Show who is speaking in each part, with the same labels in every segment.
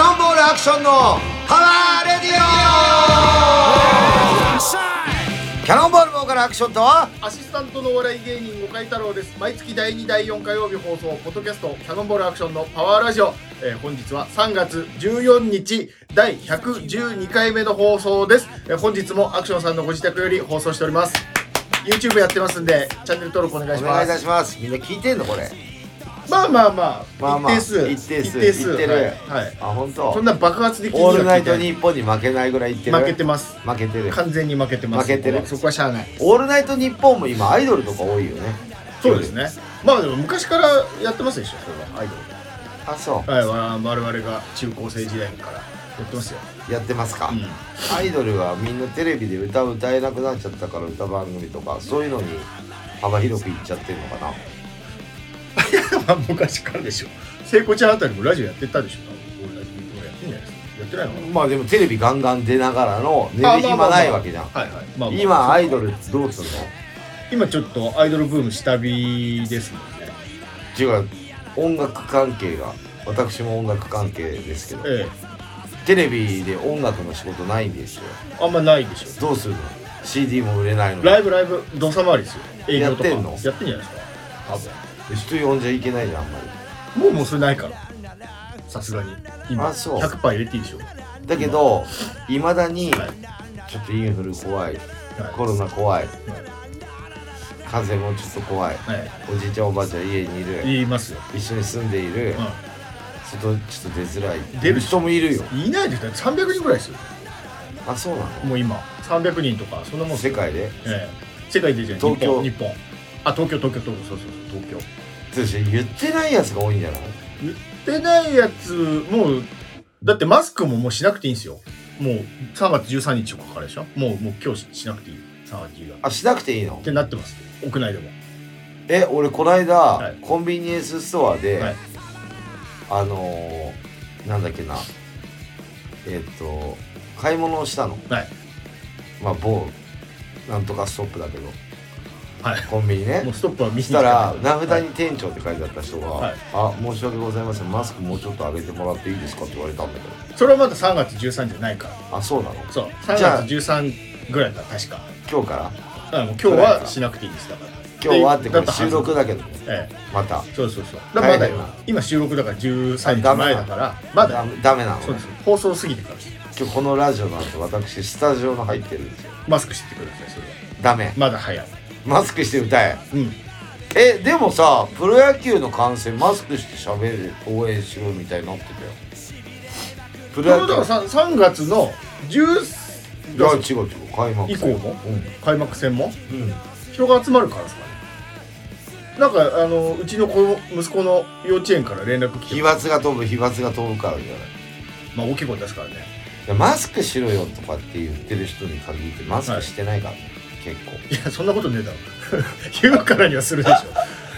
Speaker 1: ションのパワーレディオキャノンボールボーカルアクションと
Speaker 2: アシスタントのお笑い芸人、岡井太郎です。毎月第2、第4火曜日放送、ポッドキャスト、キャノンボールアクションのパワーラジオ。えー本日は3月14日、第112回目の放送です。えー本日もアクションさんのご自宅より放送しております。YouTube やってますんで、チャンネル登録お願いし
Speaker 1: お願
Speaker 2: ま
Speaker 1: いいた
Speaker 2: す。
Speaker 1: しますみんな聞いてんのこれ
Speaker 2: まあまあまあ、
Speaker 1: まあまあ
Speaker 2: 一定数。
Speaker 1: 一定数
Speaker 2: 一定数。
Speaker 1: いってる
Speaker 2: はい。はい
Speaker 1: あ本
Speaker 2: そ
Speaker 1: 当
Speaker 2: ん。な爆発的に
Speaker 1: オールナイト
Speaker 2: に
Speaker 1: ニッポンに負けないぐらいいってる
Speaker 2: 負けてます。
Speaker 1: 負けてる
Speaker 2: 完全に負けてます。
Speaker 1: 負けてる
Speaker 2: そこはしゃあない。
Speaker 1: オールナイトニッポンも今アイドルとか多いよね
Speaker 2: そうですね。まあでも昔からやってますでしょ、それは。アイドル。
Speaker 1: あそ
Speaker 2: はい、わ我々が中高生時代からやってます よ。
Speaker 1: うやってますか、
Speaker 2: うん
Speaker 1: アイドルはみんなテレビで歌歌えなくなっちゃったから歌番組とかそういうのに幅広くいっちゃってるのかな
Speaker 2: まあ昔からでしょ。聖子ちゃんあたりもラジオやってたでしょ。多分俺たちもやってんじゃないですか。やってないのか
Speaker 1: まあでもテレビガンガン出ながらの寝る暇ないわけじゃん
Speaker 2: な。はいはい。まあまあ
Speaker 1: 今アイドルどうすんの
Speaker 2: 今ちょっとアイドルブーム下火ですもんね。
Speaker 1: っていうか音楽関係が私も音楽関係ですけど
Speaker 2: え
Speaker 1: テレビで音楽の仕事ないんですよ
Speaker 2: え。あんまないでしょ。
Speaker 1: どうするの CD も売れないの
Speaker 2: ライブライブ、どさ回りですよ。営業とか。
Speaker 1: やってんの
Speaker 2: やってんじゃないですか。多分。
Speaker 1: 人呼んじゃいけないじゃんあんま
Speaker 2: もうもうそれないから。さすがに。今、
Speaker 1: あそう
Speaker 2: 100%入れていいでしょ。
Speaker 1: りだけどいまだに
Speaker 2: はい
Speaker 1: ちょっとインフル怖い
Speaker 2: はい
Speaker 1: コロナ怖い
Speaker 2: は
Speaker 1: 風邪もちょっと怖い
Speaker 2: い。はい
Speaker 1: おじいちゃんおばあちゃん家にいる
Speaker 2: 言いますよ。
Speaker 1: 一緒に住んでいる
Speaker 2: うん
Speaker 1: 外ちょっと出づらい
Speaker 2: 出る
Speaker 1: 人もいるよ
Speaker 2: いないですよ。300人ぐらいですよ。
Speaker 1: あそうなの
Speaker 2: もう今、300人とか、そんなもん
Speaker 1: 世界で
Speaker 2: ええ世界でじゃん。
Speaker 1: 東京
Speaker 2: 日本。日本あ、東京、東京、東京、そうそうそう、東京。
Speaker 1: そして言ってないやつが多いんじゃない
Speaker 2: 言ってないやつ、もう、だってマスクももうしなくていいんですよ。もう、3月13日とかからでしょもう、もう今日ししなくていい。3月14日。
Speaker 1: あしなくていいの
Speaker 2: ってなってます。屋内でも。
Speaker 1: え俺この間、
Speaker 2: い
Speaker 1: コンビニエンスストアで、
Speaker 2: はい
Speaker 1: あのー、なんだっけなえっと買い物をしたの
Speaker 2: はい。
Speaker 1: まあ某なんとかストップだけど
Speaker 2: はい。
Speaker 1: コンビニ
Speaker 2: もう
Speaker 1: ね
Speaker 2: ストップは見
Speaker 1: し
Speaker 2: せ
Speaker 1: たら名
Speaker 2: は
Speaker 1: 札
Speaker 2: い
Speaker 1: に店長って書いてあった人が「
Speaker 2: はい
Speaker 1: あ申し訳ございませんマスクもうちょっと上げてもらっていいですか?」って言われたんだけ
Speaker 2: それはまだ3月13じゃないから。
Speaker 1: どあそうなの
Speaker 2: そう。3
Speaker 1: じゃあ
Speaker 2: 月13ぐらいだ、確か。
Speaker 1: 今日から
Speaker 2: だからもう今日はしなくていいです。だから。
Speaker 1: 今日はってこ
Speaker 2: だ
Speaker 1: れ
Speaker 2: たず
Speaker 1: 収録だけどね
Speaker 2: ええ。
Speaker 1: また
Speaker 2: そうそうそう。だからまだよ
Speaker 1: 帰れるな。
Speaker 2: 今収録だから13日前だから、まだ
Speaker 1: ダ
Speaker 2: よ。
Speaker 1: メダメなの
Speaker 2: そう
Speaker 1: ね
Speaker 2: です。放送過ぎてからです
Speaker 1: 今日このラジオなんて私スタジオの入ってるんですよ
Speaker 2: マスクしててください、それは。
Speaker 1: ダメ
Speaker 2: まだ早い。
Speaker 1: マスクして歌え
Speaker 2: うん。
Speaker 1: えでもさプロ野球の観戦マスクして喋る応援しろみたいになってたよプ
Speaker 2: それは
Speaker 1: ロ
Speaker 2: だ
Speaker 1: 野
Speaker 2: から
Speaker 1: 球
Speaker 2: さ3月の
Speaker 1: いや違う違
Speaker 2: 10
Speaker 1: う開幕
Speaker 2: 以降も開幕戦も
Speaker 1: うん、うん、
Speaker 2: 人が集まるからですかね。なんか、あの、うちの子、息子の幼稚園から連絡来
Speaker 1: 飛
Speaker 2: て、
Speaker 1: 沫が飛ぶ飛沫が飛ぶからじゃない
Speaker 2: まあ大きい声出すからね。
Speaker 1: いやマスクしろよとかって言ってる人に限ってマスクしてないからね、結構
Speaker 2: いや、そんなことねえだろ。 言うからにはするでし ょ。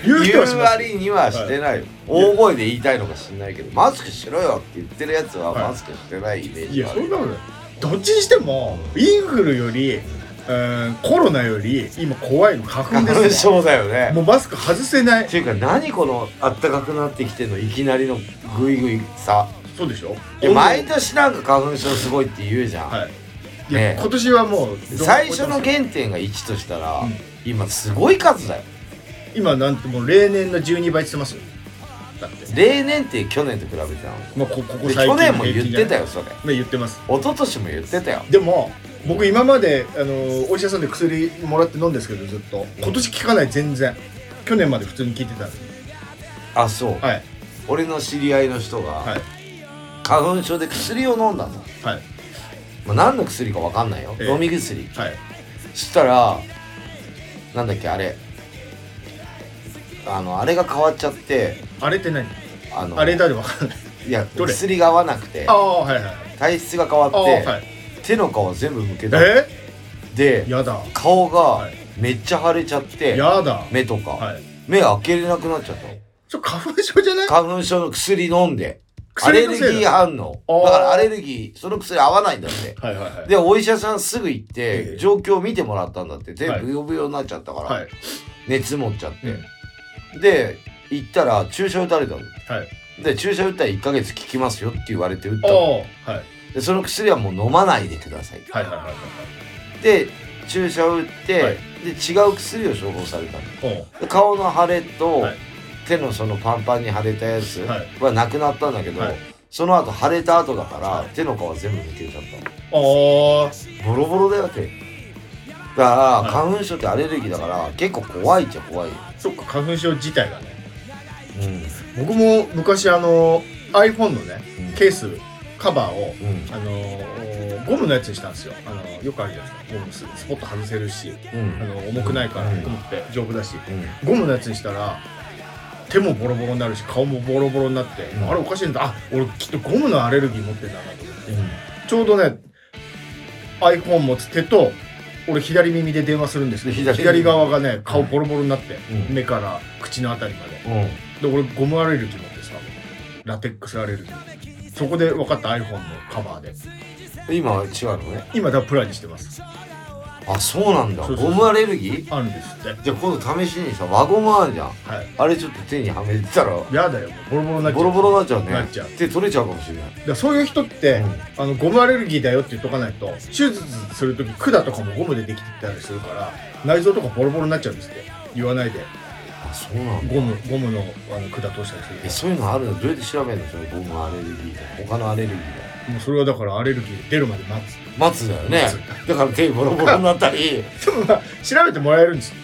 Speaker 2: 言う人
Speaker 1: 言
Speaker 2: はし
Speaker 1: う
Speaker 2: ますよ。
Speaker 1: 割にはしてない、大声で言いたいのか知んないけどマスクしろよって言ってるやつは
Speaker 2: はい
Speaker 1: マスクしてないイメー
Speaker 2: い
Speaker 1: ジ
Speaker 2: や、
Speaker 1: があ
Speaker 2: そ
Speaker 1: る、
Speaker 2: んなことない。どっちにしても、インフルより、うん、コロナより、今怖いの花粉
Speaker 1: 花粉
Speaker 2: ですよ。
Speaker 1: 症だよね
Speaker 2: もうマスク外せない
Speaker 1: っ。ていうか何このあったかくなってきてんのいきなりのグイグイさ
Speaker 2: そうでしょ
Speaker 1: いや毎年なんか花粉症すごいって言うじゃん、
Speaker 2: はい。い
Speaker 1: ね
Speaker 2: や、
Speaker 1: え
Speaker 2: 今年はもう、
Speaker 1: 最初の
Speaker 2: ゲ
Speaker 1: 原点が1としたら、
Speaker 2: うん
Speaker 1: 今すごい数だよ
Speaker 2: 今なんてもう例年の12倍してますよ。だって。
Speaker 1: 例年って去年と比べてた
Speaker 2: まあ、こここ
Speaker 1: ので
Speaker 2: 最近
Speaker 1: 去
Speaker 2: の
Speaker 1: 年も言
Speaker 2: 平
Speaker 1: っ
Speaker 2: 均じゃ
Speaker 1: て
Speaker 2: な
Speaker 1: た
Speaker 2: い。
Speaker 1: よそれ
Speaker 2: ね、言ってます。
Speaker 1: 一昨年も言ってたよ
Speaker 2: でも、僕今まで、あのーお医者さんで薬もらって飲んですけど、ずっと。今年効かない、全然。去年まで普通に効いてたのに
Speaker 1: あそう、
Speaker 2: はい。
Speaker 1: 俺の知り合いの人が、
Speaker 2: はい。
Speaker 1: 花粉症で薬を飲んだの、
Speaker 2: はい。
Speaker 1: まあ、何の薬か分かんないよ、
Speaker 2: ええ
Speaker 1: 飲み薬
Speaker 2: はい。
Speaker 1: したらなんだっけあれあのあれが変わっちゃって
Speaker 2: あれって何
Speaker 1: あの
Speaker 2: あれだでわかんない。
Speaker 1: いや
Speaker 2: どれ
Speaker 1: 薬が合わなくて
Speaker 2: ああ、はいはい。
Speaker 1: 体質が変わっ
Speaker 2: ああ、
Speaker 1: て、
Speaker 2: はい。
Speaker 1: 手の皮全部むけた
Speaker 2: え
Speaker 1: で
Speaker 2: やだ。
Speaker 1: 顔が
Speaker 2: はい
Speaker 1: めっちゃ腫れちゃって、
Speaker 2: やだ。
Speaker 1: 目とか、
Speaker 2: はい。
Speaker 1: 目開けれなくなっちゃった
Speaker 2: ちょ、花粉症じゃない
Speaker 1: 花粉症の薬飲んでアレ
Speaker 2: 薬の
Speaker 1: ル
Speaker 2: せいだ
Speaker 1: ギー反応
Speaker 2: あー
Speaker 1: だからアレルギーその薬合わないんだって
Speaker 2: はいはいはい。
Speaker 1: でお医者さんすぐ行っ
Speaker 2: え
Speaker 1: て
Speaker 2: え
Speaker 1: 状況を見てもらったんだってで
Speaker 2: はい
Speaker 1: ブヨブヨになっちゃったから、
Speaker 2: はい。
Speaker 1: 熱持っちゃって、
Speaker 2: うん
Speaker 1: で行ったら注射打たれたの
Speaker 2: はい。
Speaker 1: で注射打ったら1ヶ月効きますよって言われて打っ
Speaker 2: あ
Speaker 1: た
Speaker 2: あ
Speaker 1: の
Speaker 2: はい
Speaker 1: でその薬はもう飲まないでください
Speaker 2: はいはいはいはい
Speaker 1: で注射を打って、
Speaker 2: はい
Speaker 1: で違う薬を処方されたの
Speaker 2: おう
Speaker 1: で顔の腫れと、
Speaker 2: はい
Speaker 1: 手のそのパンパンに腫れたやつ
Speaker 2: はい
Speaker 1: はなくなったんだけど、
Speaker 2: はい
Speaker 1: その後腫れた後だから、
Speaker 2: はい
Speaker 1: 手の皮全部抜けちゃったの
Speaker 2: あ
Speaker 1: ボロボロだよ手だから、
Speaker 2: はい
Speaker 1: 花粉症ってアレルギーだから結構怖いっちゃ怖いよ
Speaker 2: あそっか花粉症自体がね
Speaker 1: うん
Speaker 2: 僕も昔あの iPhone のねケースカバーを
Speaker 1: うん
Speaker 2: あのーゴムのやつにしたんですよあのーよくあるじゃないですかゴムススポッと外せるし
Speaker 1: う
Speaker 2: あ
Speaker 1: ん
Speaker 2: の重くないから
Speaker 1: うん
Speaker 2: ゴムって丈夫だし
Speaker 1: うん
Speaker 2: ゴムのやつにしたら手もボロボロになるし顔もボロボロになって、
Speaker 1: うん
Speaker 2: あれおかしいんだあ俺きっとゴムのアレルギー持ってんだなと思って
Speaker 1: うん
Speaker 2: ちょうどね iPhone 持つ手と俺左耳で電話するんですけど
Speaker 1: 左
Speaker 2: 左
Speaker 1: 耳
Speaker 2: 側がね顔ボロボロになって、
Speaker 1: うん
Speaker 2: 目から口のあたりまで
Speaker 1: うん
Speaker 2: で俺ゴムアレルギー持ってさラテックスアレルギーそこで分かった iPhone のカバーで
Speaker 1: 今は違うのね
Speaker 2: 今だからプラにしてます
Speaker 1: あそうなんだ
Speaker 2: そうそ
Speaker 1: ゴ
Speaker 2: うそう
Speaker 1: ムアレルギー
Speaker 2: あるんですって
Speaker 1: じゃあ今度試しにさ輪ゴムあるじゃん
Speaker 2: はい
Speaker 1: あれちょっと手にはめてたら
Speaker 2: やだよボロボロになっちゃ
Speaker 1: ボ
Speaker 2: う
Speaker 1: ロボロになっちゃうね
Speaker 2: なっちゃう
Speaker 1: 手取れちゃうかもしれない
Speaker 2: だからそういう人って、
Speaker 1: う
Speaker 2: あのゴムアレルギーだよって言っとかないと手術する時管とかもゴムでできてたりするから内臓とかボロボロになっちゃうんですって言わないで
Speaker 1: あそうなんだ
Speaker 2: ゴムゴムのあの管通した
Speaker 1: え
Speaker 2: りす
Speaker 1: そういうのあるのどうやって調べるのそれゴムアレルギーとか他のアレルギーと
Speaker 2: るもうそれはだからアレルギー出るまで待つ
Speaker 1: か松だよねだから手ボロボロになった り
Speaker 2: でもまあ調べてもらえるんですっ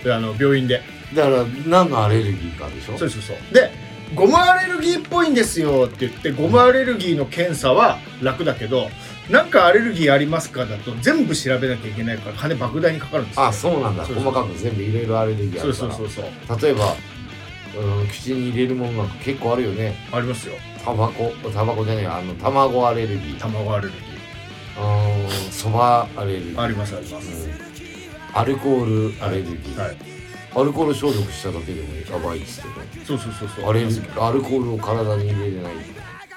Speaker 2: てであの病院で
Speaker 1: だから何のアレルギーかでしょ
Speaker 2: そうそうそうでゴムアレルギーっぽいんですよって言ってゴムアレルギーの検査は楽だけどなんかアレルギーありますかだと全部調べなきゃいけないから金莫大にかかるんですよ
Speaker 1: あそうなんだ
Speaker 2: そうそう
Speaker 1: 細かく全部いろいろアレルギーあ
Speaker 2: そう
Speaker 1: る
Speaker 2: そうそう
Speaker 1: か
Speaker 2: そう
Speaker 1: ら例えばうん口に入れるものなんか結構あるよね
Speaker 2: ありますよ
Speaker 1: タバコタバコじゃないあの卵アレルギー
Speaker 2: 卵アレルギ
Speaker 1: うんそばアレルギ
Speaker 2: ー
Speaker 1: ー
Speaker 2: ありますあります、
Speaker 1: うんアルコールアレルギー、
Speaker 2: はい
Speaker 1: アルコール消毒しただけでもやばいっつってね
Speaker 2: そうそうそうそう
Speaker 1: アレルアルコールを体に入れれない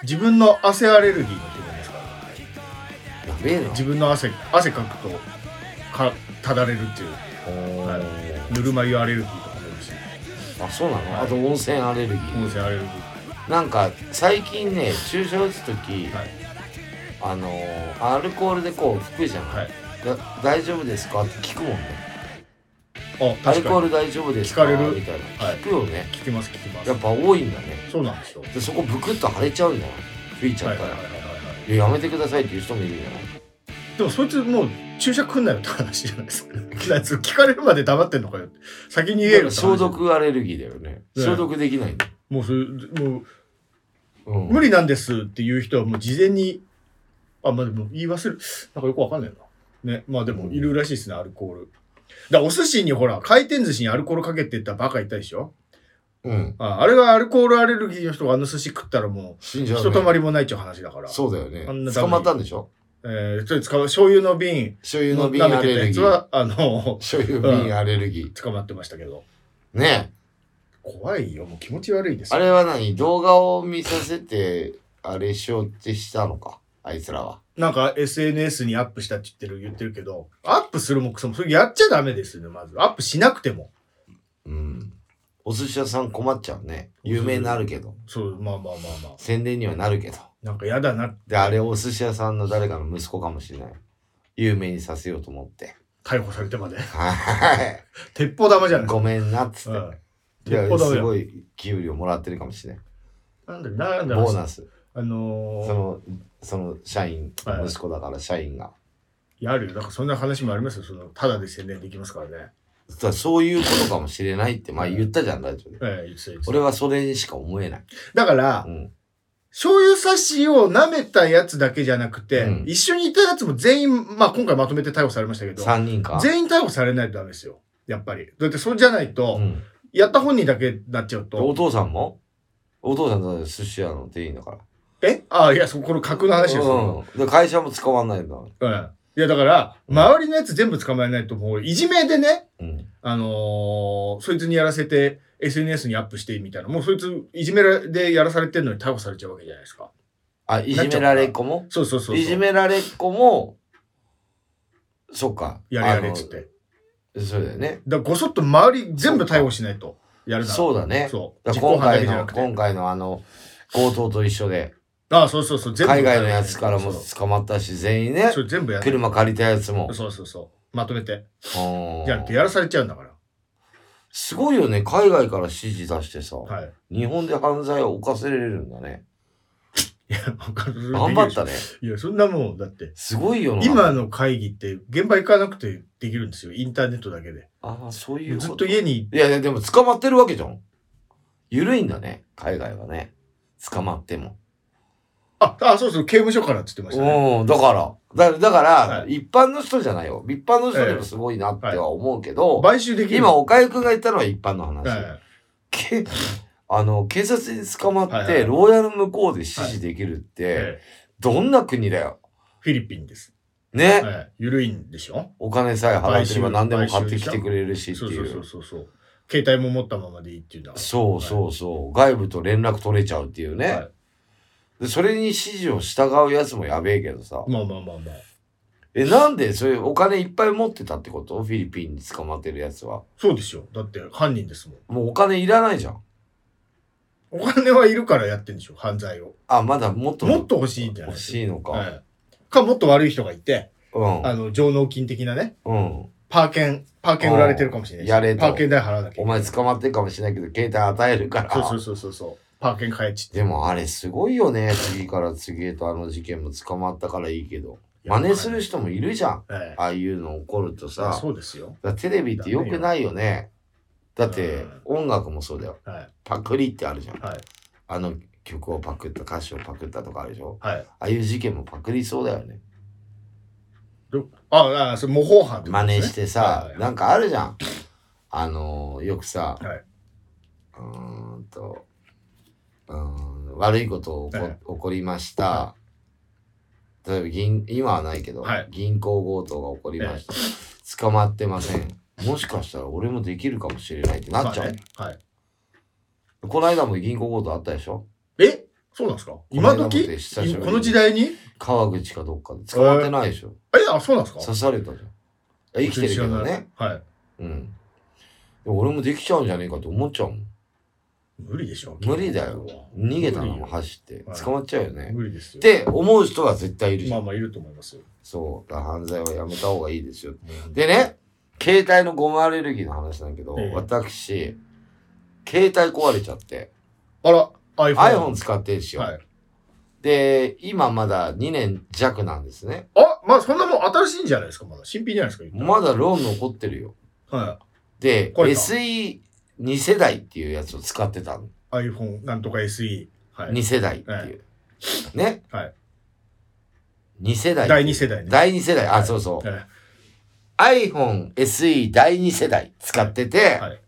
Speaker 2: 自分の汗アレルギーってことですからね
Speaker 1: やべえな
Speaker 2: 自分の汗汗かくとかただれるっていう
Speaker 1: はい
Speaker 2: ぬるま湯アレルギーとかもあるし
Speaker 1: あそうなの
Speaker 2: はい
Speaker 1: あと温泉アレルギ
Speaker 2: 温
Speaker 1: ー
Speaker 2: 泉アレルギー
Speaker 1: なんか最近ね注射打つ時
Speaker 2: はい
Speaker 1: あのーアルコールでこう拭くじゃな
Speaker 2: はいい
Speaker 1: だ大丈夫ですかって聞くもんね
Speaker 2: あ
Speaker 1: アル
Speaker 2: 確
Speaker 1: コ
Speaker 2: か
Speaker 1: ー
Speaker 2: に
Speaker 1: ル大丈夫ですか
Speaker 2: 聞かれる
Speaker 1: みたいな
Speaker 2: はい
Speaker 1: 聞くよね
Speaker 2: 聞きます聞きます
Speaker 1: やっぱ多いんだね
Speaker 2: そうなんですよ
Speaker 1: でそこブクッと腫れちゃうんだよ拭いちゃ
Speaker 2: は
Speaker 1: っ
Speaker 2: い
Speaker 1: た
Speaker 2: はい
Speaker 1: ら
Speaker 2: はいはいはい
Speaker 1: いややめてくださいっていう人もいるじゃない
Speaker 2: でもそいつもう注射くんなよって話じゃないですか。 だいつ聞かれるまで黙ってんのかよって。先に言え
Speaker 1: だ
Speaker 2: よっ
Speaker 1: か
Speaker 2: て
Speaker 1: ら
Speaker 2: 話
Speaker 1: 消。毒アレルギーだよね
Speaker 2: うん
Speaker 1: 消毒できないんだよ
Speaker 2: もうそれ、もう
Speaker 1: うん
Speaker 2: 無理なんですっていう人はもう事前に、あ、まあでも言い忘れる。なんかよくわかんないな。ね。まあでもいるらしいですね、アルコール。だからお寿司にほら、回転寿司にアルコールかけてったバカいたでしょ
Speaker 1: うん
Speaker 2: ああれがアルコールアレルギーの人があの寿司食ったらも
Speaker 1: 死ん
Speaker 2: う、
Speaker 1: じゃ
Speaker 2: ひ
Speaker 1: う
Speaker 2: と
Speaker 1: ね
Speaker 2: たまりもないっちゅう話だから。
Speaker 1: そうだ
Speaker 2: あ
Speaker 1: よ
Speaker 2: ん
Speaker 1: ね
Speaker 2: なダメ
Speaker 1: 捕まったんでしょ
Speaker 2: えー、それ使う、醤油の瓶、
Speaker 1: 醤油の瓶
Speaker 2: 舐
Speaker 1: ア
Speaker 2: めて
Speaker 1: レ
Speaker 2: た
Speaker 1: ル
Speaker 2: や
Speaker 1: ギ
Speaker 2: つ
Speaker 1: ー
Speaker 2: は、あの、
Speaker 1: 醤油瓶アレルギー
Speaker 2: 捕まってましたけど。
Speaker 1: ね
Speaker 2: 怖いよ、もう気持ち悪いです
Speaker 1: えあ
Speaker 2: よ。
Speaker 1: れは何動画を見させてあれしようってしたのかあいつらは
Speaker 2: なんか SNS にアップしたって言ってる、言ってるけど、アップするもクソも、それやっちゃダメですよね、まず。アップしなくても。
Speaker 1: うんお寿司屋さん困っちゃうね有名になるけど
Speaker 2: そう、まあまあまあまあ。
Speaker 1: 宣伝にはなるけど
Speaker 2: なんかやだな、
Speaker 1: であれお寿司屋さんの誰かの息子かもしれない有名にさせようと思って
Speaker 2: 逮捕されてまで。
Speaker 1: は
Speaker 2: 鉄砲玉じゃないい。
Speaker 1: ごめんなっつって、
Speaker 2: うん
Speaker 1: いや
Speaker 2: 鉄砲玉
Speaker 1: す
Speaker 2: じゃん
Speaker 1: ごい給料もらってるかもしれない
Speaker 2: なんだ、なんだ、
Speaker 1: ボーナス
Speaker 2: あの
Speaker 1: そ
Speaker 2: ー、
Speaker 1: のその社員息子だから社員が
Speaker 2: やるよ。だからそんな話もありますよ。その、ただで宣伝できますからね。
Speaker 1: そしたらそういうことかもしれないって前言ったじゃんラジオで
Speaker 2: ええ、言ってた言ってた
Speaker 1: 俺はそれにしか思えない、
Speaker 2: だから
Speaker 1: う、ん、
Speaker 2: 醤油差しを舐めたやつだけじゃなくて、
Speaker 1: うん
Speaker 2: 一緒にいたやつも全員、まあ今回まとめて逮捕されましたけど、
Speaker 1: 3人か
Speaker 2: 全員逮捕されないとダメですよ。やっぱり。だってそうじゃないと、
Speaker 1: うん、
Speaker 2: やった本人だけになっちゃう
Speaker 1: お
Speaker 2: と。
Speaker 1: 父さんもお父さんだって寿司屋の店員だから
Speaker 2: えああ、いや、そこの格の話ですよ。
Speaker 1: うん、で会社も使わないんだ、う
Speaker 2: うん。いや、だから、周りのやつ全部捕まえないと、もう、いじめでね、
Speaker 1: ん、
Speaker 2: あのーそいつにやらせて、SNS にアップしてみたいな、もうそいつ、いじめらでやらされてるのに逮捕されちゃうわけじゃないですか。
Speaker 1: あいじめられっ子も
Speaker 2: そうそうそうそう。
Speaker 1: いじめられっ子もそうか
Speaker 2: やれやれっつって。
Speaker 1: あのそうだよね
Speaker 2: だからごそっと周り全部逮捕しないと、やるなら
Speaker 1: そうだね
Speaker 2: そう。
Speaker 1: だ
Speaker 2: 実
Speaker 1: から
Speaker 2: 行
Speaker 1: 今
Speaker 2: 犯だ
Speaker 1: 回
Speaker 2: けじゃな
Speaker 1: の
Speaker 2: くて。
Speaker 1: 今回のあの強盗と一緒で。
Speaker 2: ああ、そうそうそう、
Speaker 1: 海外のやつからも
Speaker 2: そう
Speaker 1: 捕まったし、全員ね
Speaker 2: そ。う全部やる。
Speaker 1: 車借りたやつも。
Speaker 2: そうそうそう。まとめて。
Speaker 1: うん
Speaker 2: じゃなくてやらされちゃうんだから。
Speaker 1: すごいよね。海外から指示出してさ、
Speaker 2: はい。
Speaker 1: 日本で犯罪を犯せれるんだね。
Speaker 2: いや、わかる
Speaker 1: 頑張ったね。
Speaker 2: いや、そんなもん、だって。
Speaker 1: すごいよな。
Speaker 2: 今の会議って現場行かなくてできるんですよ。インターネットだけで。
Speaker 1: ああ、そういう
Speaker 2: ずっ
Speaker 1: ことと。い
Speaker 2: 家に、
Speaker 1: やいや、でも捕まってるわけじゃん。緩いんだね。海外はね。捕まっても。
Speaker 2: あ、あ、そうそう、刑務所からって言ってましたね。
Speaker 1: うん、だから。だだから、
Speaker 2: は
Speaker 1: 一般の人じゃないよ。一般の人でもすごいなっては思うけど、
Speaker 2: 買収できる。
Speaker 1: 今、岡井くんが言ったのは一般の話。
Speaker 2: はい
Speaker 1: けあの、警察に捕ま
Speaker 2: はい
Speaker 1: っ
Speaker 2: はい
Speaker 1: て、牢屋の向こうで指示できるって、
Speaker 2: ええ
Speaker 1: どんな国だよ。
Speaker 2: フィリピンです。
Speaker 1: ね。
Speaker 2: はい。ゆるいんでしょ
Speaker 1: お金さえ払ってれば
Speaker 2: 買収
Speaker 1: 何でも買ってきてくれるしって
Speaker 2: そうそ
Speaker 1: いうう。
Speaker 2: そうそう。携帯も持ったままでいいっていうのは。
Speaker 1: そうそうそう。外部と連絡取れちゃうっていうね。
Speaker 2: は
Speaker 1: でそれに指示を従うやつもやべえけどさ
Speaker 2: い。。まあまあまあまあ。
Speaker 1: え、なんでそういうお金いっぱい持ってたってことフィリピンに捕まってるやつは。
Speaker 2: そうですよ。だって犯人ですもん。
Speaker 1: もうお金いらないじゃん。
Speaker 2: お金はいるからやってんでしょ、犯罪を。
Speaker 1: あ、まだもっと。
Speaker 2: もっと欲しいんじゃない
Speaker 1: 欲しいのか。
Speaker 2: はい。か、もっと悪い人がいて、あ
Speaker 1: う
Speaker 2: の、上納金的なね、
Speaker 1: ん。うん。
Speaker 2: パーケン、パーケン売られてるかもしれないし
Speaker 1: やれと
Speaker 2: パーケン代払わなきゃ
Speaker 1: お前捕まってるかもしれないけど、携帯与えるから。
Speaker 2: そうそうそうそうそう。パーケン買えちって。
Speaker 1: でもあれすごいよね。次から次へとあの事件も捕まったからいいけど。真似する人もいるじゃん。
Speaker 2: はい。
Speaker 1: ああいうの起こるとさ。
Speaker 2: あそうですよ。
Speaker 1: だからテレビって良くないよね。だって
Speaker 2: うん
Speaker 1: 音楽もそうだよ。
Speaker 2: はい。
Speaker 1: パクリってあるじゃん。
Speaker 2: はい。
Speaker 1: あの曲をパクった、歌詞をパクったとかあるでしょ。
Speaker 2: はい。
Speaker 1: ああいう事件もパクリそうだよね。
Speaker 2: どあ、あ、それ模倣犯ってこと
Speaker 1: 真
Speaker 2: ですね
Speaker 1: 似してさ
Speaker 2: はい、
Speaker 1: なんかあるじゃん。あのー、よくさ、
Speaker 2: はいう
Speaker 1: ーんと、うーん、悪いこと起こ,、
Speaker 2: はい
Speaker 1: 起こりました。例えば銀、今はないけど、
Speaker 2: はい
Speaker 1: 銀行強盗が起こりました。捕まってません。もしかしたら俺もできるかもしれないってなっちゃう。
Speaker 2: まあねはい。
Speaker 1: この間も銀行強盗あったでしょ
Speaker 2: えそうなんですか今
Speaker 1: この間も
Speaker 2: 時
Speaker 1: で久しぶりに
Speaker 2: この時代に
Speaker 1: 川口かどっかで捕まってないでしょ、
Speaker 2: え、あ、そうなんですか
Speaker 1: 刺されたじゃん生きてるけどね。
Speaker 2: はい。
Speaker 1: うんでも俺もできちゃうんじゃねえかと思っちゃうもん
Speaker 2: 無理でしょ。
Speaker 1: 無理だよ逃げたのも走って
Speaker 2: はい
Speaker 1: 捕まっちゃうよね
Speaker 2: 無理です
Speaker 1: っ
Speaker 2: よ。
Speaker 1: て思う人が絶対いるじゃ
Speaker 2: ま
Speaker 1: ん、
Speaker 2: あまあいると思いますよ。
Speaker 1: そうだから犯罪はやめた方がいいですよでね携帯のゴムアレルギーの話なんだけど、
Speaker 2: ええ
Speaker 1: 私携帯壊れちゃって
Speaker 2: あら、iPhone。
Speaker 1: iPhone 使ってんすよ、
Speaker 2: はい。
Speaker 1: で今まだ2年弱なんですね
Speaker 2: あ、まあそんなもん新しいんじゃないですか、まだ。新品じゃないですか、言った
Speaker 1: ま
Speaker 2: ら
Speaker 1: だローン残ってるよ
Speaker 2: は
Speaker 1: で、
Speaker 2: これか
Speaker 1: SE2 世代っていうやつを使ってたの。
Speaker 2: い。iPhone なんとか SE。はい。
Speaker 1: 2世代っていう。ね。
Speaker 2: はい。
Speaker 1: 2世代。
Speaker 2: 第2世代ね。
Speaker 1: 第二世代。
Speaker 2: は
Speaker 1: あ、
Speaker 2: い
Speaker 1: そうそう。
Speaker 2: はい
Speaker 1: iPhone SE 第2世代使ってて
Speaker 2: はい、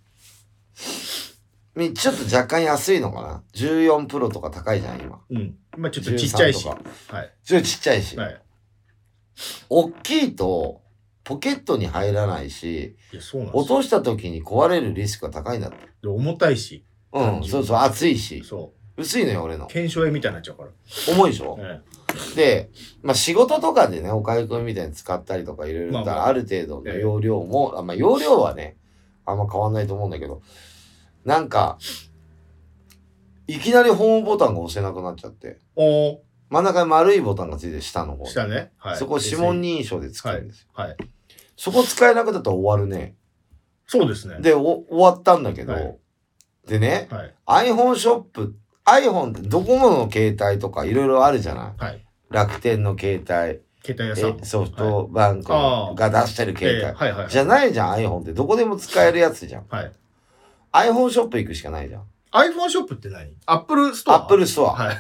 Speaker 1: みちょっと若干安いのかな。14プロとか高いじゃん、今。
Speaker 2: うん。まあちょっとちっちゃいし。
Speaker 1: 13
Speaker 2: は
Speaker 1: とか
Speaker 2: い。
Speaker 1: ちょっとちっちゃいし。
Speaker 2: はい。
Speaker 1: 大きいと、ポケットに入らないし、
Speaker 2: いや、そうなんで
Speaker 1: 落
Speaker 2: すよ。
Speaker 1: とした時に壊れるリスクが高いんだって。
Speaker 2: で重たいし。
Speaker 1: うん、そうそう、熱いし。
Speaker 2: そ
Speaker 1: 薄いのよ、俺の
Speaker 2: う。。検証絵みたいになっちゃうから。
Speaker 1: 重いでしょ
Speaker 2: え
Speaker 1: で、まあ、仕事とかでね、おかゆくんみたいに使ったりとかいろいろ
Speaker 2: まあまあ
Speaker 1: ある程度の容量も、あまあ、容量はね、あんま変わんないと思うんだけど、なんか、いきなりホームボタンが押せなくなっちゃって、
Speaker 2: えお
Speaker 1: 真ん中に丸いボタンがついて下の方
Speaker 2: ー、。したね。はい。
Speaker 1: そこを指紋認証で使うんですよ。
Speaker 2: はい。
Speaker 1: そこ使えなくなったら終わるね。
Speaker 2: そうですね。
Speaker 1: で、お終わったんだけど、
Speaker 2: はい
Speaker 1: でね、
Speaker 2: はい。
Speaker 1: iPhone ショップ、iPhone ってドコモの携帯とかいろいろあるじゃない
Speaker 2: はい。
Speaker 1: 楽天の携帯。
Speaker 2: 携帯屋さん
Speaker 1: え。ソフトバンク
Speaker 2: あ
Speaker 1: の
Speaker 2: ー
Speaker 1: が出してる携
Speaker 2: えー
Speaker 1: 帯。
Speaker 2: はいはいはい。
Speaker 1: じゃないじゃん、iPhone って。どこでも使えるやつじゃん。
Speaker 2: はい。
Speaker 1: iPhone ショップ行くしかないじゃん。
Speaker 2: iPhone ショップって何アップルストア。
Speaker 1: アップルストア。
Speaker 2: はい。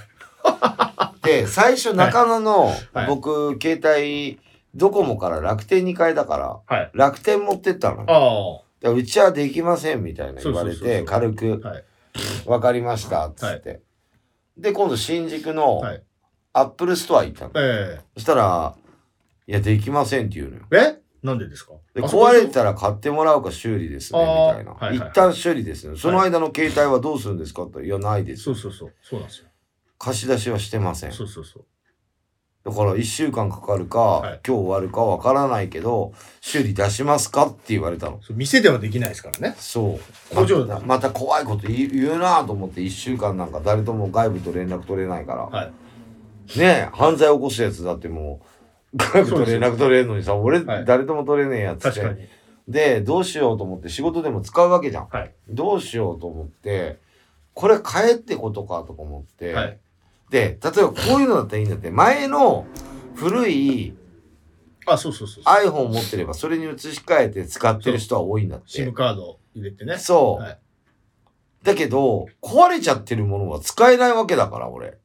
Speaker 1: で、最初中野の
Speaker 2: はい、
Speaker 1: 僕、携帯、ドコモから楽天に変えたから、
Speaker 2: はい。
Speaker 1: 楽天持ってったの
Speaker 2: あ
Speaker 1: よ。
Speaker 2: あ。は
Speaker 1: でうちはできませんみたいな言われ
Speaker 2: そうそうそうそ
Speaker 1: て、
Speaker 2: う
Speaker 1: 軽く、
Speaker 2: い。
Speaker 1: わかりました、つって。で、今度新宿の
Speaker 2: はい
Speaker 1: アップルストア行ったの。
Speaker 2: え
Speaker 1: そしたら、いや、できませんって言うのよ。
Speaker 2: ええなんでですか
Speaker 1: で
Speaker 2: あそこ
Speaker 1: 壊
Speaker 2: でし
Speaker 1: れ
Speaker 2: ょ
Speaker 1: たら買ってもらうか修理ですね
Speaker 2: あー
Speaker 1: みたいな、
Speaker 2: はいはいはい
Speaker 1: 一旦修理ですねその間の携帯はどうするんですかといやないです
Speaker 2: そうそうそう。そうなんですよ。
Speaker 1: 貸し出しはしてません
Speaker 2: そうそうそう。
Speaker 1: だから1週間かかるか、
Speaker 2: はい
Speaker 1: 今日終わるかわからないけど修理出しますかって言われたの
Speaker 2: そう店ではできないですからね。
Speaker 1: そう
Speaker 2: 工場
Speaker 1: ま
Speaker 2: だ
Speaker 1: また怖いこと言う言うなと思って1週間なんか誰とも外部と連絡取れないから、
Speaker 2: はい。
Speaker 1: ねえ犯罪起こすやつだってもう外部と連絡取れるのにさ俺、
Speaker 2: はい
Speaker 1: 誰とも取れねえやつって
Speaker 2: 確かに。
Speaker 1: でどうしようと思って仕事でも使うわけじゃん、
Speaker 2: はい
Speaker 1: どうしようと思ってこれ変えってことかとか思って、
Speaker 2: はい。
Speaker 1: で例えばこういうのだったらいいんだって前の古い
Speaker 2: あ、そうそうそうそう。
Speaker 1: iPhone 持ってればそれに移し替えて使ってる人は多いんだってそ
Speaker 2: SIM
Speaker 1: う,、
Speaker 2: カード入れてね。はい
Speaker 1: だけど壊れちゃってるものは使えないわけだから俺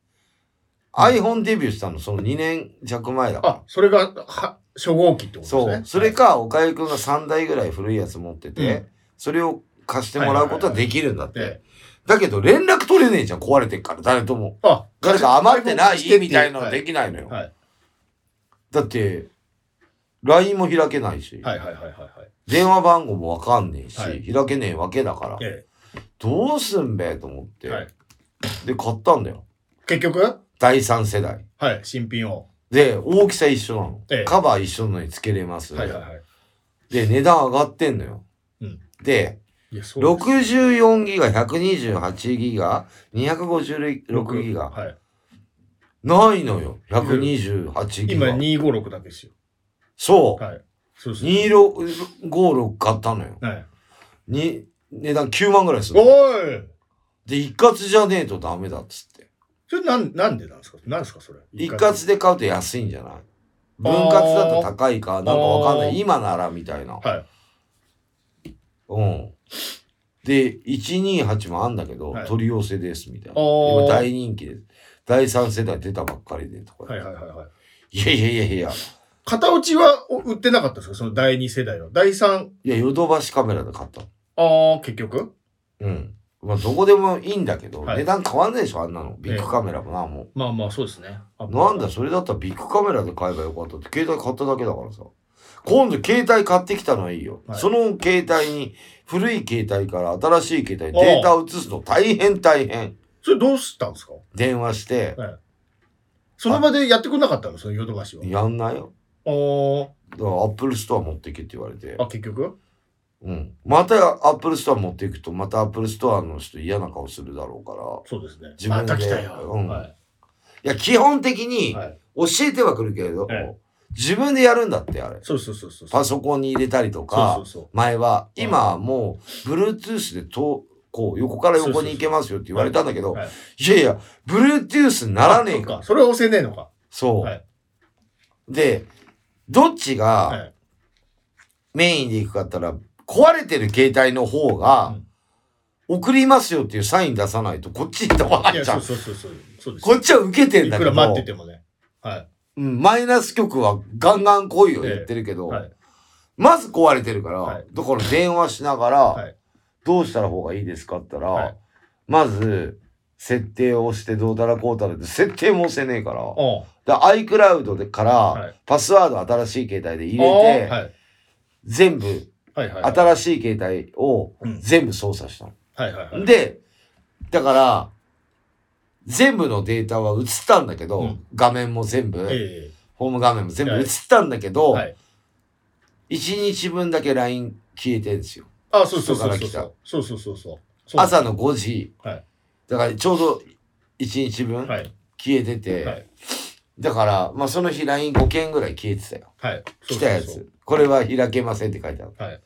Speaker 1: iPhone デビューしたのその2年弱前だから
Speaker 2: あ、それが、は、初号機ってことです
Speaker 1: そう
Speaker 2: ね。
Speaker 1: それかおかゆくんが3台ぐらい古いやつ持ってて、
Speaker 2: うん
Speaker 1: それを貸してもらうことはできるんだって、
Speaker 2: はいはいはい
Speaker 1: だけど連絡取れねえじゃん壊れてっから誰とも
Speaker 2: あ、
Speaker 1: 誰か余ってないみたいなの
Speaker 2: は
Speaker 1: できないのよ、
Speaker 2: はい
Speaker 1: だって LINE も開けないし、
Speaker 2: はいはいはいはいはい。
Speaker 1: 電話番号もわかんねえし、
Speaker 2: はい
Speaker 1: 開けねえわけだから、
Speaker 2: え
Speaker 1: どうすんべと思って、
Speaker 2: えはい。
Speaker 1: で買ったんだよ
Speaker 2: 結局
Speaker 1: 第3世代
Speaker 2: はい。新品を。
Speaker 1: で大きさ一緒なの、
Speaker 2: ええ
Speaker 1: カバー一緒なのにつけれます、
Speaker 2: はいはいはい。
Speaker 1: で値段上がってんのよ、
Speaker 2: うん
Speaker 1: で
Speaker 2: いや、そです
Speaker 1: 64ギガ、128ギガ、256ギガ。
Speaker 2: はい。
Speaker 1: ないのよ。128ギ
Speaker 2: 今
Speaker 1: ガ。
Speaker 2: 256だけですよ。
Speaker 1: そ
Speaker 2: はい。そう
Speaker 1: う。
Speaker 2: そう。
Speaker 1: 256買ったのよ。
Speaker 2: はい。
Speaker 1: に、値段9万ぐらいするの。
Speaker 2: おい
Speaker 1: で、一括じゃねえとダメだっつって。
Speaker 2: それなん、なんでなんですかなんですかそれ。
Speaker 1: 一括で買うと安いんじゃない分割だと高いか、なんかわかんな
Speaker 2: あー
Speaker 1: い。今ならみたいな。
Speaker 2: はい。
Speaker 1: うん。で、128もあんだけど、
Speaker 2: はい
Speaker 1: 取り寄せですみたいな。
Speaker 2: あー
Speaker 1: 今大人気です。第3世代出たばっかりでとか。
Speaker 2: はいはいはいはい。
Speaker 1: いやいやいやいや。
Speaker 2: 片落ちはお売ってなかったんですかその第2世代は。第3、
Speaker 1: いや、ヨドバシカメラで買ったの。
Speaker 2: ああ、結局
Speaker 1: うん。まあ、どこでもいいんだけど、
Speaker 2: はい
Speaker 1: 値段変わんないでしょ、あんなの。ビッグカメラもな、も
Speaker 2: まあまあ、そうですね。
Speaker 1: う。なん
Speaker 2: だ
Speaker 1: だ、それだったらビッグカメラで買えばよかったって、携帯買っただけだからさ。今度、携帯買ってきたのはいいよ。
Speaker 2: はい
Speaker 1: その携帯に、古い携帯から新しい携帯にデータ移すの大変大変。
Speaker 2: それどうしたんですか
Speaker 1: 電話して、
Speaker 2: その場でやってくれなかったのそのヨドバシは。
Speaker 1: やんないよ。
Speaker 2: あー
Speaker 1: だから、アップルストア持ってけって言われて。
Speaker 2: あ、結局
Speaker 1: うん。またアップルストア持っていくと、またアップルストアの人嫌な顔するだろうから。
Speaker 2: そうですね。
Speaker 1: 自分で
Speaker 2: また来たよ。
Speaker 1: うん
Speaker 2: はい
Speaker 1: いや、基本的に、
Speaker 2: はい。
Speaker 1: 教えてはくるけれど、
Speaker 2: え
Speaker 1: 自分でやるんだってあれ
Speaker 2: そうそうそうそう。
Speaker 1: パソコンに入れたりとか
Speaker 2: そうそうそう。
Speaker 1: 前は
Speaker 2: うん
Speaker 1: 今はもう Bluetooth でとこう横から横に行けますよって言われたんだけど、
Speaker 2: はい
Speaker 1: いやいや Bluetooth ならねえか
Speaker 2: あそっそれは押せねえのか。
Speaker 1: そう、
Speaker 2: はい
Speaker 1: でどっち
Speaker 2: は
Speaker 1: が
Speaker 2: い。
Speaker 1: メインで行くかって言ったら壊れてる携帯の方が、送りますよっていうサイン出さないとこっちに飛ばないい
Speaker 2: や、
Speaker 1: じゃ
Speaker 2: そうんそうそうそう。そうです
Speaker 1: こっちは受けてん
Speaker 2: い
Speaker 1: だ
Speaker 2: く
Speaker 1: け
Speaker 2: ら
Speaker 1: ど
Speaker 2: 待っててもね。はい。
Speaker 1: うん、マイナス曲はガンガン来いよ言ってるけど、
Speaker 2: はい。
Speaker 1: まず壊れてるから、
Speaker 2: はい
Speaker 1: だから電話しながら、
Speaker 2: はい
Speaker 1: どうしたら方がいいですかって言ったら、
Speaker 2: はい
Speaker 1: まず、設定を押してどうたらこうたらって、設定も押せねえから、
Speaker 2: おう
Speaker 1: で iCloud でから、
Speaker 2: はい
Speaker 1: パスワード新しい携帯で入
Speaker 2: おう
Speaker 1: れて、
Speaker 2: はい。
Speaker 1: 全部、
Speaker 2: はいはい。はい
Speaker 1: 新しい携帯を
Speaker 2: うん
Speaker 1: 全部操作したの。
Speaker 2: はいはい。
Speaker 1: で、だから、全部のデータは映ったんだけど、
Speaker 2: うん
Speaker 1: 画面も全部、
Speaker 2: え
Speaker 1: ホーム画面も全部
Speaker 2: は
Speaker 1: 映
Speaker 2: い
Speaker 1: ったんだけ
Speaker 2: え
Speaker 1: ど、
Speaker 2: はい。
Speaker 1: 1日分だけ LINE 消えてんですよ。
Speaker 2: あ、そうそ
Speaker 1: 人
Speaker 2: う
Speaker 1: か
Speaker 2: そ
Speaker 1: ら
Speaker 2: うそ
Speaker 1: 来
Speaker 2: う
Speaker 1: た
Speaker 2: そう。そうそうそうそう。
Speaker 1: 朝の5時、
Speaker 2: はい
Speaker 1: だからちょうど1日分
Speaker 2: はい。
Speaker 1: 消えてて、
Speaker 2: はい
Speaker 1: だから、まあ、その日 LINE5 件ぐらい消えてたよ
Speaker 2: はい。
Speaker 1: 来たやつ
Speaker 2: そうそうそう。
Speaker 1: これは開けませんって書いてある、
Speaker 2: はい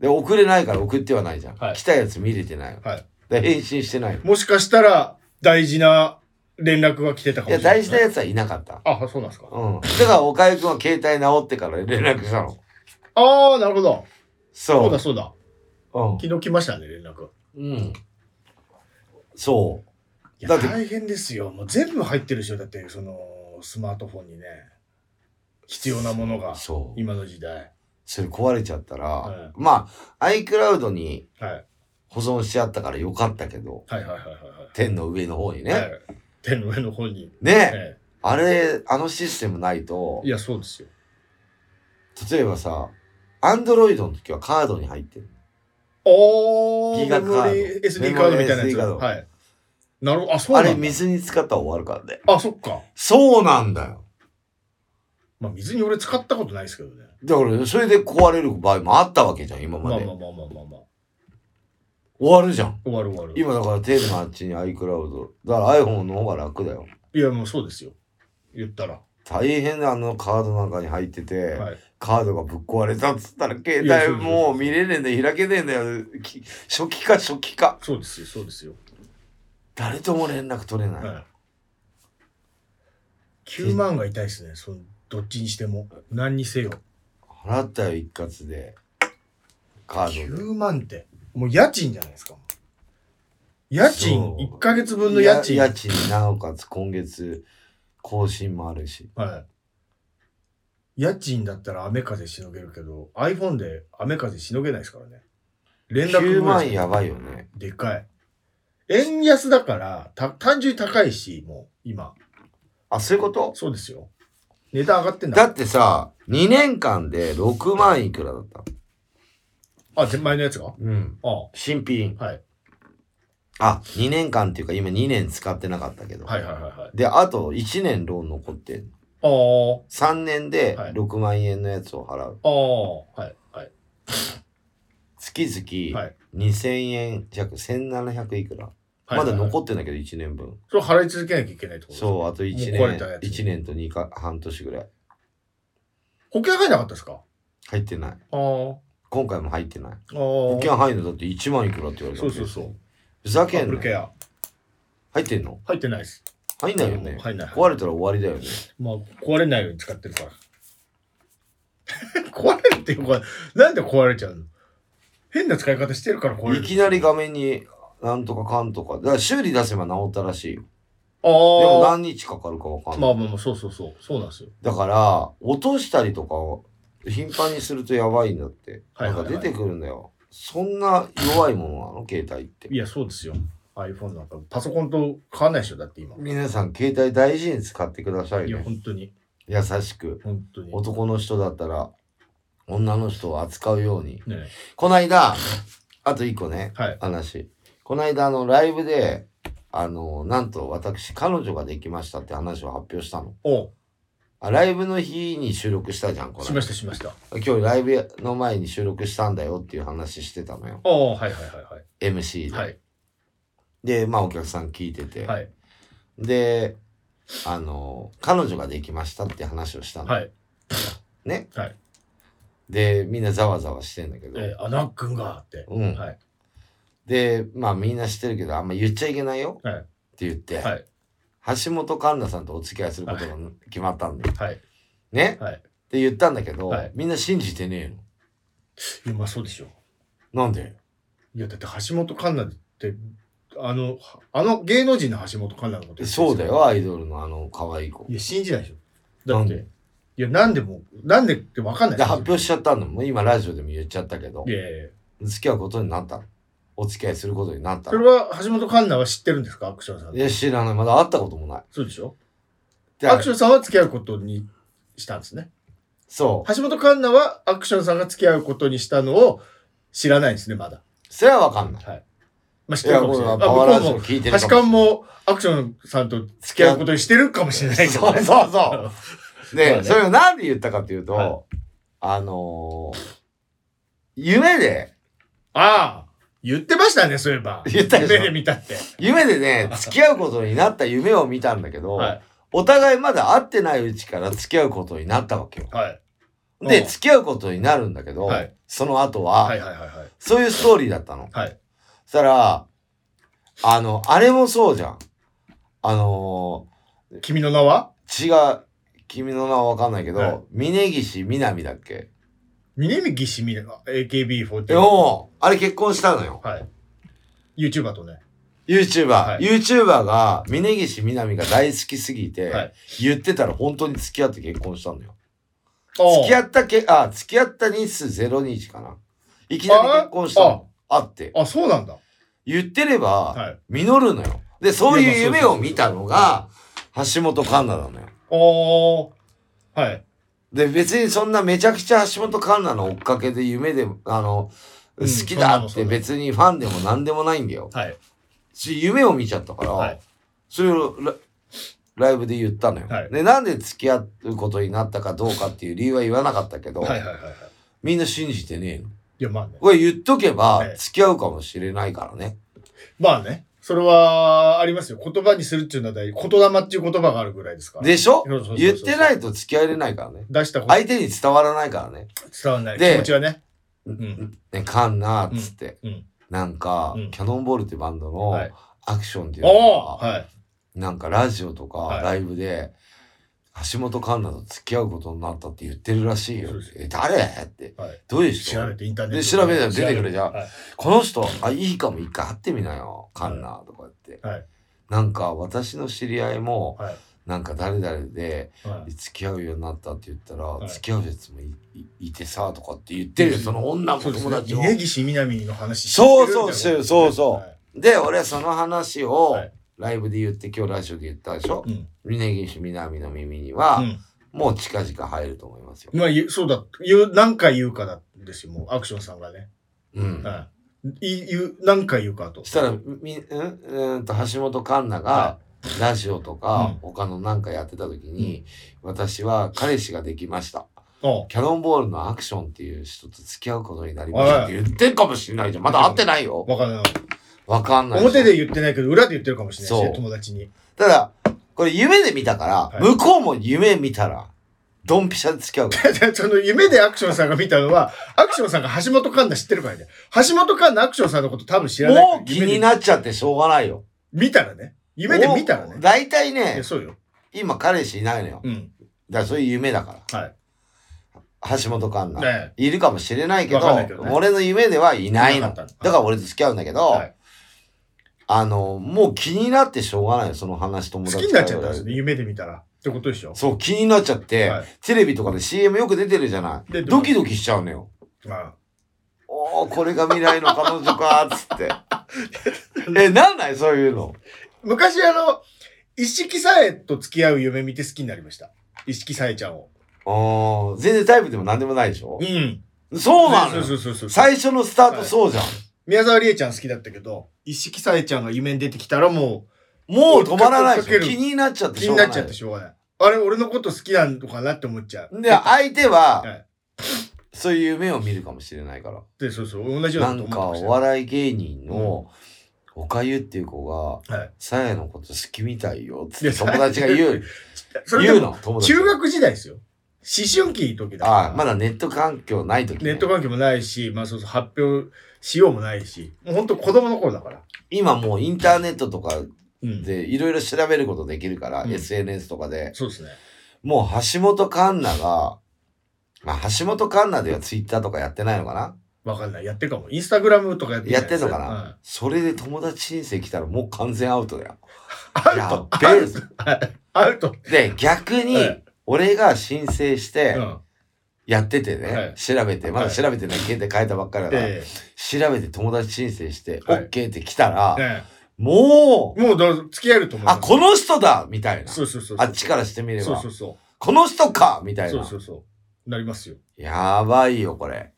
Speaker 1: で送れないから送ってはないじゃん、
Speaker 2: はい
Speaker 1: 来たやつ見れてないの、
Speaker 2: はい
Speaker 1: で返信してないの
Speaker 2: もしかしたら大事な連絡が来てたか
Speaker 1: い
Speaker 2: も
Speaker 1: や
Speaker 2: しれない。
Speaker 1: 大事なやつはいなかった、
Speaker 2: あ、そうなんですか。
Speaker 1: うん、だから岡井くんは携帯直ってから連絡したの
Speaker 2: ああ、なるほど。
Speaker 1: そ
Speaker 2: そううだそうだ。昨日来ましたね、連絡。
Speaker 1: うん、うん、そう
Speaker 2: いや
Speaker 1: だって
Speaker 2: 大変ですよ。もう全部入ってるでしょ。だって、その、スマートフォンにね、必要なものが、
Speaker 1: そう
Speaker 2: 今の時代。
Speaker 1: それ壊れちゃったら、
Speaker 2: はい
Speaker 1: まあ iCloud に
Speaker 2: はい。
Speaker 1: 保存しちゃったからよかったけど、
Speaker 2: はいはいはいはい
Speaker 1: 天の上の方にね。
Speaker 2: はい。ね。天の上の方に。
Speaker 1: ね、
Speaker 2: え
Speaker 1: あれ、あのシステムないと
Speaker 2: えい、や、そうですよ。
Speaker 1: 例えばさ、アンドロイドの時はカードに入ってる。
Speaker 2: おー、
Speaker 1: ギガカード
Speaker 2: メモリー SD カードみたいなやつ。
Speaker 1: メモリー SD カード
Speaker 2: はい。なるほど。あ、そう
Speaker 1: あ
Speaker 2: な
Speaker 1: れ
Speaker 2: んだ。
Speaker 1: 水に使ったら終わるからね。
Speaker 2: あ、そっか。
Speaker 1: そうなんだよ。
Speaker 2: まあ、水に俺使ったことないですけどね。
Speaker 1: だから、それで壊れる場合もあったわけじゃん、今
Speaker 2: まあ
Speaker 1: ま
Speaker 2: まあ
Speaker 1: で。
Speaker 2: まあまあまあまあ。
Speaker 1: 終わるじゃん。
Speaker 2: 終わる終わる。
Speaker 1: 今だからテレビのあっちに iCloud。だから iPhone の方が楽だよ。
Speaker 2: いや、もうそうですよ。言ったら。
Speaker 1: 大変だ、あのカードなんかに入ってて、
Speaker 2: はい。
Speaker 1: カードがぶっ壊れたっつったら、携
Speaker 2: いやそう
Speaker 1: 帯
Speaker 2: そう
Speaker 1: もう見れねえんだよ、開けねえんだよ。き初期化、初期化。
Speaker 2: そうですよ、そうですよ。
Speaker 1: 誰とも連絡取れない。
Speaker 2: はい。9万が痛いですね。そのどっちにしても。何にせよ。
Speaker 1: 払ったよ、一括で。カードで。
Speaker 2: 9万って。もう家賃じゃないですか。家賃
Speaker 1: そう
Speaker 2: 1ヶ月分の家賃。
Speaker 1: や家賃なおかつ今月更新もあるし
Speaker 2: はい。家賃だったら雨風しのげるけど、iPhone で雨風しのげないですからね。連絡
Speaker 1: 9
Speaker 2: ぐらい
Speaker 1: 万やばいよね
Speaker 2: でかい。円安だから、た単純に高いし、もう、今。
Speaker 1: あそういうこと
Speaker 2: そうですよ。値段上がってんだ。
Speaker 1: だってさ2年間で6万いくらだった
Speaker 2: あ、前前のやつが
Speaker 1: うん
Speaker 2: ああ
Speaker 1: 新品
Speaker 2: はい。
Speaker 1: あ2年間っていうか今2年使ってなかったけど、
Speaker 2: はいはいはいはい。
Speaker 1: であと1年ローン残ってん
Speaker 2: ああ、
Speaker 1: 3年で
Speaker 2: はい
Speaker 1: 6万円のやつを払う、
Speaker 2: ああ、はいはい。
Speaker 1: 月
Speaker 2: は
Speaker 1: 々
Speaker 2: い
Speaker 1: 2000円弱1700いくら、
Speaker 2: はい
Speaker 1: まだ残
Speaker 2: っ
Speaker 1: ってんだけど1年分
Speaker 2: それ払い続けなきゃいけないってことう。
Speaker 1: そうあと1
Speaker 2: もう壊れた
Speaker 1: 年
Speaker 2: やつ
Speaker 1: 一年と2か半年ぐらい
Speaker 2: 保険入んなかったですか
Speaker 1: 入ってない
Speaker 2: ああ、
Speaker 1: 今回も入ってない。
Speaker 2: ああ。
Speaker 1: 保険入るのだって1万いくらって言われた
Speaker 2: そ
Speaker 1: ん
Speaker 2: う
Speaker 1: だけ
Speaker 2: そ
Speaker 1: ど
Speaker 2: うそう。
Speaker 1: ふざ
Speaker 2: ア
Speaker 1: けん
Speaker 2: ップ
Speaker 1: な
Speaker 2: ル。ケア。
Speaker 1: 入ってんの
Speaker 2: 入ってないです。
Speaker 1: 入んないよね。
Speaker 2: 入んない。
Speaker 1: 壊れたら終わりだよね。
Speaker 2: まあ、壊れないように使ってるから。 壊れるっていうか、なんで壊れちゃうの変な使い方してるから壊れる。
Speaker 1: いきなり画面になんとかかんとか。だから修理出せば治ったらしいよ。
Speaker 2: あ
Speaker 1: でも
Speaker 2: あ。
Speaker 1: 何日かかるかわかん
Speaker 2: ま
Speaker 1: な
Speaker 2: あ
Speaker 1: い。
Speaker 2: まあまあ、そうそうそう。そうなんですよ。
Speaker 1: だから、落としたりとかを頻繁にするとやばいんだって。
Speaker 2: はい
Speaker 1: な
Speaker 2: はいは
Speaker 1: ん
Speaker 2: い
Speaker 1: か出てくるんだよ。そんな弱いものなの携帯って
Speaker 2: い。や、そうですよ。iPhone なんか、パソコンと変わんないでしょ、だって今。
Speaker 1: 皆さん、携帯大事に使ってください
Speaker 2: いや、
Speaker 1: ね。
Speaker 2: 本当に。
Speaker 1: 優しく。
Speaker 2: 本当に。
Speaker 1: 男の人だったら、女の人を扱うように。
Speaker 2: ね
Speaker 1: この間、あと一個ね、
Speaker 2: はい。
Speaker 1: 話。この間、あの、ライブで、あの、なんと私、彼女ができましたって話を発表したの。
Speaker 2: おう
Speaker 1: あライブの日に収録したじゃん、こ
Speaker 2: し
Speaker 1: れ
Speaker 2: ま。した、しました。
Speaker 1: 今日ライブの前に収録したんだよっていう話してたのよ。
Speaker 2: おうはいはいはい
Speaker 1: MC で。
Speaker 2: はい。はい。
Speaker 1: で、まあお客さん聞いてて。
Speaker 2: はい。
Speaker 1: で、あの、彼女ができましたって話をしたの。
Speaker 2: はい。
Speaker 1: ね。
Speaker 2: はい
Speaker 1: で、みんなざわざわしてんだけど。
Speaker 2: えー、あ、なっくんがって。
Speaker 1: うん。
Speaker 2: はい。
Speaker 1: で、まあみんな知ってるけど、あんま言っちゃいけないよ
Speaker 2: はい
Speaker 1: って言って、
Speaker 2: はい。
Speaker 1: 橋本環奈さんとお付き合いすることが決まったんで、
Speaker 2: はい。
Speaker 1: ね
Speaker 2: はい。
Speaker 1: って言ったんだけど、
Speaker 2: はい
Speaker 1: みんな信じてねえの。
Speaker 2: いや、まあそうでしょ。
Speaker 1: なんで
Speaker 2: いや、だって橋本環奈って、あの、あの芸能人の橋本環奈のこと言ってるんです
Speaker 1: そうだ。よ、アイドルのあの可愛い子。
Speaker 2: い
Speaker 1: で、
Speaker 2: や、信じないでしょ。だ
Speaker 1: な
Speaker 2: っ
Speaker 1: ん
Speaker 2: て
Speaker 1: で、
Speaker 2: いや、なんでも、なんでってわかんない
Speaker 1: 発表し
Speaker 2: し
Speaker 1: ちゃったのも、今ラジオでも言っちゃったけど
Speaker 2: い、やいやいや
Speaker 1: 付き合うことになったの。お付き合いすることになった
Speaker 2: それ
Speaker 1: の。
Speaker 2: は橋本環奈は知ってるんですかアクションさん
Speaker 1: い。や、知らない。まだ会ったこともない。
Speaker 2: そうでしょ
Speaker 1: で
Speaker 2: アクションさんは付き合うことにしたんですね。
Speaker 1: そう。
Speaker 2: 橋本環奈はアクションさんが付き合うことにしたのを知らないんですね、まだ。
Speaker 1: それはわかんない。
Speaker 2: まあ知っ
Speaker 1: い
Speaker 2: てる
Speaker 1: や、
Speaker 2: かも
Speaker 1: もう
Speaker 2: しれない。あ、
Speaker 1: パ
Speaker 2: 向
Speaker 1: ワーラジ
Speaker 2: こ
Speaker 1: オ聞いうて
Speaker 2: も、
Speaker 1: る
Speaker 2: 橋
Speaker 1: かも
Speaker 2: 勘もアクションさんと付き合うことにしてるかもしれないけどね
Speaker 1: そうそうそう。
Speaker 2: そう
Speaker 1: で、
Speaker 2: ね
Speaker 1: それをなんで言ったかっていうと、
Speaker 2: はい
Speaker 1: あのー夢で、
Speaker 2: ああ、言ってましたね、そういえば。
Speaker 1: 言ったでしょ
Speaker 2: 夢で見たって。
Speaker 1: 夢で ね、付き合うことになった夢を見たんだけど、
Speaker 2: はい。
Speaker 1: お互いまだ会ってないうちから付き合うことになったわけよ。
Speaker 2: はい。う
Speaker 1: で、
Speaker 2: ん
Speaker 1: 付き合うことになるんだけど、
Speaker 2: はい
Speaker 1: その後は、
Speaker 2: はいはいはいはい。
Speaker 1: そういうストーリーだったの。
Speaker 2: はい。
Speaker 1: そしたら、あの、あれもそうじゃん。あの
Speaker 2: 君の名は
Speaker 1: ー血が、君の名はわかんないけど、
Speaker 2: はい
Speaker 1: 峯岸みなみだっけ
Speaker 2: 南岸みな、AKB48。
Speaker 1: でも、あれ結婚したのよ。
Speaker 2: はい。YouTuber とね。
Speaker 1: YouTuber、
Speaker 2: はい
Speaker 1: YouTuber が峯岸みなみが大好きすぎて、
Speaker 2: はい
Speaker 1: 言ってたら本当に付き合って結婚したのよ。
Speaker 2: 付
Speaker 1: 付き合ったけ、あ、付き合った日数0日かな。いきなり結婚したの。あって。
Speaker 2: あ、あ、そうなんだ。
Speaker 1: 言ってれば、
Speaker 2: はい。
Speaker 1: 実るのよ。で、そう
Speaker 2: いやまあ
Speaker 1: いう夢
Speaker 2: そうそう
Speaker 1: を見たのが、橋本環奈なのよ。
Speaker 2: おー。はい。
Speaker 1: で、別にそんなめちゃくちゃ橋本環奈の追っかけで夢で、あの、
Speaker 2: うん
Speaker 1: 好きだっ
Speaker 2: そ
Speaker 1: て
Speaker 2: んなのそんなの
Speaker 1: 別にファンでも何でもないんだよ。
Speaker 2: はい。
Speaker 1: ちょ夢を見ちゃったから、
Speaker 2: はい
Speaker 1: それをラライブで言ったのよ、
Speaker 2: はい
Speaker 1: でなんで付き合うことになったかどうかっていう理由は言わなかったけど、
Speaker 2: はいはいはいはい。
Speaker 1: みんな信じてねえの
Speaker 2: いや、まあね。
Speaker 1: これ言っとけば
Speaker 2: ええ
Speaker 1: 付き合うかもしれないからね、
Speaker 2: まあね。それは、ありますよ。言葉にするっていうのは大事。言霊っていう言葉があるぐらいですから。
Speaker 1: でしょ
Speaker 2: そうそうそうそう
Speaker 1: 言ってないと付き合えれないからね
Speaker 2: 出したこと
Speaker 1: 相手に伝わらないからね
Speaker 2: 伝わんない。
Speaker 1: で
Speaker 2: 気持ちはね。
Speaker 1: うんね、かんなーっつって、
Speaker 2: うんうん
Speaker 1: なんか、
Speaker 2: うん
Speaker 1: キャノンボールってバンドの
Speaker 2: はい
Speaker 1: アクションっていうの
Speaker 2: おー
Speaker 1: が、
Speaker 2: はい。
Speaker 1: なんかラジオとか
Speaker 2: はい
Speaker 1: ライブで、橋本環奈と付き合うことになったって言ってるらしいよ
Speaker 2: そうです。
Speaker 1: え、誰って。
Speaker 2: はい
Speaker 1: どういう人
Speaker 2: 調べてインターネッ
Speaker 1: で
Speaker 2: ト
Speaker 1: 調べたら出てくるじゃん
Speaker 2: はい
Speaker 1: この人、あ、いいかも、一回会ってみなよ。環奈とかって。
Speaker 2: はい
Speaker 1: なんか、私の知り合いも、
Speaker 2: はい
Speaker 1: なんか誰々で
Speaker 2: はい
Speaker 1: 付き合うようになったって言ったら、
Speaker 2: はい
Speaker 1: 付き合うやつもいいいてさ、とかって言ってるよ。その女も
Speaker 2: そうです
Speaker 1: 友
Speaker 2: ね
Speaker 1: 達も。
Speaker 2: 峯岸みなみの話
Speaker 1: そうそうそうそうそう
Speaker 2: はい
Speaker 1: で俺はその話を
Speaker 2: はい
Speaker 1: ライブで言って今日ラジオで言ったでしょ
Speaker 2: うん
Speaker 1: 峯岸みなみの耳には、
Speaker 2: うん
Speaker 1: もう近々入ると思いますよ。
Speaker 2: まあ、言うそうだ、言う、何回言うかなんですよ、もう、アクションさんがね。
Speaker 1: うん。
Speaker 2: はい。い言う、何回言うかと
Speaker 1: そ。したらみ、うん、うんと橋本環奈が
Speaker 2: は
Speaker 1: ラジオとか
Speaker 2: うん
Speaker 1: 他のなんかやってた時に、私は彼氏ができました。
Speaker 2: おう
Speaker 1: キャノンボールのアクションっていう人と付き合うことになりましたって言ってるかもしれないじゃん。まだ会ってないよ。
Speaker 2: わかんない。
Speaker 1: わかんないし。
Speaker 2: 表で言ってないけど、裏で言ってるかもしれないし
Speaker 1: そう
Speaker 2: ね、友達に。
Speaker 1: ただ、これ夢で見たから、
Speaker 2: はい
Speaker 1: 向こうも夢見たら、ドンピシャで付き合うから。
Speaker 2: その夢でアクションさんが見たのは、アクションさんが橋本環奈知ってるからね。橋本環奈アクションさんのこと多分知らないから。
Speaker 1: もう気になっちゃってしょうがないよ。
Speaker 2: 夢で見たらね。夢で見たら
Speaker 1: もう
Speaker 2: ね。
Speaker 1: 大体
Speaker 2: い
Speaker 1: ね
Speaker 2: や、そうよ。
Speaker 1: 今彼氏いないのよ。だか
Speaker 2: うん。
Speaker 1: らそういう夢だか
Speaker 2: はい。
Speaker 1: ら。橋本環奈。
Speaker 2: ね
Speaker 1: いるかもしれないけど、
Speaker 2: わかんないけどね
Speaker 1: 俺の夢ではいないの。
Speaker 2: いなか
Speaker 1: だ
Speaker 2: った
Speaker 1: か
Speaker 2: の
Speaker 1: ら俺と付き合うんだけど、
Speaker 2: はい
Speaker 1: あの、もう気になってしょうがないよ、その話友
Speaker 2: 好
Speaker 1: 達
Speaker 2: きになっちゃったんですね、夢で見たら。ってことでしょ。
Speaker 1: そう、気になっちゃって、
Speaker 2: はい
Speaker 1: テレビとかで CM よく出てるじゃない。
Speaker 2: 出てます
Speaker 1: ドキドキしちゃうのよ。
Speaker 2: ま
Speaker 1: おー、これが未来の彼女か、つって。 え、なんないそういうの。
Speaker 2: あ昔あの、一色さえと付き合う夢見て好きになりました。一色さえちゃんを。
Speaker 1: あー全然タイプでも何でもないでしょ
Speaker 2: うん。
Speaker 1: そうなの
Speaker 2: そう
Speaker 1: よ
Speaker 2: そうそうそう
Speaker 1: 最初のスタートそうじゃん。
Speaker 2: 宮沢りえちゃん好きだったけど、一色さえちゃんが夢に出てきたらも
Speaker 1: もう止まらないでし
Speaker 2: 追
Speaker 1: ょ
Speaker 2: っかけ
Speaker 1: 気
Speaker 2: る
Speaker 1: になっちゃっ
Speaker 2: う
Speaker 1: て
Speaker 2: 気
Speaker 1: しょ
Speaker 2: に
Speaker 1: うが
Speaker 2: な
Speaker 1: な
Speaker 2: っ
Speaker 1: い。
Speaker 2: ちゃってしょうがない。あれ、俺のこと好きなのかなって思っちゃう。
Speaker 1: で、相手は、
Speaker 2: はい
Speaker 1: そういう夢を見るかもしれないから。
Speaker 2: で、そうそう、同じよう
Speaker 1: な
Speaker 2: なこと
Speaker 1: んか、お
Speaker 2: 思ってまし
Speaker 1: 笑い芸人の、おかゆっていう子が、
Speaker 2: たよ。はい。
Speaker 1: さやのこと好きみたいよ、つ
Speaker 2: い
Speaker 1: っ
Speaker 2: や
Speaker 1: て友達が言う、
Speaker 2: それ
Speaker 1: 言
Speaker 2: で
Speaker 1: う
Speaker 2: も、
Speaker 1: の、友達。
Speaker 2: 中学時代ですよ。思春期の時だから
Speaker 1: ああ、まだネット環境ない時、
Speaker 2: ネ
Speaker 1: ね、
Speaker 2: ット関係もないし、まあそうそう、発表しようもないし、もう本当子供の頃だから。
Speaker 1: 今もうインターネットとか
Speaker 2: うん。
Speaker 1: でいろいろ調べることできるから、
Speaker 2: うん
Speaker 1: SNS とかで。
Speaker 2: そうですね。
Speaker 1: もう橋本環奈が、まあ橋本環奈ではツイッターとかやってないのかな
Speaker 2: わかんない。やってるかも。インスタグラムとかやって
Speaker 1: やってんのかな、
Speaker 2: はい
Speaker 1: それで友達申請来たらもう完全アウトだよ。
Speaker 2: アウト。
Speaker 1: やっべえぞ
Speaker 2: アウト。
Speaker 1: で、逆に
Speaker 2: はい、
Speaker 1: 俺が申請し
Speaker 2: う
Speaker 1: て、
Speaker 2: ん。
Speaker 1: やっててね、
Speaker 2: はい
Speaker 1: 調べて、まだ調べてない、携帯変えたばっかりだから、
Speaker 2: え
Speaker 1: 調べて友達申請して、
Speaker 2: はい
Speaker 1: OK って来たら
Speaker 2: え、え
Speaker 1: も
Speaker 2: え
Speaker 1: う、
Speaker 2: もうだから付き合えると思う。
Speaker 1: あ、この人だみたいな。
Speaker 2: そうそうそうそう。
Speaker 1: あっちからしてみれば、
Speaker 2: そうそうそう。
Speaker 1: この人かみたい
Speaker 2: そう
Speaker 1: な
Speaker 2: そうそう。なりますよ。
Speaker 1: やばいよ、これ。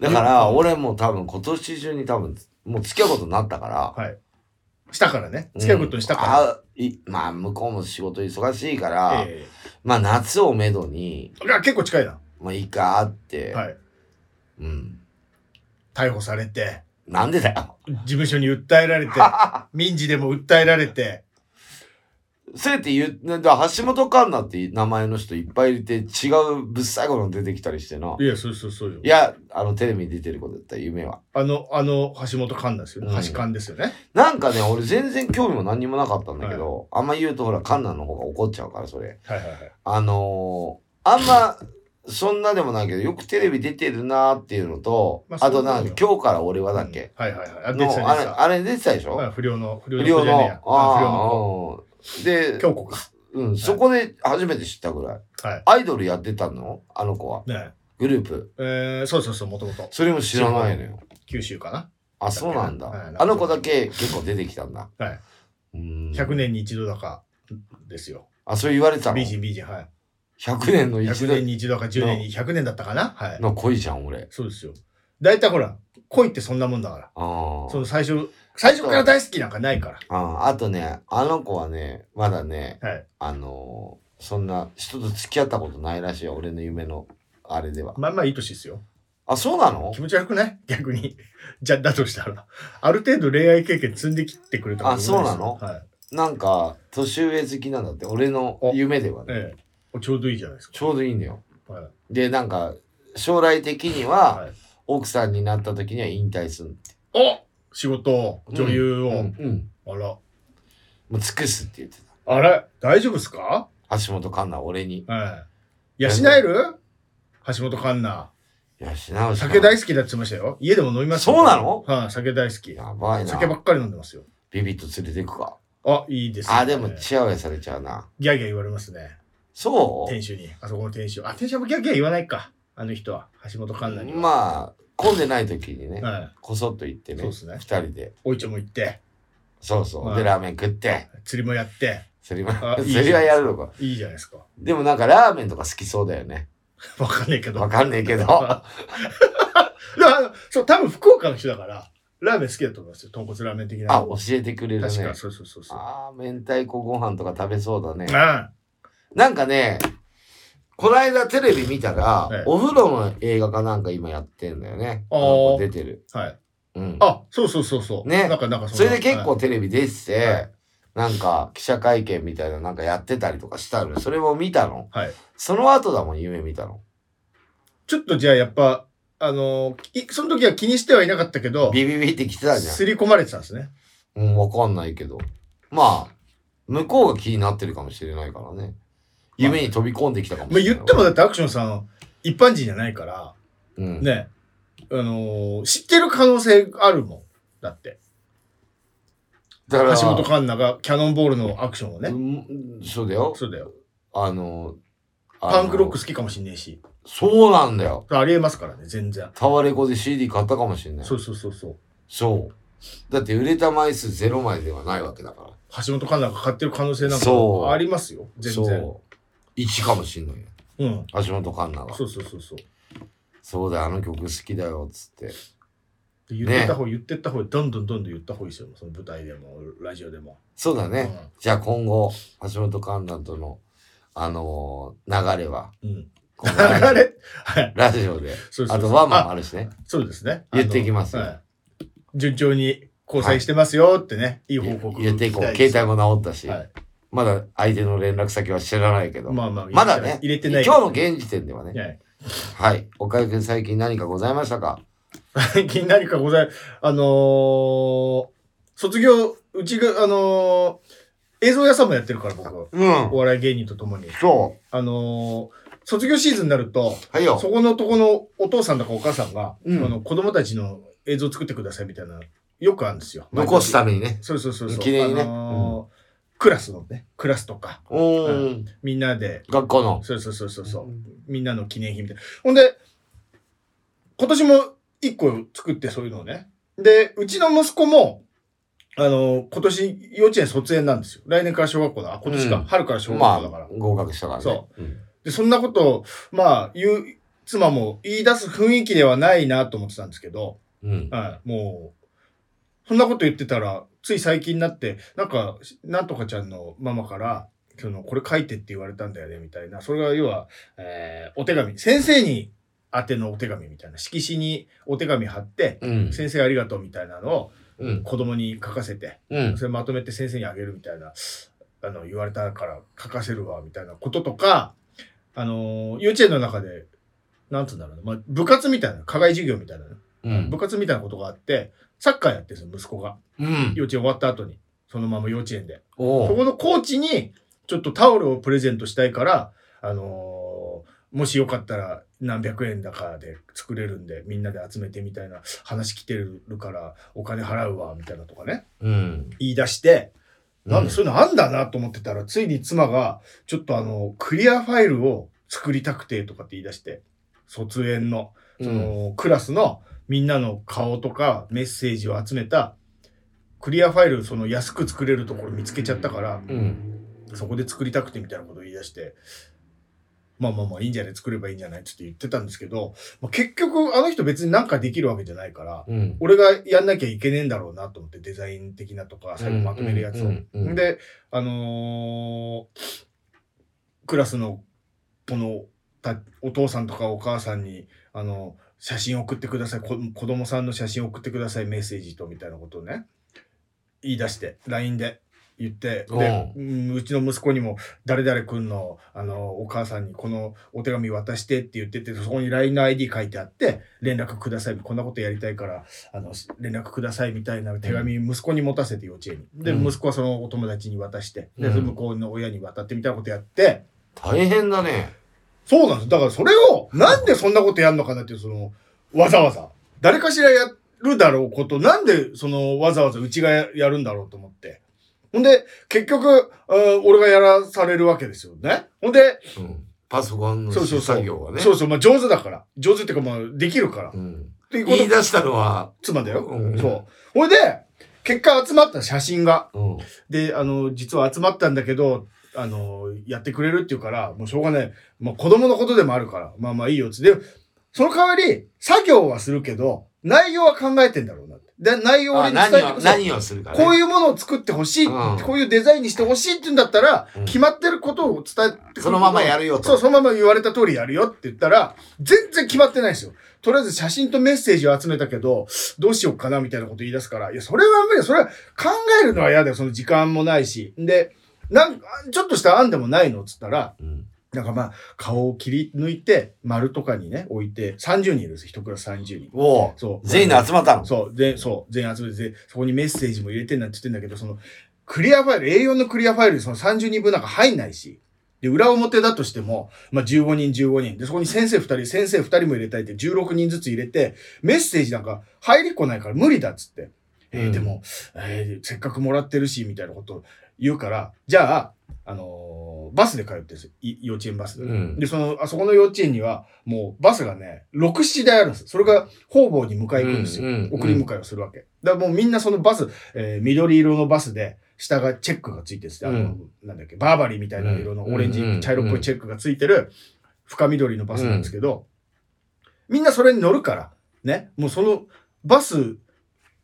Speaker 1: だから、
Speaker 2: うん
Speaker 1: 俺もう多分今年中に多分、もう付き合うことになったから。
Speaker 2: はい。したからね。付き合うことにしたか。
Speaker 1: あいまあ、向こうも仕事忙しいからら、
Speaker 2: え
Speaker 1: まあ、夏をめどに、
Speaker 2: えが結構近いな。
Speaker 1: まあ、いいかって、
Speaker 2: はい。
Speaker 1: うん。
Speaker 2: 逮捕されて、
Speaker 1: なんでだよ。
Speaker 2: 事務所に訴えられて、民事でも訴えられて、
Speaker 1: それって言う、だから橋本環奈って名前の人いっぱいいて、違うぶっさいこと出てきたりしてな。
Speaker 2: いや、そうそうそうよ
Speaker 1: い。や、あの、テレビに出てる子だった、夢は。
Speaker 2: あの、あの、橋本環奈ですよ
Speaker 1: うん
Speaker 2: ね。橋環ですよね。
Speaker 1: なんかね、俺全然興味も何にもなかったんだけど、あんま言うとほら、カンナの方が怒っちゃうから、それ。
Speaker 2: はいはいはい。
Speaker 1: あのーあんま、そんなでもないけど、よくテレビ出てるなーっていうのと、
Speaker 2: ま
Speaker 1: あ、
Speaker 2: あ
Speaker 1: となん
Speaker 2: そ
Speaker 1: か
Speaker 2: うだ、よ
Speaker 1: 今日から俺はだっけ、
Speaker 2: うんはいはいはい。あ、出てた
Speaker 1: のあ
Speaker 2: 出
Speaker 1: れ、
Speaker 2: てた
Speaker 1: あれ出てたでしょ、
Speaker 2: あ不良の、不良
Speaker 1: 不
Speaker 2: の
Speaker 1: 良
Speaker 2: 子じゃ
Speaker 1: の
Speaker 2: ねえや。。あ不良の子。
Speaker 1: ああ、で、
Speaker 2: 京子か。
Speaker 1: うん、そこで初めて知ったぐらい。
Speaker 2: はい。
Speaker 1: アイドルやってたのあの子は。
Speaker 2: ね
Speaker 1: グループ。
Speaker 2: えー、そうそうそう、もともと。
Speaker 1: それも知らないのよ。
Speaker 2: 九州かな。
Speaker 1: あ、そうなんだ。
Speaker 2: はいなんか
Speaker 1: あの子だけ結構出てきたんだ。
Speaker 2: はい。
Speaker 1: うん。
Speaker 2: 100。年に一度だか、ですよ。
Speaker 1: あ、そう言われてたの
Speaker 2: 美人美人、はい。
Speaker 1: 100年の一
Speaker 2: 100年
Speaker 1: 度
Speaker 2: に一度だか10年に100年だったかなはい。
Speaker 1: の恋じゃん、俺。
Speaker 2: そうですよ。大体ほら、恋ってそんなもんだから。
Speaker 1: あ
Speaker 2: その最初、最初から大好きなんかないから。
Speaker 1: ああとねあの子はねまだね、
Speaker 2: はい
Speaker 1: あのーそんな人と付き合ったことないらしいよ俺の夢のあれでは
Speaker 2: まあまあいい年ですよ。
Speaker 1: あそうなの
Speaker 2: 気持ち悪くない 逆に。じゃ、だとしたら。ある程度恋愛経験積んできてくれたこと
Speaker 1: あそうなの
Speaker 2: はい。
Speaker 1: なんか年上好きなんだって俺の夢ではね
Speaker 2: ええ。ちょうどいいじゃないですか。
Speaker 1: ちょうどいいんだよ
Speaker 2: はい。
Speaker 1: でなんか将来的には、
Speaker 2: はい
Speaker 1: 奥さんになった時には引退する
Speaker 2: お仕事、女優を。
Speaker 1: うん、うん、
Speaker 2: あら。
Speaker 1: もう尽くすって言ってた
Speaker 2: あれ大丈夫ですか
Speaker 1: 橋本環奈俺に
Speaker 2: ええ。養える橋本環奈。
Speaker 1: いやし直し
Speaker 2: 酒大好きだって言ってましたよ。家でも飲みますよ
Speaker 1: そうなの
Speaker 2: はい、酒大好き。
Speaker 1: やばいな
Speaker 2: 酒ばっかり飲んでますよ。
Speaker 1: ビビッと連れてくか
Speaker 2: あ、いいですね。
Speaker 1: あでもチヤホヤされちゃうな
Speaker 2: ギャーギャー言われますね。
Speaker 1: そう
Speaker 2: 店主に。あそこの店主。あ、店主もギャーギャー言わないか。あの人は。橋本環奈には。
Speaker 1: まあ混んでない時にね、
Speaker 2: はい。
Speaker 1: こそっと行ってね
Speaker 2: そうですね
Speaker 1: 2人で
Speaker 2: おいちょも行って、
Speaker 1: そうそう、
Speaker 2: はい
Speaker 1: でラーメン食って
Speaker 2: 釣りもやって、
Speaker 1: それは
Speaker 2: あい
Speaker 1: そ
Speaker 2: いじゃん
Speaker 1: れはやるのか
Speaker 2: いいじゃないですか。
Speaker 1: でもなんかラーメンとか好きそうだよね
Speaker 2: わかんないけど。
Speaker 1: わかんねえ けど
Speaker 2: いやあのそう、多分福岡の人だから、ラーメン好きだと思いますよ。豚骨ラーメン的な。
Speaker 1: あ教えてくれるね
Speaker 2: 確か、そうそうそうそう。
Speaker 1: あー明太子ご飯とか食べそうだね
Speaker 2: あ
Speaker 1: なんかねこの間テレビ見たら、
Speaker 2: ええ
Speaker 1: お風呂の映画かなんか今やってんだよね。
Speaker 2: あー
Speaker 1: あの子出てる。
Speaker 2: あ、はい。
Speaker 1: うん。
Speaker 2: あ、そうそうそうそう。
Speaker 1: ね
Speaker 2: なんか、なんかの
Speaker 1: それで結
Speaker 2: は
Speaker 1: 構テレビ出てて、
Speaker 2: はい
Speaker 1: なんか記者会見みたいななんかやってたりとかしたのよそれも見たの。
Speaker 2: い。はい
Speaker 1: その後だもん、夢見たの。
Speaker 2: ちょっとじゃあやっぱ、あのーいその時は気にしてはいなかったけど、
Speaker 1: ビビビって来てたじゃん。
Speaker 2: すり込まれてたんですね。
Speaker 1: うん、わかんないけど。まあ、向こうが気になってるかもしれないからね。夢に飛び込んできたかもし
Speaker 2: まあ、
Speaker 1: れない。
Speaker 2: 言ってもだってアクションさん、一般人じゃないから、
Speaker 1: うん。
Speaker 2: ね、あのー知ってる可能性あるもん。だって。
Speaker 1: だか
Speaker 2: 橋
Speaker 1: ら、
Speaker 2: 本環奈がキャノンボールのアクションをね。
Speaker 1: うんそうだよ。
Speaker 2: そうだよ。
Speaker 1: あの、あの
Speaker 2: パンクロック好きかもしんねえし。
Speaker 1: そうなんだよ。
Speaker 2: ありえますからね、全然。
Speaker 1: タワレコで CD 買ったかもしれない。
Speaker 2: そうそうそうそう。
Speaker 1: そう。だって売れた枚数ゼロ枚ではないわけだから。
Speaker 2: 橋本環奈が買ってる可能性なん
Speaker 1: そう
Speaker 2: かありますよ。全然。
Speaker 1: そう。1かもしんないよ。
Speaker 2: うん。
Speaker 1: 橋本環奈が。
Speaker 2: そうそうそうそう。
Speaker 1: そうだよ、あの曲好きだよ、つって。
Speaker 2: で言ってった方、言ってった方、どんどんどんどん言った方がいいですよ。その舞台でも、ラジオでも。
Speaker 1: そうだね。
Speaker 2: うん
Speaker 1: じゃあ今後、橋本環奈との、あのー流れは、
Speaker 2: うん。
Speaker 1: このラジオ
Speaker 2: 流れはい。
Speaker 1: ラジオで、
Speaker 2: そうそう
Speaker 1: あ
Speaker 2: そう
Speaker 1: とワンマンもあるしね。
Speaker 2: そうですね。
Speaker 1: 言っていきますよ
Speaker 2: あのはい順調に交際してますよってね、いい報告
Speaker 1: 言っていこう。
Speaker 2: 聞きた
Speaker 1: 携
Speaker 2: です
Speaker 1: 帯も直ったし、
Speaker 2: はい
Speaker 1: まだ相手の連絡先は知らないけど、
Speaker 2: まあまあ、
Speaker 1: まだね、
Speaker 2: 入れてない。
Speaker 1: 今日の現時点ではね。
Speaker 2: はい
Speaker 1: はい。おかゆくん最近何かございましたか
Speaker 2: 最近何かござい、あのー、卒業、うちが、あのー、映像屋さんもやってるから僕、
Speaker 1: うん
Speaker 2: お。笑い芸人と共に。
Speaker 1: そ
Speaker 2: あのー、卒業シーズンになると、
Speaker 1: う。はいよ。
Speaker 2: そこのとこのお父さんとかお母さんが、
Speaker 1: うん
Speaker 2: あの子供たちの映像作ってくださいみたいな、よくあるんですよ。
Speaker 1: 残すためにね。
Speaker 2: そうそうそうそう。
Speaker 1: 記念にね
Speaker 2: あのークラスのね、クラスとか、
Speaker 1: うーん。
Speaker 2: みんなで、
Speaker 1: 学校の。、
Speaker 2: そうそうそうそうそううんみんなの記念碑みたいな。ほんで、今年も一個作ってそういうのをね。で、うちの息子も、あの、今年幼稚園卒園なんですよ。来年から小学校だ。あ、今年か。
Speaker 1: うん
Speaker 2: 春から小学
Speaker 1: まあ
Speaker 2: 校だから。、
Speaker 1: 合格したからね。
Speaker 2: そ
Speaker 1: うん。
Speaker 2: で、そんなことを、まあ、言う、妻も言い出す雰囲気ではないなと思ってたんですけど、
Speaker 1: うん。
Speaker 2: はい、もう、そんなこと言ってたら、つい最近になって、なんか、なんとかちゃんのママから、その、これ書いてって言われたんだよね、みたいな。それが要は、えーお手紙。先生に宛てのお手紙みたいな。色紙にお手紙貼って、
Speaker 1: うん。
Speaker 2: 先生ありがとうみたいなのを
Speaker 1: うん。
Speaker 2: 子供に書かせて、
Speaker 1: うん。
Speaker 2: それまとめて先生にあげるみたいな、あの、言われたから書かせるわ、みたいなこととか、あのー幼稚園の中で、なんつうんだろうな、まあ、部活みたいな、課外授業みたいな、
Speaker 1: うん
Speaker 2: 部。活みたいなことがあって、サッカーやってるんですよ、息子が。
Speaker 1: うん。
Speaker 2: 幼稚園終わった後に、そのまま幼稚園で。
Speaker 1: お
Speaker 2: そうこのコーチに、ちょっとタオルをプレゼントしたいから、あのーもしよかったら何百円だかで作れるんで、みんなで集めてみたいな話来てるから、お金払うわ、みたいなとかね、
Speaker 1: うん。
Speaker 2: 言い出して、なん
Speaker 1: う
Speaker 2: だ、そういうのあんだなと思ってたら、ついに妻が、ちょっとあの、クリアファイルを作りたくて、とかって言い出して、卒園の。そ
Speaker 1: うん
Speaker 2: のクラスのみんなの顔とかメッセージを集めたクリアファイルその安く作れるところ見つけちゃったから
Speaker 1: うん。
Speaker 2: そこで作りたくてみたいなことを言い出してまあまあまあいいんじゃない作ればいいんじゃないっつって言ってたんですけど、まあ、結局あの人別になんかできるわけじゃないから、
Speaker 1: うん。
Speaker 2: 俺がやんなきゃいけねえんだろうなと思ってデザイン的なとか最後まとめるやつ
Speaker 1: う
Speaker 2: を。
Speaker 1: んうんうん
Speaker 2: で、あのークラスのこのたお父さんとかお母さんにあの写真送ってくださいこ子供さんの写真送ってくださいメッセージとみたいなことをね言い出して LINE で言ってで、うんうちの息子にも誰々君のあのお母さんにこのお手紙渡してって言っててそこに LINE の ID 書いてあって連絡くださいこんなことやりたいからあの連絡くださいみたいな手紙息子に持たせて幼稚園にで、
Speaker 1: うん
Speaker 2: 息子はそのお友達に渡してで
Speaker 1: うん
Speaker 2: 向こうの親に渡ってみたいなことやって
Speaker 1: 大変だね。
Speaker 2: そうなんですだからそれをなんでそんなことやるのかなっていうそのわざわざ誰かしらやるだろうことなんでそのわざわざうちがややるんだろうと思ってほんで結局、うん俺がやらされるわけですよねほんで
Speaker 1: うん。パソコンの
Speaker 2: そうそうそう
Speaker 1: 作業がね。
Speaker 2: そうそう、まあ、上手だから。上手っていうか、まあ、できるから。っ
Speaker 1: うん。
Speaker 2: ていうこ
Speaker 1: 言い
Speaker 2: と、
Speaker 1: 出したのは、
Speaker 2: 妻だよ。
Speaker 1: うん
Speaker 2: そう。ほいで、結果集まった写真が。
Speaker 1: うん。
Speaker 2: で、あの、実は集まったんだけど、あの、やってくれるっていうから、もうしょうがない。まあ、子供のことでもあるから、まあまあいいよっつって。で、その代わり、作業はするけど、内容は考えてんだろうなって。で、内容を
Speaker 1: あ
Speaker 2: 俺に伝え
Speaker 1: 何
Speaker 2: て
Speaker 1: を、
Speaker 2: く
Speaker 1: 何をするかね。
Speaker 2: こう
Speaker 1: う
Speaker 2: いうものを作ってほしい、
Speaker 1: うん
Speaker 2: こういうデザインにしてほしいって言うんだったら、
Speaker 1: うん
Speaker 2: 決まってることを伝えてくる
Speaker 1: そのままやるよと
Speaker 2: そう、そのまま言われた通りやるよって言ったら、全然決まってないですよ。とりあえず写真とメッセージを集めたけど、どうしようかなみたいなこと言い出すから、いや、それは無理だ。それは考えるのは嫌だよ。その時間もないし。で、なんか、ちょっとした案でもないのっつったら、
Speaker 1: ん。
Speaker 2: なんかまあ、顔を切り抜いて、丸とかにね、置いて、30人いるんです。一クラス30人。
Speaker 1: おう
Speaker 2: そう。
Speaker 1: 全員で集まったの。
Speaker 2: そう、で、そう、全員集めて、でそこにメッセージも入れてんなんて言ってんだけど、その、クリアファイル、A4 のクリアファイルにその30人分なんか入んないし、で、裏表だとしても、まあ、15人、15人。で、そこに先生2人、先生2人も入れたいって、16人ずつ入れて、メッセージなんか入りっこないから無理だっつって。え
Speaker 1: う
Speaker 2: ー
Speaker 1: ん
Speaker 2: でも、えーせっかくもらってるし、みたいなことを言うから、じゃあ、あのーバスで通ってるんですよ。い幼稚園バスで。
Speaker 1: うん
Speaker 2: で、その、あそこの幼稚園には、もうバスがね、6、7台あるんですよ。それが方々に迎え行くんですよ。
Speaker 1: うんうん
Speaker 2: 送り迎えをするわけ。だからもうみんなそのバス、えー緑色のバスで、下がチェックがついてるんですよあの、
Speaker 1: うん
Speaker 2: なんだっけ、バーバリーみたいな色の
Speaker 1: うん
Speaker 2: オレンジ、
Speaker 1: うん
Speaker 2: 茶色っぽいチェックがついてる、深緑のバスなんですけど、みんなそれに乗るから、ね、もうそのバス、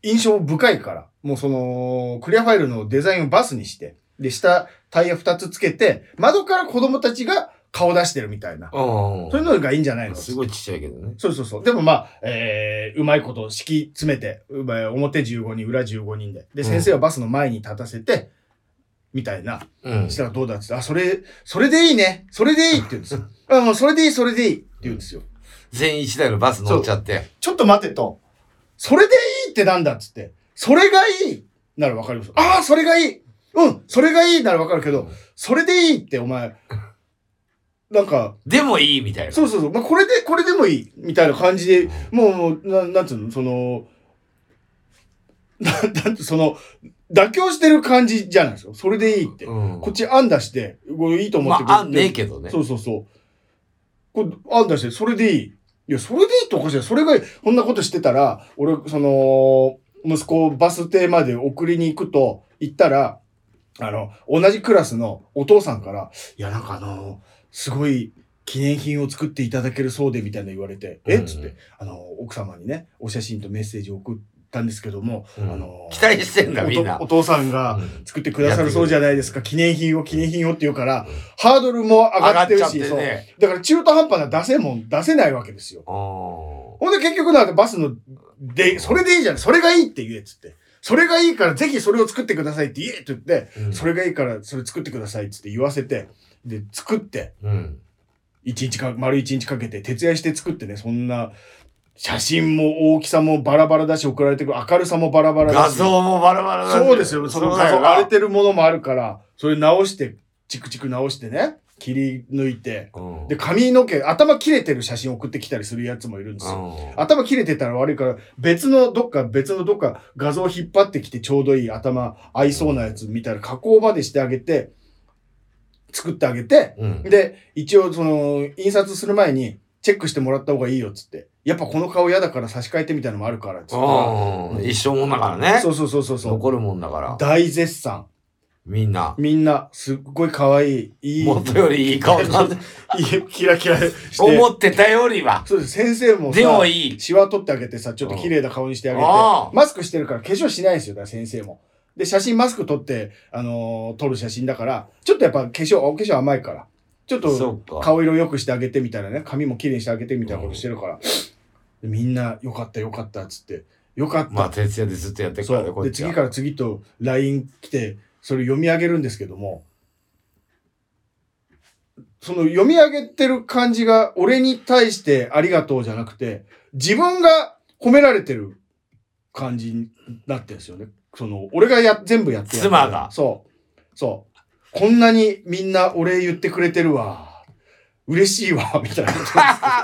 Speaker 2: 印象深いから、もうその、クリアファイルのデザインをバスにして、で、下、タイヤ2つつけて、窓から子供たちが顔出してるみたいな。
Speaker 1: うん。
Speaker 2: そういうのがいいんじゃないの
Speaker 1: すごいちっちゃいけどね。
Speaker 2: そうそうそう。でもまあ、えーうまいこと敷き詰めて、うまい表15人、裏15人で。で、
Speaker 1: ん
Speaker 2: 先生はバスの前に立たせて、みたいな。
Speaker 1: うん
Speaker 2: し。たらどうだっつって、あ、それ、それでいいね。それでいいって言うんですよ。あ、もうそれでいい、それでいいって言うんですよ。
Speaker 1: 全員一台のバス乗っちゃって。
Speaker 2: ちょっと待てと。それでいいってなんだっつって。それがいいならわかります。ああ、それがいいうん、それがいいならわかるけど、それでいいってお前、なんか、
Speaker 1: でもいいみたいな。
Speaker 2: そうそうそう、まあ、これで、これでもいい、みたいな感じで、もう、ななんつうの、その、 ななんて、その、妥協してる感じじゃないですか。それでいいって。
Speaker 1: うん。
Speaker 2: こっち案出して、これいいと思
Speaker 1: ま
Speaker 2: ってくれて。
Speaker 1: あ、あんねえけどね。
Speaker 2: そうそうそう。これ案出して、それでいい。いや、それでいいとおかしいな。それがいい。こんなことしてたら、俺、その、息子をバス停まで送りに行くと、行ったら、あの、同じクラスのお父さんから、いや、なんかあの、すごい記念品を作っていただけるそうで、みたいな言われて、えっつっ
Speaker 1: う
Speaker 2: て
Speaker 1: ん、
Speaker 2: あの、奥様にね、お写真とメッセージを送ったんですけども、
Speaker 1: うん
Speaker 2: あの、
Speaker 1: 期待してんだ、みんな
Speaker 2: お。父お父さんが、
Speaker 1: うん
Speaker 2: 作ってくださるそうじゃないですか。記念品を記念品をって言うから、ハードルも上
Speaker 1: 上
Speaker 2: が
Speaker 1: が
Speaker 2: っ
Speaker 1: ってて
Speaker 2: る
Speaker 1: る
Speaker 2: し、
Speaker 1: し、
Speaker 2: そう
Speaker 1: ね。
Speaker 2: だから中途半端な出せもん出せないわけですよ。
Speaker 1: あー
Speaker 2: ほんで結局なんかバスの、で、それでいいじゃん。それがいいって言えっつって。それがいいからぜひそれを作ってくださいって言えって言って、
Speaker 1: うん
Speaker 2: それがいいからそれ作ってくださいっつって言わせて、で、作って、
Speaker 1: うん。
Speaker 2: 一日か、丸一日かけて、徹夜して作ってね、そんな、写真も大きさもバラバラだし、送られてくる、明るさもバラバラだし。
Speaker 1: 画像もバラバラなんだ
Speaker 2: そうですよ。その
Speaker 1: うだよな
Speaker 2: 荒れてるものもあるから、それ直して、チクチク直してね、切り抜いて。
Speaker 1: うん
Speaker 2: で、髪の毛、頭切れてる写真送ってきたりするやつもいるんですよ。
Speaker 1: う
Speaker 2: 頭切れてたら悪いから、別のどっか、別のどっか画像引っ張ってきてちょうどいい頭合いそうなやつみたいな加工までしてあげて、作ってあげて、
Speaker 1: ん。うん。
Speaker 2: で、一応その、印刷する前に、チェックしてもらった方がいいよっつって。やっぱこの顔嫌だから差し替えてみたいなのもあるからっつって。
Speaker 1: うん一生もんだからね
Speaker 2: そ。うそうそうそうそう。
Speaker 1: 残るもんだから。
Speaker 2: 大絶賛。
Speaker 1: みんな。
Speaker 2: みんな、すっごい可愛い、いい、
Speaker 1: もっとよりいい顔なんで、
Speaker 2: いいキラキラして。
Speaker 1: 思ってたよりは。
Speaker 2: そうです、先生もさ、
Speaker 1: でもいい。
Speaker 2: シワ取ってあげてさ、ちょっと綺麗な顔にしてあげて
Speaker 1: ああ、
Speaker 2: マスクしてるから化粧しないんですよ、だから先生も。で、写真マスク取って、あのー撮る写真だから、ちょっとやっぱ化粧、お化粧甘いから、ちょっ
Speaker 1: そ
Speaker 2: と
Speaker 1: うか。
Speaker 2: 顔色良くしてあげてみたいなね、髪も綺麗にしてあげてみたいなことしてるから、でみんな、よかったよかったっつって、よかった
Speaker 1: まあ、徹夜でずっとやってるからね、
Speaker 2: そ
Speaker 1: こ
Speaker 2: う
Speaker 1: っ
Speaker 2: で
Speaker 1: ち
Speaker 2: 次
Speaker 1: は。
Speaker 2: から次と LINE 来てそれ読み上げるんですけどもその読み上げてる感じが俺に対して「ありがとう」じゃなくて自分が褒められてる感じになってるんですよね。その俺がや全部やってやる
Speaker 1: 妻が
Speaker 2: そうそうこんなにみんな俺言ってくれてるわ嬉しいわみたいなこ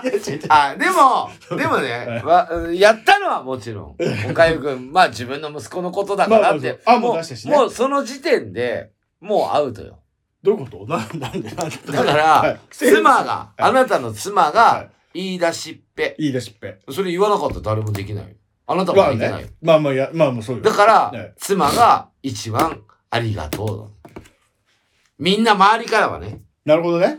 Speaker 2: とですよいや違う違う
Speaker 1: あ、でも、でもね、わやったのはもちろん。おかゆくん、まあ自分の息子のことだからって。
Speaker 2: まあまあそうあもう出したしね
Speaker 1: もうその時点で、もうアウトよ。
Speaker 2: どういうことななんでなんで
Speaker 1: だか
Speaker 2: は
Speaker 1: ら
Speaker 2: い、
Speaker 1: 妻が、あなたの妻
Speaker 2: は
Speaker 1: が
Speaker 2: い、
Speaker 1: 言い出しっぺ。
Speaker 2: いいですっぺ
Speaker 1: それ言わなかったら誰もできないよ。あなたも
Speaker 2: まあ
Speaker 1: できない
Speaker 2: ね。まあまあや、まあまあそうよ
Speaker 1: だから、
Speaker 2: ね
Speaker 1: 妻が一番ありがとうだ。みんな周りからはね、
Speaker 2: なるほどね。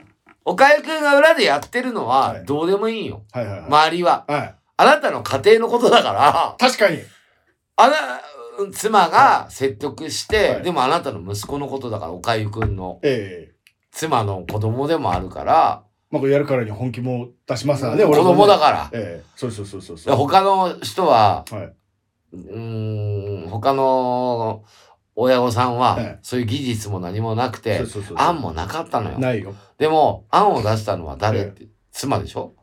Speaker 1: おかゆくんが裏でやってるの
Speaker 2: は
Speaker 1: はいどうでもいいよ。
Speaker 2: はいはいはい。
Speaker 1: 周りは。
Speaker 2: はい。
Speaker 1: あなたの家庭のことだから、
Speaker 2: 確かに。
Speaker 1: あな、妻が説得して、
Speaker 2: はい
Speaker 1: でもあなたの息子のことだから、おかゆくんの
Speaker 2: ええ
Speaker 1: 妻の子供でもあるから、
Speaker 2: まあ、これやるからに本気も出しますからね、
Speaker 1: 子供だ
Speaker 2: ら。
Speaker 1: から。
Speaker 2: ええそうそうそうそうそ
Speaker 1: で
Speaker 2: う。
Speaker 1: 他の人は、
Speaker 2: はい。
Speaker 1: うーん、他の親御さんは、
Speaker 2: はい
Speaker 1: そういう技術も何もなくて
Speaker 2: そう、そうそう。
Speaker 1: 案もなかったのよ。
Speaker 2: ないよ。
Speaker 1: でも、案を出したのは誰
Speaker 2: ええ
Speaker 1: って、妻でしょ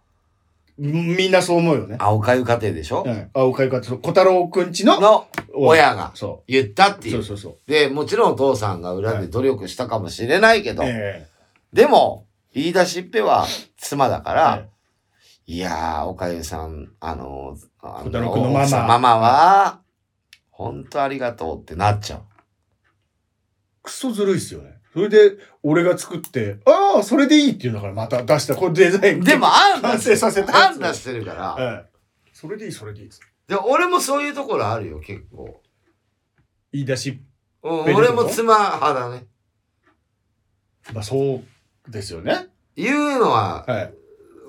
Speaker 2: みみんなそう思うよね。
Speaker 1: 青かゆ家庭でしょ、
Speaker 2: はい。あ、おかゆかって、そう小太郎くんちの
Speaker 1: の親が
Speaker 2: そ
Speaker 1: 言ったっ
Speaker 2: う。
Speaker 1: てい
Speaker 2: そう
Speaker 1: う。
Speaker 2: そうそう。
Speaker 1: で、もちろんお父さんが裏で努力したかもしれないけど、
Speaker 2: え
Speaker 1: でも、言い出しっぺは妻だから、、
Speaker 2: はい
Speaker 1: やー、おかゆさん、あのー、あ
Speaker 2: 小太郎くんのママ
Speaker 1: 奥さんママは、本当ありがとうってなっちゃう。
Speaker 2: クソずるいっすよね。それで、俺が作って、ああ、それでいいっていうのからまた出した。これデザイ ン。
Speaker 1: でも、案
Speaker 2: 完
Speaker 1: 出
Speaker 2: 成
Speaker 1: し
Speaker 2: させたや
Speaker 1: 案
Speaker 2: つ
Speaker 1: 出してるから、
Speaker 2: ええそれでいい、それでいいです。
Speaker 1: で俺もそういうところあるよ、結構。
Speaker 2: 言い出し、
Speaker 1: うん、
Speaker 2: ベルト
Speaker 1: 俺も妻派だね。
Speaker 2: まあ、そうですよね。
Speaker 1: 言うのは、
Speaker 2: はい。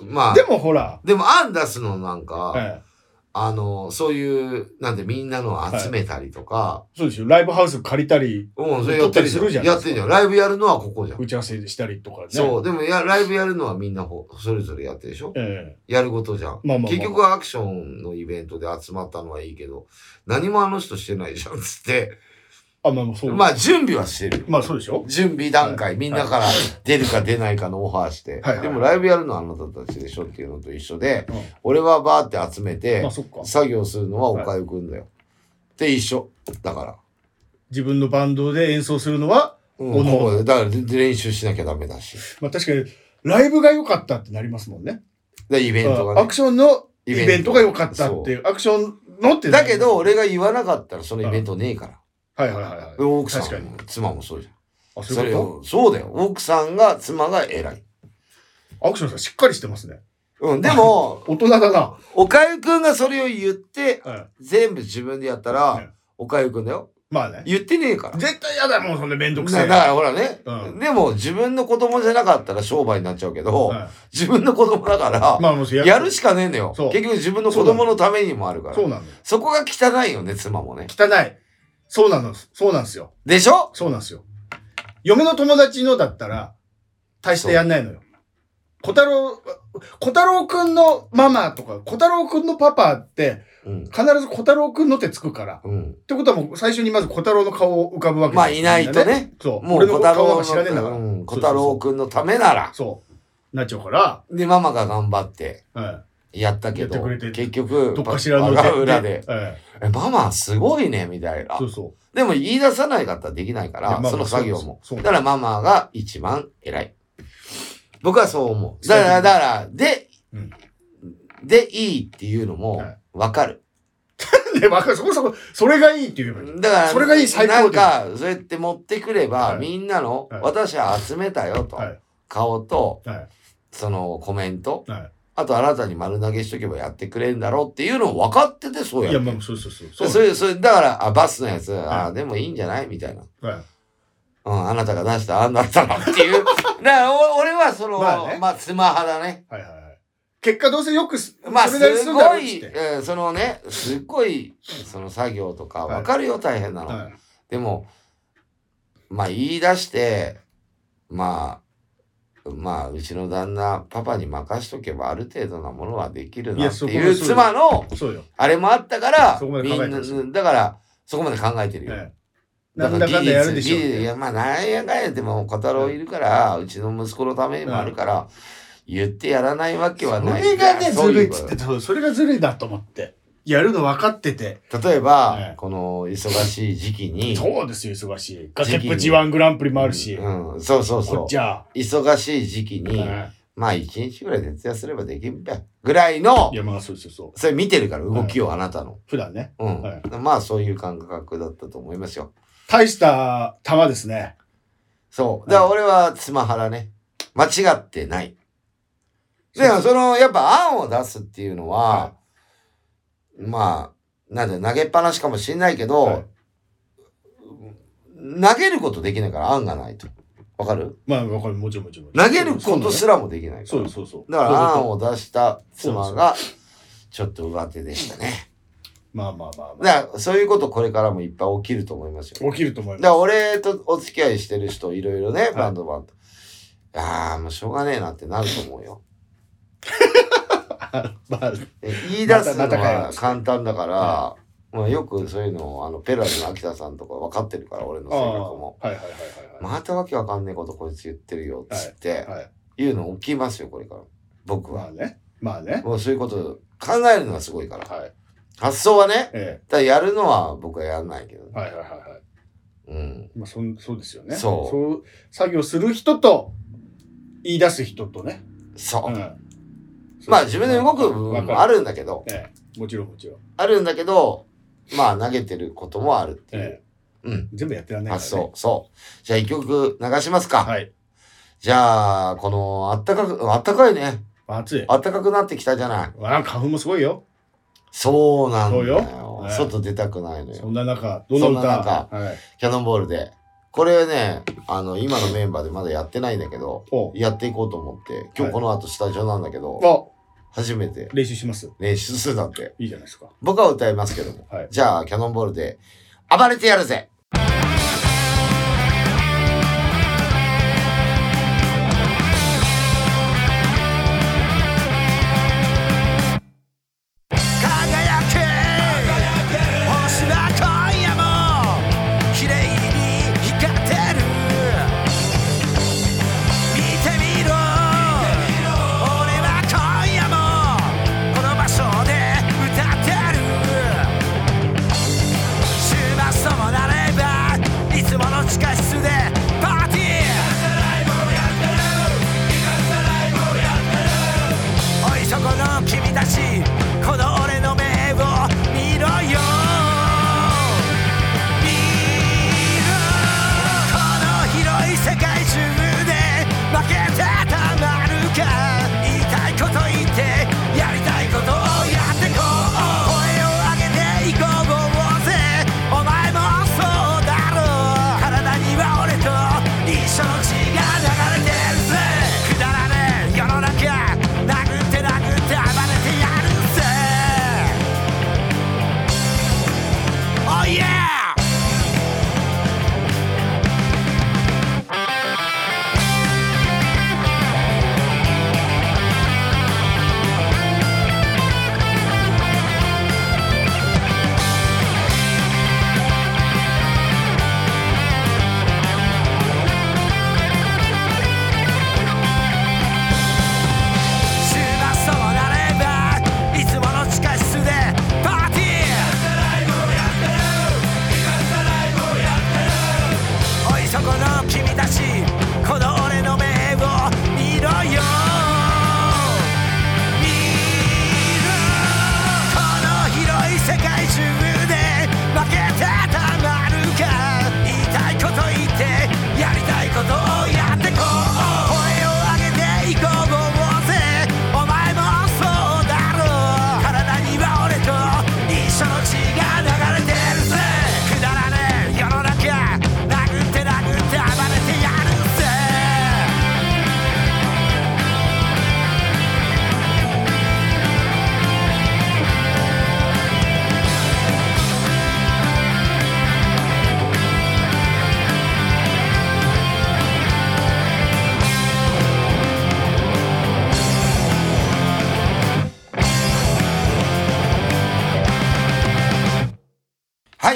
Speaker 1: まあ、
Speaker 2: でもほら、
Speaker 1: でも案出すのなんか、
Speaker 2: ええ
Speaker 1: あの、そういう、なんでみんなのを集めたりとか、
Speaker 2: そうですよ。ライブハウス借りたり、
Speaker 1: うん、それやってるじゃ
Speaker 2: 撮ったりする
Speaker 1: ん。
Speaker 2: じゃない
Speaker 1: や
Speaker 2: で
Speaker 1: っ
Speaker 2: す
Speaker 1: てる
Speaker 2: か
Speaker 1: じゃん。ライブやるのはここじゃん。
Speaker 2: 打ち合わせしたりとかね。
Speaker 1: そう、でもや、ライブやるのはみんなほそれぞれやってるでしょ
Speaker 2: え
Speaker 1: やることじゃん。
Speaker 2: まあまあまあ
Speaker 1: 結局はアクションのイベントで集まったのはいいけど、何もあの人してないじゃん、つって。
Speaker 2: えあ、まあまあそう。
Speaker 1: まあ、準備はしてるよ。
Speaker 2: まあそうでしょ
Speaker 1: 準備段階、
Speaker 2: はい
Speaker 1: みんなから出るか出ないかのオファーして、
Speaker 2: はいはい
Speaker 1: でもライブやるのはあなたたちでしょっていうのと一緒で、
Speaker 2: うん
Speaker 1: 俺はバーって集めて、
Speaker 2: まあそっか。
Speaker 1: 作業するのはおかゆくんだよ。で、一緒。だから。
Speaker 2: 自分のバンドで演奏するのは、
Speaker 1: う
Speaker 2: お
Speaker 1: ん、
Speaker 2: のお
Speaker 1: ここでだからで練習しなきゃダメだし。
Speaker 2: まあ確かに、ライブが良かったってなりますもんね。
Speaker 1: で、イベントが
Speaker 2: あア
Speaker 1: ね
Speaker 2: ク。ションの
Speaker 1: イ
Speaker 2: イ
Speaker 1: ベント
Speaker 2: ベントが良かったっていう、アクションのって。
Speaker 1: だけど、、俺が言わなかったらそのイベントねえから。
Speaker 2: はいはいはいはい。
Speaker 1: 奥さ
Speaker 2: 確か
Speaker 1: ん
Speaker 2: に
Speaker 1: も、妻もそうじゃん。
Speaker 2: あ、そ
Speaker 1: そう
Speaker 2: い
Speaker 1: れ
Speaker 2: うこ
Speaker 1: を、そうだよ。奥さんが、妻が偉い。
Speaker 2: とアクションさんしっかりしてますね。
Speaker 1: うん、で も、
Speaker 2: 大人だな。
Speaker 1: おかゆくんがそれを言って、
Speaker 2: はい
Speaker 1: 全部自分でやったら
Speaker 2: ね、
Speaker 1: おかゆくんだよ。
Speaker 2: まあね。
Speaker 1: 言ってねえから。
Speaker 2: 絶対嫌だもん、そんなめんどくせ
Speaker 1: なだ
Speaker 2: え。
Speaker 1: からほらね、
Speaker 2: うん
Speaker 1: でも自分の子供じゃなかったら商売になっちゃうけど、
Speaker 2: はい
Speaker 1: 自分の子供だから、
Speaker 2: まあもう
Speaker 1: やるしかねえのよ。
Speaker 2: そう
Speaker 1: 結局自分の子供のためにもあるから。
Speaker 2: そ
Speaker 1: そう
Speaker 2: なのよ。
Speaker 1: こが汚いよね、妻もね。
Speaker 2: 汚い。そうなの。そうなんですよ。
Speaker 1: でしょ
Speaker 2: そうなんですよ。嫁の友達のだったら、大してやんないのよ。小太郎、小太郎くんのママとか、小太郎くんのパパって、
Speaker 1: うん。
Speaker 2: 必ず小太郎くんのってつくから。
Speaker 1: うん。
Speaker 2: ってことはもう最初にまず小太郎の顔を浮かぶわけ
Speaker 1: まあいないと。ね。
Speaker 2: そう。
Speaker 1: も
Speaker 2: も
Speaker 1: う
Speaker 2: う
Speaker 1: 小
Speaker 2: 小
Speaker 1: 太
Speaker 2: 太
Speaker 1: 郎
Speaker 2: 郎
Speaker 1: の
Speaker 2: が知らねえんだから。
Speaker 1: うん小太郎くんのためなら。
Speaker 2: そう。なっちゃうから、
Speaker 1: で、ママが頑張って
Speaker 2: うん
Speaker 1: やったけ
Speaker 2: や
Speaker 1: ど
Speaker 2: ってくれて、
Speaker 1: 結局、
Speaker 2: どっかしらの
Speaker 1: パパが裏で、
Speaker 2: ええ
Speaker 1: えママすごいね、みたいな
Speaker 2: そ。うそ
Speaker 1: でも言い出さないかったらできないか
Speaker 2: いや
Speaker 1: ら、
Speaker 2: まあ
Speaker 1: その作業も。
Speaker 2: そうそうそう
Speaker 1: だからママが一番偉い。僕はそう思う。だから、だから、で、
Speaker 2: うん
Speaker 1: で、いいっていうのも
Speaker 2: はい、
Speaker 1: わかる。
Speaker 2: う。で、わかる。そこそこ、それがいいって言えばいい。
Speaker 1: だから、
Speaker 2: それがいい最高です
Speaker 1: なんか、そうやって持ってくれば、
Speaker 2: はい
Speaker 1: みんなの、
Speaker 2: はい
Speaker 1: 私は集めたよと、
Speaker 2: はい
Speaker 1: 顔と、
Speaker 2: は
Speaker 1: そのコメント、
Speaker 2: い。は
Speaker 1: あとあなたに丸投げしとけばやってくれるんだろうっていうのを分かってて、そう
Speaker 2: い。
Speaker 1: や
Speaker 2: い
Speaker 1: って
Speaker 2: や、まあ、そうそうそう。
Speaker 1: そうれ、それ、だから、あ、バスのやつ、あ
Speaker 2: は
Speaker 1: でもいいんじゃないみたいな。
Speaker 2: はい。
Speaker 1: うん、あなたが出した、あんなったのって いう。だから、お俺はその、
Speaker 2: ま
Speaker 1: ま
Speaker 2: あ
Speaker 1: あ、
Speaker 2: ね
Speaker 1: スマハだね。
Speaker 2: はいはいはい。結果どうせよくす、
Speaker 1: まあ、
Speaker 2: そ
Speaker 1: す
Speaker 2: れなりにするんだ
Speaker 1: ご
Speaker 2: ろうっつ
Speaker 1: い、
Speaker 2: って。
Speaker 1: うんそのね、すっごい、その作業とか、
Speaker 2: はい
Speaker 1: わかるよ、大変なの。
Speaker 2: はい
Speaker 1: でも、まあ、言い出して、まあ、まあ、うちの旦那、パパに任しとけば、ある程度なものはできる
Speaker 2: い
Speaker 1: な
Speaker 2: や
Speaker 1: って
Speaker 2: そこ
Speaker 1: い
Speaker 2: も
Speaker 1: う
Speaker 2: そう
Speaker 1: 妻の、
Speaker 2: そうよ。
Speaker 1: あれもあったから、
Speaker 2: そこまで考えてます
Speaker 1: みんなだから、そこまで考えてるよ。
Speaker 2: ええなんだかんだやるでしょうって
Speaker 1: 技術いや、まあ、なんやかんやでも、小太郎いるから、うちの息子のためにもあるから、言ってやらないわけは
Speaker 2: そ
Speaker 1: ない。
Speaker 2: れがね、
Speaker 1: そう
Speaker 2: ずる
Speaker 1: い
Speaker 2: いうっ
Speaker 1: こと
Speaker 2: つって、そうそれがずるいなと思って。やるの分かってて。
Speaker 1: 例えば、
Speaker 2: ええ
Speaker 1: この忙しい時期に、
Speaker 2: そうですよ、忙しい。
Speaker 1: 時期
Speaker 2: 崖っ
Speaker 1: に
Speaker 2: ぷち1グランプリもあるし。
Speaker 1: うん、そうそう
Speaker 2: こ
Speaker 1: そ
Speaker 2: っちは。
Speaker 1: う。忙しい時期に、
Speaker 2: え
Speaker 1: まあ一日ぐらい徹夜すればできんべぐらいの
Speaker 2: えい、や、まあそうそうそう。
Speaker 1: それ見てるから、動きをあなたの。
Speaker 2: 普段ね。
Speaker 1: うん。
Speaker 2: は
Speaker 1: まあそういう感覚だったと思いますよ。
Speaker 2: 大した球ですね。
Speaker 1: そう。だから俺は妻腹ね。間違ってない。で
Speaker 2: そう
Speaker 1: もその、やっぱ案を出すっていうのは、
Speaker 2: は
Speaker 1: まあ、なんで投げっぱなしかもしんないけど、
Speaker 2: はい
Speaker 1: 投げることできないから案がないと。わかる
Speaker 2: まあ、わかる。もちろんもちろん。
Speaker 1: 投げることす
Speaker 2: ら。
Speaker 1: らもできないか
Speaker 2: そう
Speaker 1: ら。
Speaker 2: よそうそう。
Speaker 1: だから案を出した
Speaker 2: そ
Speaker 1: 妻
Speaker 2: う
Speaker 1: が、ちょっと上手でしたね。
Speaker 2: まあまあまあまあ。
Speaker 1: だからそういうことこれからもいっぱい起きると思いますよ。
Speaker 2: 起きると思い
Speaker 1: だか
Speaker 2: ま
Speaker 1: ら俺とお付き合いしてる人いろいろね、バンドマンと。ああ、もうしょうがねえなってなると思うよ。
Speaker 2: す。まあ、
Speaker 1: え言い出すの
Speaker 2: またまたかよ
Speaker 1: は簡単だから、まあ、よくそういうのをあのペラルの秋田さんとか分かってるから俺の性
Speaker 2: あ
Speaker 1: 格
Speaker 2: あ
Speaker 1: も。
Speaker 2: はいはいはいはいは
Speaker 1: またわけわかんねえことこいつ言ってるよっつって
Speaker 2: い。はい。
Speaker 1: いうの起きますよこれから僕
Speaker 2: まあ
Speaker 1: は。
Speaker 2: ね。まあね。
Speaker 1: もうそういうこと考えるのはすごいから。
Speaker 2: はい。
Speaker 1: 発想はね、
Speaker 2: え
Speaker 1: ただやるのは僕はやらないけどね、
Speaker 2: え。はいはいはいはい。
Speaker 1: うん。
Speaker 2: まあ、そんそうですよね。
Speaker 1: そう
Speaker 2: う。作業する人と、言い出す人とね。
Speaker 1: そう。
Speaker 2: ん。
Speaker 1: まあ自分で動く部
Speaker 2: わ
Speaker 1: 分
Speaker 2: か
Speaker 1: もあるんだけど、
Speaker 2: ええ。もちろんもちろん。
Speaker 1: あるんだけど、まあ投げてることもあるっていう。
Speaker 2: ええ。
Speaker 1: うん。
Speaker 2: 全部やってらんないから、ね。
Speaker 1: 発想、そう。じゃあ一曲流しますか。
Speaker 2: はい。
Speaker 1: じゃあ、この、あったかく、あったかいね。
Speaker 2: 暑い。
Speaker 1: あったかくなってきたじゃない。
Speaker 2: わあ、花粉もすごいよ。
Speaker 1: そうなんだよ。
Speaker 2: そうよね
Speaker 1: 外出たくないの
Speaker 2: そ
Speaker 1: よ。
Speaker 2: んな中、どの歌
Speaker 1: そんな中
Speaker 2: はい。
Speaker 1: キャノンボールで。これね、あの、今のメンバーでまだやってないんだけど、
Speaker 2: お
Speaker 1: やっていこうと思って、今
Speaker 2: は
Speaker 1: 日
Speaker 2: い
Speaker 1: この後スタジオなんだけど、
Speaker 2: あ、
Speaker 1: 初めて
Speaker 2: 練習します。
Speaker 1: 練習するだって。
Speaker 2: いいじゃないですか。
Speaker 1: 僕は歌いますけども。
Speaker 2: はい。
Speaker 1: じゃあ、キャノンボールで、暴れてやるぜ
Speaker 3: 輝け星は今夜も綺麗に光ってる見てみろ俺は今夜もこの場所で歌ってる「しばそうだれ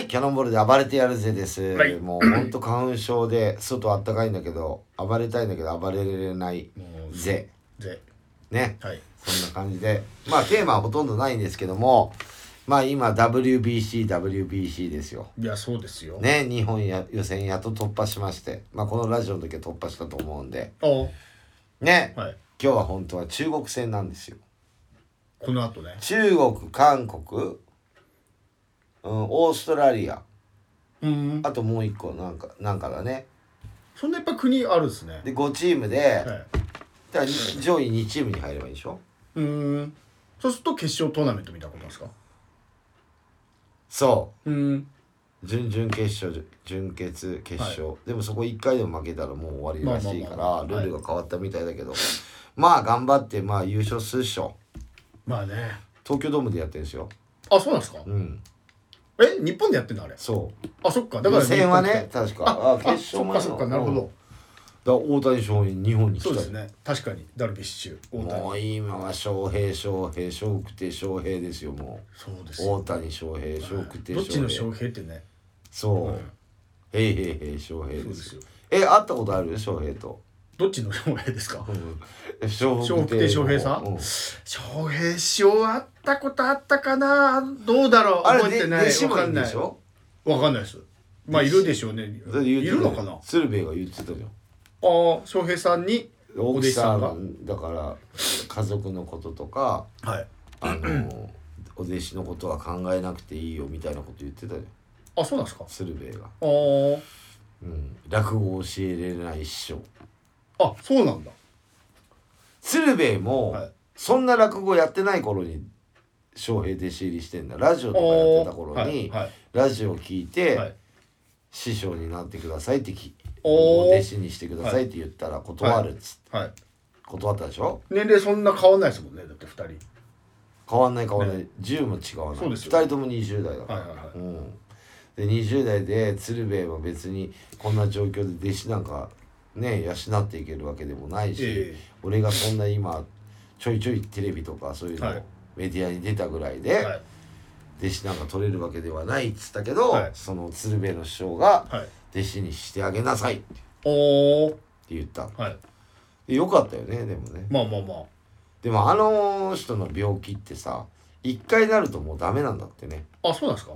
Speaker 1: キャノンボールで暴れてやるぜです。
Speaker 2: はい
Speaker 1: もうほんと花粉症で、外あったかいんだけど、暴れたいんだけど暴れれない
Speaker 2: もう
Speaker 1: ぜ。
Speaker 2: ぜ
Speaker 1: ね。
Speaker 2: はい
Speaker 1: そんな感じで。まあテーマはほとんどないんですけども、まあ今 WBC、WBC ですよ。
Speaker 2: いやそうですよ、
Speaker 1: ね、日本や予選やっと突破しまして、まあこのラジオの時は突破したと思うんで、
Speaker 2: あは
Speaker 1: ね、
Speaker 2: い
Speaker 1: 今日は本当は中国戦なんですよ。
Speaker 2: この後ね
Speaker 1: 中国、韓国、うん、オーストラリア、
Speaker 2: うん
Speaker 1: あともう一個なんか、なんかだね。
Speaker 2: そんなやっぱ国あるんですね
Speaker 1: で、5チームで、
Speaker 2: はい
Speaker 1: だから上位2チームに入ればいいでしょ
Speaker 2: うんそうすると決勝トーナメントみたいなことなんですか
Speaker 1: そ
Speaker 2: うん
Speaker 1: う。準々決勝、準決、決勝。でもそこ1回でも負けたらもう終わりらしいから、
Speaker 2: まあまあまあ
Speaker 1: ルールが変わったみたいだけど、まあ頑張って、まあ優勝するっしょ。
Speaker 2: まあね
Speaker 1: 東京ドームでやってるんですよ。
Speaker 2: あそうなんですか
Speaker 1: うん。
Speaker 2: え日本でやってんだあれ
Speaker 1: そう。
Speaker 2: あそっかだ
Speaker 1: だ
Speaker 2: か
Speaker 1: からら予選はね
Speaker 2: 日、
Speaker 1: 確か。
Speaker 2: 本来たあ
Speaker 1: 決勝
Speaker 2: そっ
Speaker 1: 前
Speaker 2: か
Speaker 1: の
Speaker 2: そっかなるほ
Speaker 1: うん
Speaker 2: ど
Speaker 1: だから大谷翔平、日本に来た
Speaker 2: そう
Speaker 1: よ
Speaker 2: ですね確かにダルビッシュ大
Speaker 1: も
Speaker 2: 谷
Speaker 1: う今は翔平翔平翔くて翔平ですよも
Speaker 2: そうで
Speaker 1: う
Speaker 2: すよ
Speaker 1: 大谷翔平翔くて
Speaker 2: どっち
Speaker 1: 翔
Speaker 2: の翔
Speaker 1: 平
Speaker 2: 平ってね
Speaker 1: そううんへいへいへい翔平
Speaker 2: そう
Speaker 1: で
Speaker 2: です
Speaker 1: す
Speaker 2: よ
Speaker 1: え会ったことある翔平と
Speaker 2: どっちの翔平ですか
Speaker 1: 翔
Speaker 2: 笑福亭笑瓶さん
Speaker 1: うん
Speaker 2: 翔平師匠あったことあったかなどうだろう
Speaker 1: あ
Speaker 2: 覚
Speaker 1: れ
Speaker 2: えて
Speaker 1: で
Speaker 2: ない
Speaker 1: 弟子
Speaker 2: わ
Speaker 1: もい
Speaker 2: か
Speaker 1: る
Speaker 2: ん
Speaker 1: んで
Speaker 2: ない
Speaker 1: しょ
Speaker 2: わかんないですまあいるでしょうねい
Speaker 1: だって言ってた
Speaker 2: るのかなあ
Speaker 1: 鶴瓶が言ってたじゃん
Speaker 2: あー翔平さんにお
Speaker 1: 奥
Speaker 2: 弟子
Speaker 1: さ
Speaker 2: さんが
Speaker 1: んだから家族のこととか
Speaker 2: はい
Speaker 1: あ のお弟子のことは考えなくていいよみたいなこと言ってたじゃん
Speaker 2: あそうなんですか
Speaker 1: 鶴瓶が、
Speaker 2: あー
Speaker 1: うん、落語を教えれない師匠
Speaker 2: あそうなんだ
Speaker 1: 鶴瓶も、
Speaker 2: はい
Speaker 1: そんな落語やってない頃に翔平弟子入りしてんだラジオとかやってた頃に、
Speaker 2: はいはい
Speaker 1: ラジオ聞いて、
Speaker 2: はい
Speaker 1: 師匠になってくださいってき
Speaker 2: おー
Speaker 1: お弟子にしてくださいって言ったら断るっつって、
Speaker 2: はい
Speaker 1: 断ったでしょ
Speaker 2: 年齢そんな変わんないですもんねだって2人
Speaker 1: 変わんない変わんない、10も違わな
Speaker 2: そう
Speaker 1: い、
Speaker 2: で
Speaker 1: 二
Speaker 2: すよ
Speaker 1: 人とも20代だから、
Speaker 2: はいはいはい
Speaker 1: うん、で20代で鶴瓶は別にこんな状況で弟子なんかね養っていけるわけでもないし、
Speaker 2: ええ
Speaker 1: 俺がそんな今ちょいちょいテレビとかそういうの、
Speaker 2: はい
Speaker 1: メディアに出たぐらいで、
Speaker 2: はい
Speaker 1: 弟子なんか取れるわけではないっつったけど、
Speaker 2: はい
Speaker 1: その鶴瓶の師匠が
Speaker 2: はい
Speaker 1: 弟子にしてあげなさいって
Speaker 2: おお
Speaker 1: 言った
Speaker 2: はい
Speaker 1: でよかったよねでもね
Speaker 2: まあまあまあ
Speaker 1: でもあの人の病気ってさ一回なるともうダメなんだってね
Speaker 2: あそうなんですか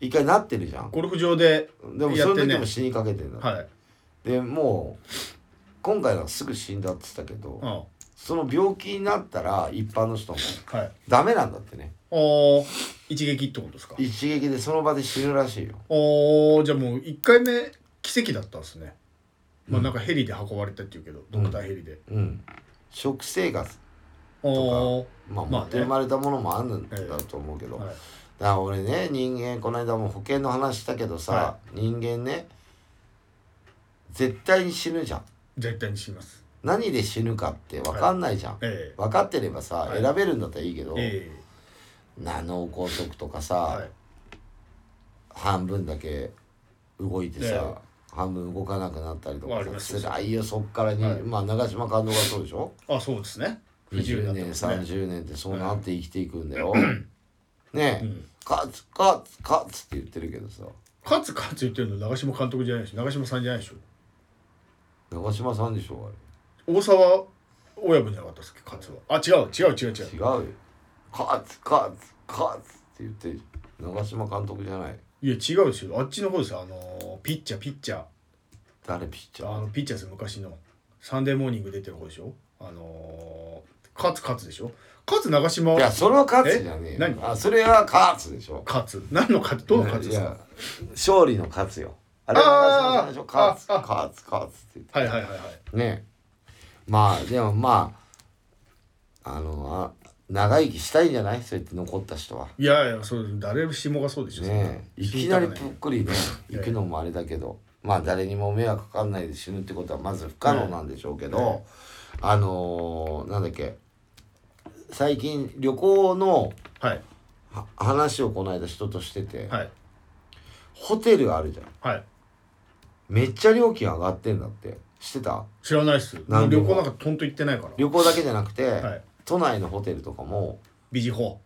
Speaker 1: 一回なってるじゃん
Speaker 2: ゴルフ場で
Speaker 1: でも
Speaker 2: や
Speaker 1: そ
Speaker 2: っ
Speaker 1: の
Speaker 2: てね
Speaker 1: 時も死にかけてんだ、
Speaker 2: はい
Speaker 1: でもう今回はすぐ死んだって言ったけど、
Speaker 2: うんは
Speaker 1: その病気になったら一般の人も
Speaker 2: い
Speaker 1: ダメなんだってね
Speaker 2: おー一撃ってことですか
Speaker 1: 一撃でその場で死ぬらしいよ
Speaker 2: おーじゃあもう1回目奇跡だったんですねまあなんかヘリで運ばれたっていうけどドクターヘリで
Speaker 1: うん食生活
Speaker 2: おー
Speaker 1: まあ、
Speaker 2: ま
Speaker 1: 持
Speaker 2: あね
Speaker 1: って生まれたものもあるんだろうと思うけど、
Speaker 2: はい
Speaker 1: だから俺ね人間この間も保険の話したけどさ、
Speaker 2: は
Speaker 1: 人間ね絶対に死ぬじゃん
Speaker 2: 絶対に死にます
Speaker 1: 何で死ぬかって分かんないじゃん、
Speaker 2: え
Speaker 1: 分かってればさ、
Speaker 2: はい
Speaker 1: 選べるんだったらいいけど、
Speaker 2: ええ
Speaker 1: な脳梗塞とかさ、
Speaker 2: えはい
Speaker 1: 半分だけ動いてさ、
Speaker 2: え
Speaker 1: 半分動かなくなったりと
Speaker 2: あ
Speaker 1: か
Speaker 2: ります
Speaker 1: さ
Speaker 2: よ
Speaker 1: 辛いよそっからに、
Speaker 2: はい
Speaker 1: まあ長嶋監督がそうでしょ
Speaker 2: あそうですね不自由にな
Speaker 1: 20
Speaker 2: っ
Speaker 1: 年
Speaker 2: てますね
Speaker 1: 30年ってそうなって生きていくんだよ、ねえ、
Speaker 2: ん
Speaker 1: カツカツカツって言ってるけどさ
Speaker 2: カツカツ言ってるの長嶋監督じゃないでしょ長嶋さんじゃないでしょ
Speaker 1: 長嶋さんでしょ
Speaker 2: 大沢親分じゃなかったっすっけカツはあ違う違う違う違
Speaker 1: あれ違
Speaker 2: う
Speaker 1: うよカツカツカツって言ってるじゃん長嶋監督じゃない
Speaker 2: いや違うですよあっちの方ですよあのーピッチャーピッチャ
Speaker 1: 誰ピッチ
Speaker 2: ー
Speaker 1: ャー
Speaker 2: あのピッチャーですよ昔のサンデーモーニング出てる方でしょあのー、カツカツでしょカツ長嶋
Speaker 1: いやそれはカツじゃねえ
Speaker 2: え
Speaker 1: よ
Speaker 2: 何
Speaker 1: あそれはカツでしょ
Speaker 2: カツ何のカツどのカツ
Speaker 1: い
Speaker 2: です
Speaker 1: や
Speaker 2: か
Speaker 1: 勝利のカツよあれ
Speaker 2: あー
Speaker 1: は長嶋さんでしょカツ
Speaker 2: あ
Speaker 1: カツカツって言って
Speaker 2: はいはいはいはい
Speaker 1: ねまあでもまああのあ長生きしたいんじゃないそうやって残った人はい
Speaker 2: やいやそう誰しもがそうでしょそんな
Speaker 1: ねえいきなり
Speaker 2: 死にた
Speaker 1: ぷっ
Speaker 2: く
Speaker 1: く りね
Speaker 2: ええ
Speaker 1: 行くのもあれだけどまあ誰にも迷惑かかんないで死ぬってことはまず不可能なんでしょうけど、あのーなんだっけ最近旅行の
Speaker 2: ないはい
Speaker 1: は話をこの間人としてて、
Speaker 2: はい
Speaker 1: ホテルあるじゃん
Speaker 2: はい
Speaker 1: めっちゃ料金上がってんだって知ってた
Speaker 2: 知らないっすも
Speaker 1: 何
Speaker 2: う
Speaker 1: で
Speaker 2: 旅
Speaker 1: も
Speaker 2: 行なんかとんと行ってないから
Speaker 1: 旅行だけじゃなくて、
Speaker 2: はい
Speaker 1: 都内のホテルとかも
Speaker 2: ビジホ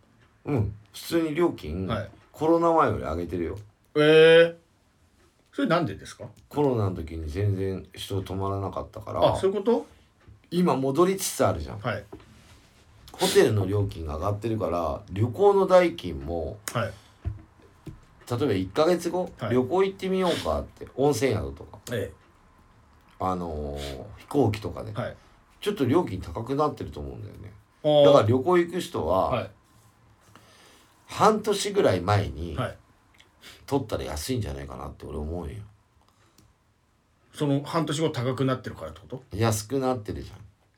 Speaker 1: うん普通に料金、
Speaker 2: はい
Speaker 1: コロナ前より上げてるよ
Speaker 2: ええそれなんでですか
Speaker 1: コロナの時に全然人止まらなかったから
Speaker 2: あそういうこと
Speaker 1: 今戻りつつあるじゃん
Speaker 2: はい
Speaker 1: ホテルの料金が上がってるから旅行の代金も
Speaker 2: はい
Speaker 1: 例えば1ヶ月後、
Speaker 2: はい
Speaker 1: 旅行行ってみようかって温泉宿とか、
Speaker 2: え
Speaker 1: あのー飛行機とかで、
Speaker 2: えはい
Speaker 1: ちょっと料金高くなってると思うんだよね
Speaker 2: あ
Speaker 1: だから
Speaker 2: ー
Speaker 1: 旅行行く人
Speaker 2: は
Speaker 1: はい半年ぐらい前に
Speaker 2: はい
Speaker 1: 取ったら安いんじゃないかなって俺思うよ
Speaker 2: その半年後高くなってるからってこと
Speaker 1: 安くなってるじゃん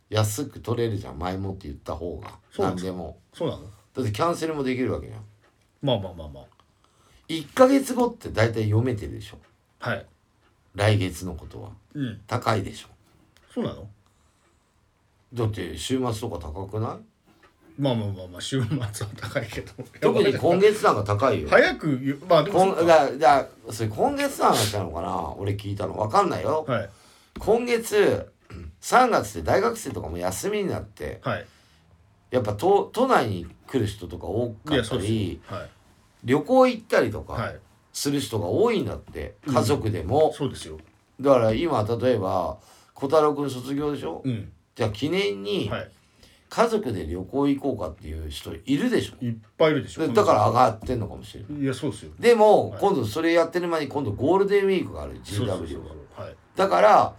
Speaker 1: 安く取れるじゃん前もって言った方が
Speaker 2: そうな
Speaker 1: 何
Speaker 2: んです
Speaker 1: でも
Speaker 2: そうなの
Speaker 1: だってキャンセルもできるわけじゃん
Speaker 2: まあまあまあま
Speaker 1: 1ヶ月後って大体読めてるでしょ
Speaker 2: あはい
Speaker 1: 来月のことは
Speaker 2: うん
Speaker 1: 高いでしょ
Speaker 2: そうなの
Speaker 1: だって週末とか高くない
Speaker 2: まあまあまあまあ週末は高いけど
Speaker 1: 特に今
Speaker 2: 月
Speaker 1: 月なんか高いよ
Speaker 2: 早く言うまあでもそ
Speaker 1: 今
Speaker 2: うか
Speaker 1: だだそれ今月の話なのかな俺聞いたの分かんないよ、
Speaker 2: はい
Speaker 1: 今月3月って大学生とかも休みになって
Speaker 2: はい
Speaker 1: やっぱ都都内に来る人とか多
Speaker 2: い
Speaker 1: か
Speaker 2: や
Speaker 1: っ
Speaker 2: そ
Speaker 1: た
Speaker 2: うです
Speaker 1: り
Speaker 2: はい
Speaker 1: 旅行行ったりと
Speaker 2: は
Speaker 1: か
Speaker 2: い
Speaker 1: する人が多いんだって、家族でも、
Speaker 2: そうですよ
Speaker 1: だから今例えば小太郎くん卒業でしょ、
Speaker 2: うん
Speaker 1: じゃあ記念に
Speaker 2: はい
Speaker 1: 家族で旅行行こうかっていう人いるでしょ、
Speaker 2: いっぱいいるでしょ
Speaker 1: でだから上がってんのかもしれない
Speaker 2: いやそうですよ
Speaker 1: でも、
Speaker 2: はい
Speaker 1: 今度それやってる間に今度ゴールデンウィークがある
Speaker 2: そう
Speaker 1: GW
Speaker 2: そ
Speaker 1: が
Speaker 2: うそうそうはい
Speaker 1: だから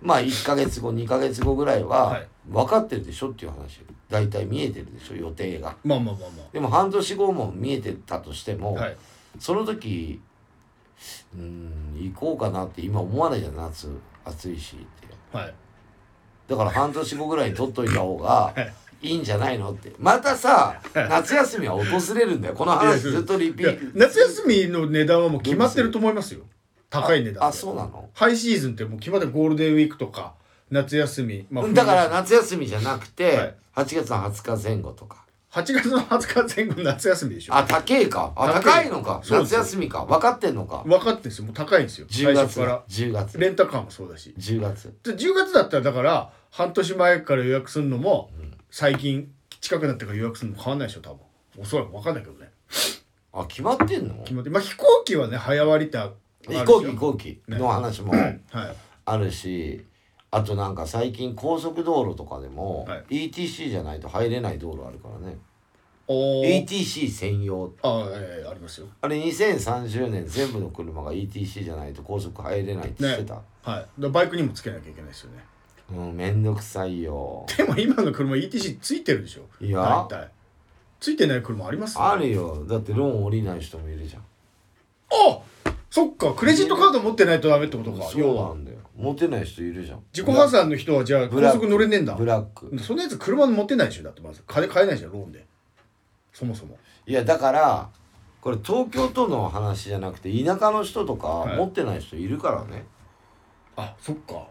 Speaker 1: まあ1か月後2か月後ぐらい
Speaker 2: は
Speaker 1: はい分かってるでしょっていう話大体見えてるでしょ予定が
Speaker 2: まあまあまあま
Speaker 1: でも半年後も見えてたとしても、
Speaker 2: あはい
Speaker 1: その時うーん行こうかなって今思わないじゃん夏暑いしって
Speaker 2: はい
Speaker 1: だから半年後ぐらいに取っといた方が
Speaker 2: はい
Speaker 1: いいんじゃないのってまたさ夏休みは訪れるんだよこの
Speaker 2: いや
Speaker 1: 話
Speaker 2: そう
Speaker 1: ずっとリピ
Speaker 2: いや
Speaker 1: ート
Speaker 2: 夏休みの値段はもう決まってると思いますよ高い値段
Speaker 1: あそうなの
Speaker 2: ハイシーズンってもう決まってるゴールデンウィークとか夏休み、まあ
Speaker 1: だから夏休みじゃなくて、
Speaker 2: はい
Speaker 1: 8月の20日前後とか
Speaker 2: 8月の20日前後夏休みでしょ
Speaker 1: あ高えかあ
Speaker 2: 高
Speaker 1: 高
Speaker 2: え
Speaker 1: いのか
Speaker 2: そうです
Speaker 1: 夏休みか分かってんのか
Speaker 2: 分かってるんですよもう高いんですよ
Speaker 1: 10
Speaker 2: 最
Speaker 1: 月
Speaker 2: 初から
Speaker 1: 10月
Speaker 2: レンタカーもそうだし
Speaker 1: 10月
Speaker 2: で10月だったらだから半年前から予約するのも最近近くなってから予約するのも変わんないでしょ多分おそらく分かんないけどね
Speaker 1: あ決まってんの
Speaker 2: 決まってまあ飛行機はね早割りってあるでしょ
Speaker 1: 飛行機飛行機の話も
Speaker 2: はい
Speaker 1: あるしあとなんか最近高速道路とかでも、
Speaker 2: は
Speaker 1: ETC じゃないと入れない道路あるからね
Speaker 2: おー
Speaker 1: ETC 専用
Speaker 2: あ、えーありますよ
Speaker 1: あれ2030年全部の車が ETC じゃないと高速入れないって言ってた、
Speaker 2: はい、でバイクにもつけなきゃいけないですよね
Speaker 1: うんめんどくさいよ
Speaker 2: でも今の車 ETC ついてるでしょ
Speaker 1: いや
Speaker 2: 大体ついてない車あります
Speaker 1: あるよだってローン降りない人もいるじゃん
Speaker 2: あそっかクレジットカード持ってないとダメってことか
Speaker 1: そう
Speaker 2: 要
Speaker 1: な
Speaker 2: は
Speaker 1: んだよモテない人いるじゃん
Speaker 2: 自己破産の人はじゃあ
Speaker 1: ブ
Speaker 2: 高
Speaker 1: ラック
Speaker 2: 速乗れねえんだ
Speaker 1: ブラック
Speaker 2: そんなやつ車持ってないでしょだってまず金買えないじゃんローンでそもそも
Speaker 1: いやだからこれ東京都の話じゃなくて田舎の人とか
Speaker 2: はい
Speaker 1: 持ってない人いるからね、
Speaker 2: あそっか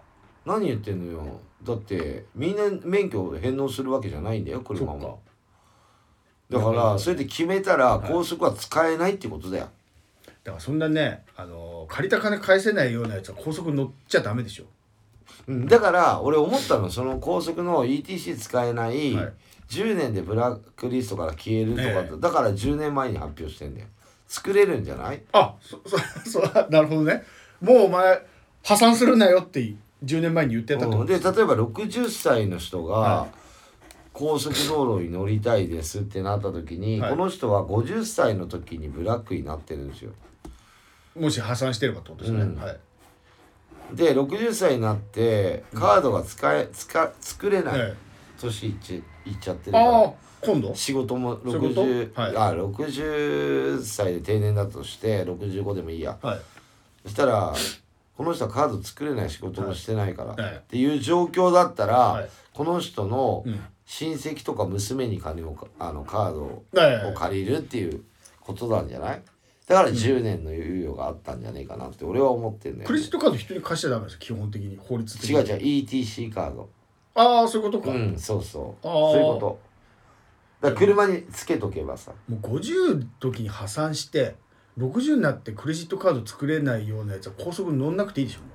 Speaker 1: 何言ってんのよだってみんな免許を返納するわけじゃないんだよ
Speaker 2: そ
Speaker 1: 車
Speaker 2: っか
Speaker 1: もだからそれで決めたら高速は使えないってことだよ、
Speaker 2: だからそんなね、あのー借りた金返せないようなやつは高速乗っちゃダメでしょ
Speaker 1: うんだから俺思ったのその高速の ETC 使えない、
Speaker 2: はい
Speaker 1: 10年でブラックリストから消えるとか、
Speaker 2: え
Speaker 1: だから10年前に発表してんだよ作れるんじゃない
Speaker 2: あそ そそなるほどねもうお前破産するなよって10年前に言ってたと
Speaker 1: うんで例えば60歳の人
Speaker 2: は
Speaker 1: が高速道路に乗りたいですってなった時に、
Speaker 2: はい
Speaker 1: この人は50歳の時にブラックになってるんですよ
Speaker 2: もし破産してればってことですね、
Speaker 1: うん
Speaker 2: はい
Speaker 1: で60歳になってカードが使え使作れない
Speaker 2: え
Speaker 1: 年いっちいっちゃってる
Speaker 2: え
Speaker 1: か
Speaker 2: ああ
Speaker 1: ら
Speaker 2: 今度
Speaker 1: 仕事も
Speaker 2: そういうこと
Speaker 1: 60
Speaker 2: はい
Speaker 1: あ60歳で定年だとして65でもいいや
Speaker 2: はい
Speaker 1: そしたらこの人はカード作れない仕事もしてないから、
Speaker 2: はいはい
Speaker 1: っていう状況だったら、
Speaker 2: はい
Speaker 1: この人の
Speaker 2: うん
Speaker 1: 親戚とか娘に金をかあのカードを
Speaker 2: はいはいはい
Speaker 1: を借りるっていうことなんじゃないだから10年の猶予があったんじゃねえかなって俺は思ってんだよ
Speaker 2: クレジッ
Speaker 1: ね、
Speaker 2: トカード人に貸しちゃダメですよ基本的に法律的に
Speaker 1: 違う違う ETC カード
Speaker 2: ああそういうことか、
Speaker 1: う
Speaker 2: も
Speaker 1: んそうそう
Speaker 2: あー
Speaker 1: そういうことだから車につけとけばさ
Speaker 2: う50時に破産して60になってクレジットカード作れないようなやつは高速乗んなくていいでしょも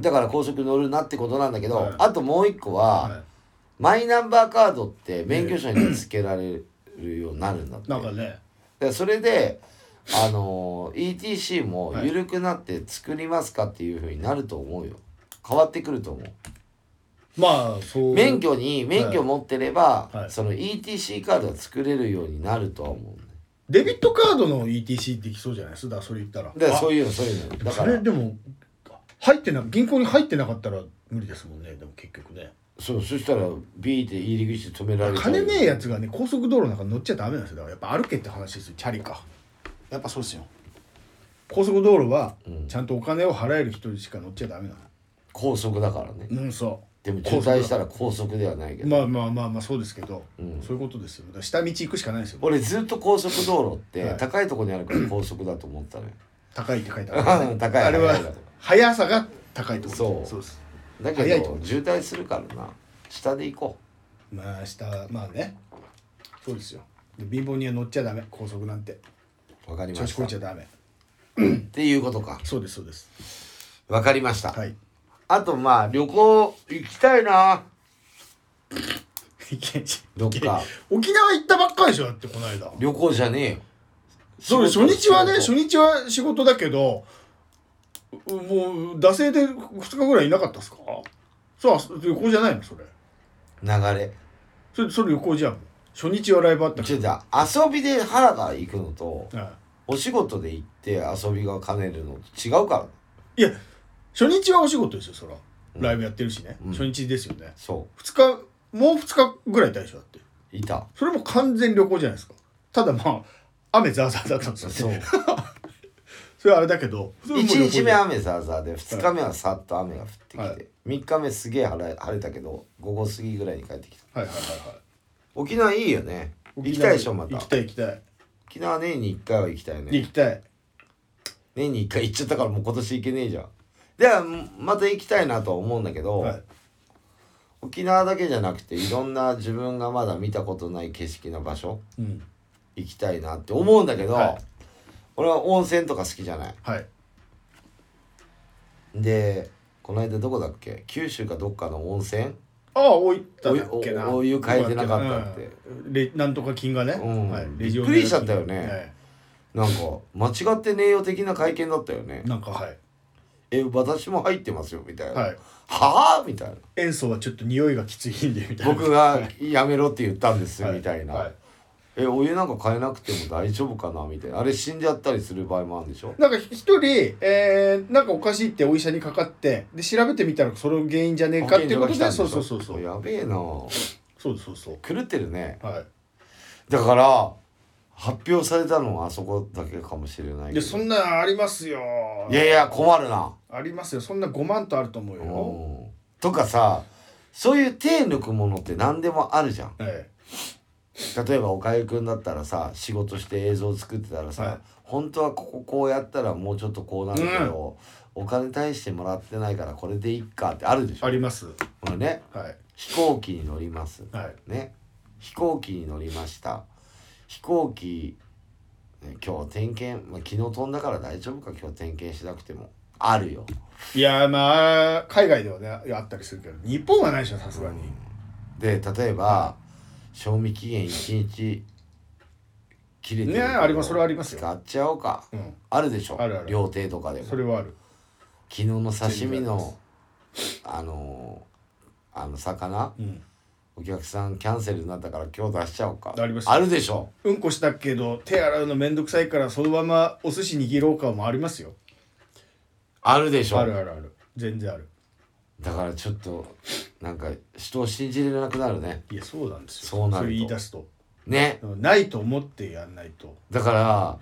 Speaker 1: だから高速乗るなってことなんだけど、
Speaker 2: はい
Speaker 1: あともう一個
Speaker 2: う、
Speaker 1: は、
Speaker 2: は
Speaker 1: マイナンバーカードって免許証につけられるようになるんだって、
Speaker 2: い、なんかね
Speaker 1: でそれであの ETC も緩くなって作りますかっていうふうになると思うよ変わってくると思う
Speaker 2: まあそう
Speaker 1: 免許に免許持ってれば、
Speaker 2: はい
Speaker 1: その ETC カードは作れるようになるとは思うね
Speaker 2: デビットカードの ETC できそうじゃないですかだからそれ言った
Speaker 1: だ
Speaker 2: ら
Speaker 1: から
Speaker 2: あ
Speaker 1: そういうのそういうのだか
Speaker 2: そ
Speaker 1: ら
Speaker 2: れでも入ってな銀行に入ってなかったら無理ですもんねでも結局ね
Speaker 1: そうそしたらビーって入り口で止められちゃう
Speaker 2: 金ねえやつがね高速道路なんか乗っちゃダメなんですよだからやっぱ歩けって話ですよチャリかやっぱそうですよ高速道路は
Speaker 1: うん
Speaker 2: ちゃんとお金を払える人しか乗っちゃダメな
Speaker 1: 高速だからね
Speaker 2: のうんそ
Speaker 1: でも渋滞したら高速ではないけ
Speaker 2: う
Speaker 1: ど、
Speaker 2: まあまあまあまあそうですけど、
Speaker 1: うん
Speaker 2: そういうことですよだから下道行くしかないですよ
Speaker 1: 俺ずっと高速道路って、
Speaker 2: はい
Speaker 1: 高いとこにあるから高速だと思ってたのよ
Speaker 2: 高いって書いてある、
Speaker 1: うん 高い
Speaker 2: あれは
Speaker 1: 高い
Speaker 2: 速さが高いってこと
Speaker 1: そう
Speaker 2: です
Speaker 1: だ
Speaker 2: 早
Speaker 1: け
Speaker 2: いとこ
Speaker 1: ど渋滞するからな下で行こ
Speaker 2: まあ下まあねそうですよで貧乏には乗っちゃダメ高速なんて
Speaker 1: うわかり
Speaker 2: 調
Speaker 1: ま
Speaker 2: 子
Speaker 1: し
Speaker 2: こ
Speaker 1: た
Speaker 2: い
Speaker 1: っ
Speaker 2: ちゃダメ
Speaker 1: ていうことか
Speaker 2: そうですそうです
Speaker 1: わかりました、
Speaker 2: はい
Speaker 1: あとまあ旅行行きたいなどっか
Speaker 2: 沖縄行ったばっかりでしょだってこの間
Speaker 1: 旅行じゃねえよ
Speaker 2: そう初日はね
Speaker 1: 仕
Speaker 2: 初
Speaker 1: 事
Speaker 2: 日は仕事だけどうもう惰性で2日ぐらいいなかったっすかそうあそ旅行じゃないのそれ
Speaker 1: 流れ
Speaker 2: それそれ旅行じゃん初日はライブあった
Speaker 1: ち
Speaker 2: け
Speaker 1: ょっと遊びで腹が行くのと
Speaker 2: ど、は
Speaker 1: お仕事で行って遊びが兼ねるのと違うから
Speaker 2: い、いや初日はお仕事ですよそら
Speaker 1: うん
Speaker 2: ライブやってるしね、
Speaker 1: うん
Speaker 2: 初日ですよね
Speaker 1: そ
Speaker 2: 2日もう2日ぐらいいたでしょだって
Speaker 1: ういた
Speaker 2: それも完全旅行じゃないですかただまあ雨ザーザーだったんですよね
Speaker 1: そう
Speaker 2: それはあれだけどそれも旅行
Speaker 1: 1
Speaker 2: じ
Speaker 1: 日
Speaker 2: ゃん
Speaker 1: 目雨ザーザーで2日目はさっと雨が降ってきて、
Speaker 2: はい
Speaker 1: 3日目すげえ晴れ晴れたけど午後過ぎぐらいに帰ってきた
Speaker 2: はいはいはいはい
Speaker 1: 沖縄いいよね行きたいでしょまた
Speaker 2: 行きたい行きたい
Speaker 1: 沖縄年に1回は行きたい
Speaker 2: 行
Speaker 1: ね
Speaker 2: きたい
Speaker 1: 年に1回行っちゃったからもう今年行けねえじゃんではまた行きたいなとは思うんだけど、
Speaker 2: はい
Speaker 1: 沖縄だけじゃなくていろんな自分がまだ見たことない景色の場所
Speaker 2: うん
Speaker 1: 行きたいなって思うんだけど、
Speaker 2: はい
Speaker 1: 俺は温泉とか好きじゃない
Speaker 2: はい
Speaker 1: でこの間どこだっけ九州かどっかの温泉
Speaker 2: ああ置いただっけな
Speaker 1: おおお湯変えてなかったって
Speaker 2: うんレなんとか菌がね、
Speaker 1: うん
Speaker 2: はい、
Speaker 1: びっくりしちゃったよね
Speaker 2: はい
Speaker 1: なんか間違ってねえよ的な会見だったよね
Speaker 2: なんかはい
Speaker 1: え私も入ってますよみたいな
Speaker 2: はい
Speaker 1: はあみたいな
Speaker 2: 塩素はちょっと匂いがきついんでみたいな
Speaker 1: 僕がやめろって言ったんですみたいな、
Speaker 2: ははい
Speaker 1: えお湯なんか変えなくても大丈夫かなみたいなあれ死んじゃったりする場合もあるんでしょ
Speaker 2: なんか一人、えー、なんかおかしいってお医者にかかってで調べてみたらそれが原因じゃねえかっていうことで
Speaker 1: 保健
Speaker 2: そ
Speaker 1: 所
Speaker 2: う
Speaker 1: が来た
Speaker 2: そ
Speaker 1: ん
Speaker 2: う
Speaker 1: でし
Speaker 2: そうそう
Speaker 1: やべえな
Speaker 2: そうそうそう
Speaker 1: 狂ってるね
Speaker 2: は
Speaker 1: だから発表されたのはあそこだけかもしれないけ
Speaker 2: いで
Speaker 1: ど
Speaker 2: そんなんありますよ
Speaker 1: いやいや困るな
Speaker 2: ありますよそんな5万とあると思うよ、
Speaker 1: うんとかさそういう手抜くものって何でもあるじゃん
Speaker 2: え
Speaker 1: 例えばおかゆくんだったらさ仕事して映像作ってたらさ、
Speaker 2: はい
Speaker 1: 本当はこここうやったらもうちょっとこうなるけど、お金大してもらってないからこれでいっかってあるでし
Speaker 2: え、あ
Speaker 1: ょ
Speaker 2: ります
Speaker 1: これね
Speaker 2: はい
Speaker 1: 飛行機に乗ります
Speaker 2: はい
Speaker 1: ね飛行機に乗りました飛行機ね今日点検、まあ、昨日飛んだから大丈夫か今日点検しなくてもあるよ
Speaker 2: いやまあ海外ではねあったりするけど日本はないでしょさすがに、
Speaker 1: で例えば賞味期限1日切れてる
Speaker 2: ねありますそれはありますよ
Speaker 1: 使っちゃおうか、
Speaker 2: うん
Speaker 1: あるでしょ
Speaker 2: あるある
Speaker 1: 料亭とかでも
Speaker 2: それはある
Speaker 1: 昨日の刺身
Speaker 2: 全然ありま
Speaker 1: のあのーあの魚
Speaker 2: うん
Speaker 1: お客さんキャンセルになったから今日出しちゃおうか
Speaker 2: あります
Speaker 1: あるでしょ
Speaker 2: うんこしたけど手洗うのめんどくさいからそのままお寿司握ろうかもありますよ
Speaker 1: あるでしょ
Speaker 2: あるあるある全然ある
Speaker 1: だからちょっとなんか人を信じれなくなるね
Speaker 2: いやそうなんですよ
Speaker 1: そうなると
Speaker 2: れ言い出すと
Speaker 1: ね
Speaker 2: うんないと思ってやんないと
Speaker 1: だから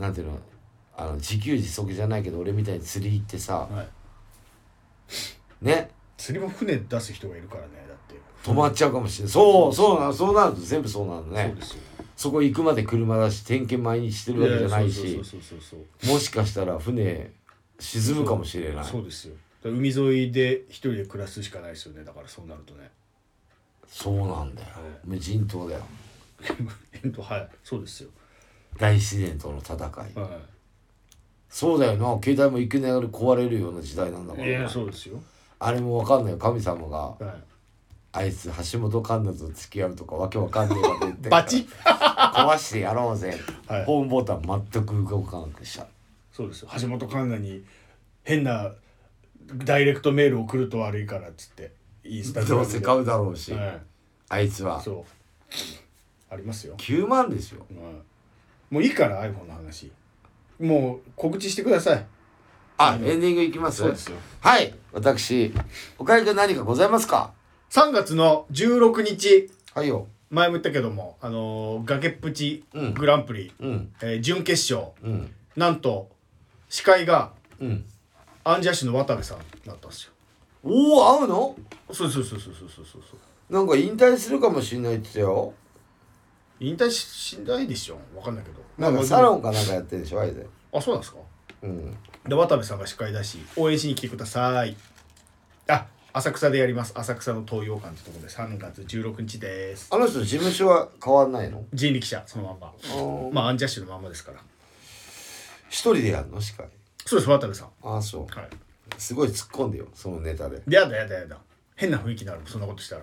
Speaker 1: なんていうのあの自給自足じゃないけど俺みたいに釣り行ってさ
Speaker 2: はい
Speaker 1: ね
Speaker 2: 釣りも船出す人がいるからねだって
Speaker 1: 止まっちゃうかもしれないそうそうなのそうなると全部そうなの
Speaker 2: そう
Speaker 1: ね
Speaker 2: ですよ
Speaker 1: そこ行くまで車だし点検毎日してるわけじゃない
Speaker 2: いや
Speaker 1: し
Speaker 2: そうそうそうそうそう
Speaker 1: もしかしたら船沈むかもしれない
Speaker 2: そうですよだから海沿いで一人で暮らすしかないですよねだからそうなるとね
Speaker 1: そうなんだよ無人島だよ
Speaker 2: えっとはいそうですよ
Speaker 1: 大自然との戦い
Speaker 2: は
Speaker 1: そうだよな携帯もいきなり壊れるような時代なんだか
Speaker 2: いいや
Speaker 1: ら
Speaker 2: そうですよ
Speaker 1: あれもわかんないよ神様が
Speaker 2: はい
Speaker 1: あいつ橋本環奈と付き合うとかわけわかんねえこと言って
Speaker 2: バチ
Speaker 1: 壊してやろうぜ、
Speaker 4: はい
Speaker 1: ホームボタン全く動かなくしちゃう
Speaker 4: そうですよ橋本環奈に変なダイレクトメール送ると悪いからっつってインスタグラ
Speaker 1: ど
Speaker 4: ム
Speaker 1: う
Speaker 4: で
Speaker 1: せ買うだろうし、
Speaker 4: はい
Speaker 1: あいつは
Speaker 4: そうありますよ、
Speaker 1: 9万ですよ
Speaker 4: うんもういいから iPhone の話もう告知してください
Speaker 1: あエンディングいきます
Speaker 4: そうですよ
Speaker 1: はい私岡井君何かございますか
Speaker 2: 3月の16日
Speaker 1: はいよ
Speaker 2: 前も言ったけどもあのー崖っぷち
Speaker 1: うん
Speaker 2: グランプリ、
Speaker 1: うん
Speaker 2: えー準決勝
Speaker 1: うん
Speaker 2: なんと司会が
Speaker 1: うん
Speaker 2: アンジャッシュの渡部さんだったんですよ
Speaker 1: おお会うの
Speaker 2: そうそうそうそうそうそうそうそう
Speaker 1: なんか引退するかもしれないって言ってたよ
Speaker 2: 引退ししないでしょわかんないけど
Speaker 1: なんか
Speaker 2: まあ
Speaker 1: サロンかなんかやってるでしょあれで
Speaker 2: あそうなんですか
Speaker 1: うん
Speaker 2: で渡部さんが司会だし応援しに来てくださいあ浅草でやります浅草の東洋館ってところで3月16日です
Speaker 1: あの人事務所は変わんないの
Speaker 2: 人力車そのまんままあアンジャッシュのまんまですから
Speaker 1: 一人でやるの司会
Speaker 2: そうです渡部さん
Speaker 1: ああそう
Speaker 2: はい
Speaker 1: すごい突っ込んでよそのネタで
Speaker 2: でやだやだやだ変な雰囲気になるそんなことしたら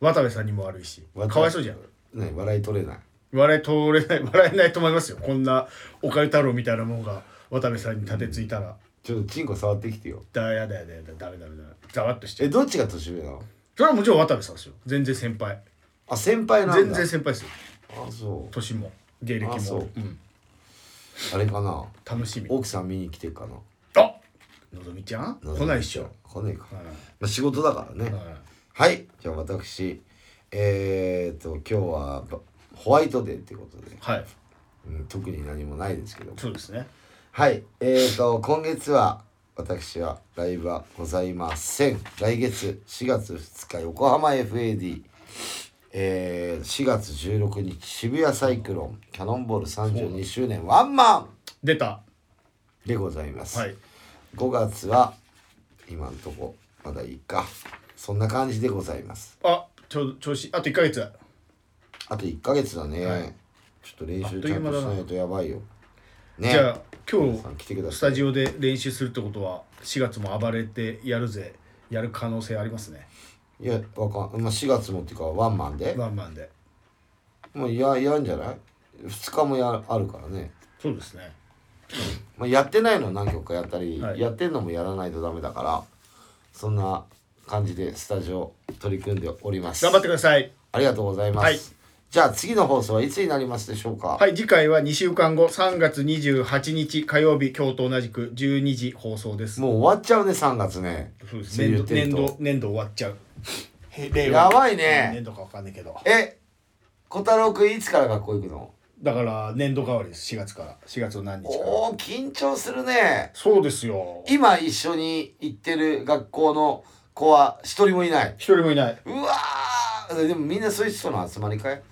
Speaker 2: 渡部さんにも悪いしかわいそうじゃん
Speaker 1: 何笑い取れない
Speaker 2: 笑い通れない 笑えないと思いますよこんなおかゆ太郎みたいなもんが渡部さんに立てついたら
Speaker 1: ちょっとチンコ触ってきてよ
Speaker 2: だやだやだやだダメダメダメざわっとしちゃ
Speaker 1: え
Speaker 2: う
Speaker 1: どっちが年上なの
Speaker 2: それはもちろん渡部さんですよ全然先輩
Speaker 1: あ先輩なんだ
Speaker 2: 全然先輩ですよ
Speaker 1: あそう
Speaker 2: 年も芸歴
Speaker 1: あそ
Speaker 2: も
Speaker 1: う、
Speaker 2: うん、
Speaker 1: あれかな
Speaker 2: 楽しみ
Speaker 1: 奥さん見に来てるかな
Speaker 2: あのぞみちゃん来ないっしょ、
Speaker 1: 来ねえか、
Speaker 2: うん
Speaker 1: まあ、仕事だからね、
Speaker 2: うん
Speaker 1: はいじゃあ私えー、っと今日はばホワイトデーってことで、
Speaker 2: はい
Speaker 1: うん、特に何もないですけど
Speaker 2: そうですね
Speaker 1: はいえー、っと今月は私はライブはございません来月4月2日横浜 FAD えー、4月16日渋谷サイクロンキャノンボール32周年ワンマン
Speaker 2: 出た
Speaker 1: でございます、
Speaker 2: はい
Speaker 1: 5月は今んとこまだいいかそんな感じでございます
Speaker 2: あちょうど調子あと1か月
Speaker 1: あと1ヶ月だね、
Speaker 2: はい
Speaker 1: ちょっと練
Speaker 2: あっ
Speaker 1: 習
Speaker 2: と
Speaker 1: ち
Speaker 2: い
Speaker 1: ゃ
Speaker 2: うん間
Speaker 1: と
Speaker 2: だ
Speaker 1: し
Speaker 2: な
Speaker 1: ないとやばいよね
Speaker 2: じゃあ今
Speaker 1: 皆さん来てくだ
Speaker 2: 日
Speaker 1: さい
Speaker 2: スタジオで練習するってことは4月も暴れてやるぜやる可能性ありますね
Speaker 1: いやわかん、まあ、4月もっていうかワンマンで
Speaker 2: ワンマンで
Speaker 1: もうややんじゃない2日もやあるからね、
Speaker 2: そうですね
Speaker 1: まあ、やってないの何曲かやったり、
Speaker 2: はい
Speaker 1: やってんのもやらないとダメだからそんな感じでスタジオ取り組んでおります
Speaker 2: 頑張ってください
Speaker 1: ありがとうございます、
Speaker 2: はい
Speaker 1: じゃあ次の放送はいつになりますでしょうか
Speaker 2: はい次回は2週間後3月28日火曜日今日と同じく12時放送です
Speaker 1: もう終わっちゃうね3月ね
Speaker 2: そうです
Speaker 1: 梅雨
Speaker 2: 年度
Speaker 1: ってる
Speaker 2: 年
Speaker 1: と
Speaker 2: 度年度終わっちゃうへ令
Speaker 1: やばいね
Speaker 2: 年度かわかんないけど
Speaker 1: え小太郎くんいつから学校行くの
Speaker 2: だから年度変わりです4月から4月の何日から
Speaker 1: おお緊張するね
Speaker 2: そうですよ一
Speaker 1: 今一緒に行ってる学校の子は一人もいない
Speaker 2: 人もいないう
Speaker 1: わーでもみんなそういう人の集まりかい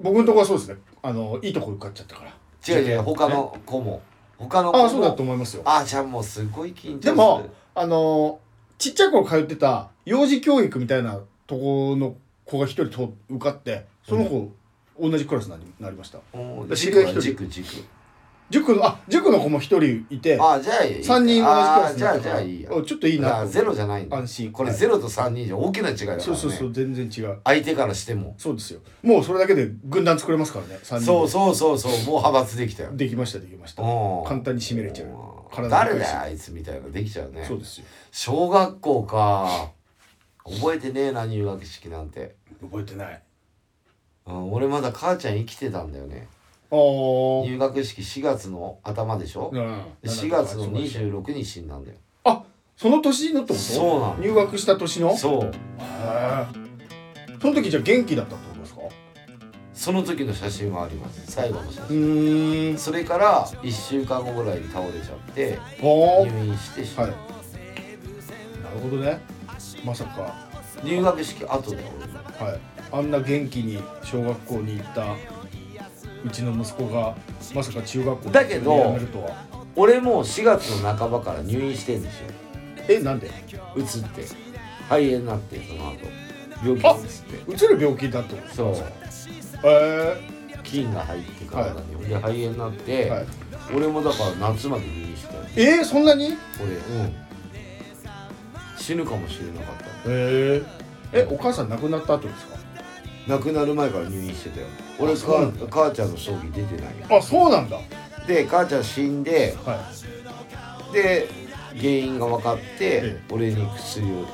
Speaker 2: 僕のところはそうですねあのいいとこ受かっちゃったから
Speaker 1: 違う違う他の子も他の子も
Speaker 2: ああそうだと思いますよ
Speaker 1: あーじゃあもうすごい緊張する
Speaker 2: でもあのちっちゃい頃通ってた幼児教育みたいなところの子が一人と受かってその子、同じクラスになりなりました
Speaker 1: もう
Speaker 2: だ
Speaker 1: 軸
Speaker 2: 知り合い一人
Speaker 1: 軸軸
Speaker 2: 塾のあ塾の子も一人いて
Speaker 1: あーじゃあいい
Speaker 2: 3人同じ
Speaker 1: あ
Speaker 2: クラスにな
Speaker 1: ー
Speaker 2: った
Speaker 1: じゃあじ
Speaker 2: か
Speaker 1: ゃ
Speaker 2: ら
Speaker 1: あいいや
Speaker 2: あちょっといいなと思
Speaker 1: あ
Speaker 2: っ
Speaker 1: ー
Speaker 2: て
Speaker 1: ゼロじゃないんだ
Speaker 2: 安心
Speaker 1: これ
Speaker 2: はい
Speaker 1: ゼロと三人じゃ大きな違いだからね
Speaker 2: そうそうそう全然違う
Speaker 1: 相手からしても
Speaker 2: そうですよもうそれだけで軍団作れますからね3人で
Speaker 1: そうそうそうそうもう派閥できたよ
Speaker 2: できましたできました
Speaker 1: うん
Speaker 2: 簡単に締めれちゃう
Speaker 1: うん
Speaker 2: 体
Speaker 1: 誰
Speaker 2: でかい
Speaker 1: だ
Speaker 2: し
Speaker 1: よあいつみたいなできちゃうね
Speaker 2: そうですよ
Speaker 1: 小学校か覚えてねえな入学式なんて、
Speaker 2: 覚えてない
Speaker 1: うん、俺まだ母ちゃん生きてたんだよね
Speaker 2: ああ
Speaker 1: 入学式4月の頭でしょ、で4月の26日になんだよ
Speaker 2: あその年のってこと
Speaker 1: そうなの
Speaker 2: 入学した年のう
Speaker 1: そう
Speaker 2: その時じゃあ元気だったってことですか
Speaker 1: その時の写真はあります最後の写
Speaker 2: う
Speaker 1: 真
Speaker 2: ーん
Speaker 1: それから1週間後ぐらいに倒れちゃって
Speaker 2: ほー
Speaker 1: 入院してし、
Speaker 2: はいなるほどねまさか
Speaker 1: 入学式後だよ俺
Speaker 2: はい、あんな元気に小学校に行ったうちの息子がまさか中学校
Speaker 1: だけど
Speaker 2: 辞めるとは
Speaker 1: 俺も4月の半ばから入院してんですよ
Speaker 2: えなんで
Speaker 1: うつって肺炎になってその後病気にうつって
Speaker 2: うつる病気だってこと
Speaker 1: そう
Speaker 2: え
Speaker 1: 菌が入って体に、で肺炎になって、
Speaker 2: ーはい、
Speaker 1: 俺もだから夏まで入院してたよ
Speaker 2: えー、そんなにへ
Speaker 1: 俺うん死ぬかもしれなかった
Speaker 2: ええ、お母さん亡くなった後ですか
Speaker 1: 亡くなる前から入院してたよ俺
Speaker 2: あそうなん
Speaker 1: か母ちゃんの葬儀出てないよ
Speaker 2: あ、そうなんだ。はい。
Speaker 1: で母ちゃん死んで
Speaker 2: あ、
Speaker 1: で原因が分かって
Speaker 2: え
Speaker 1: 俺に薬を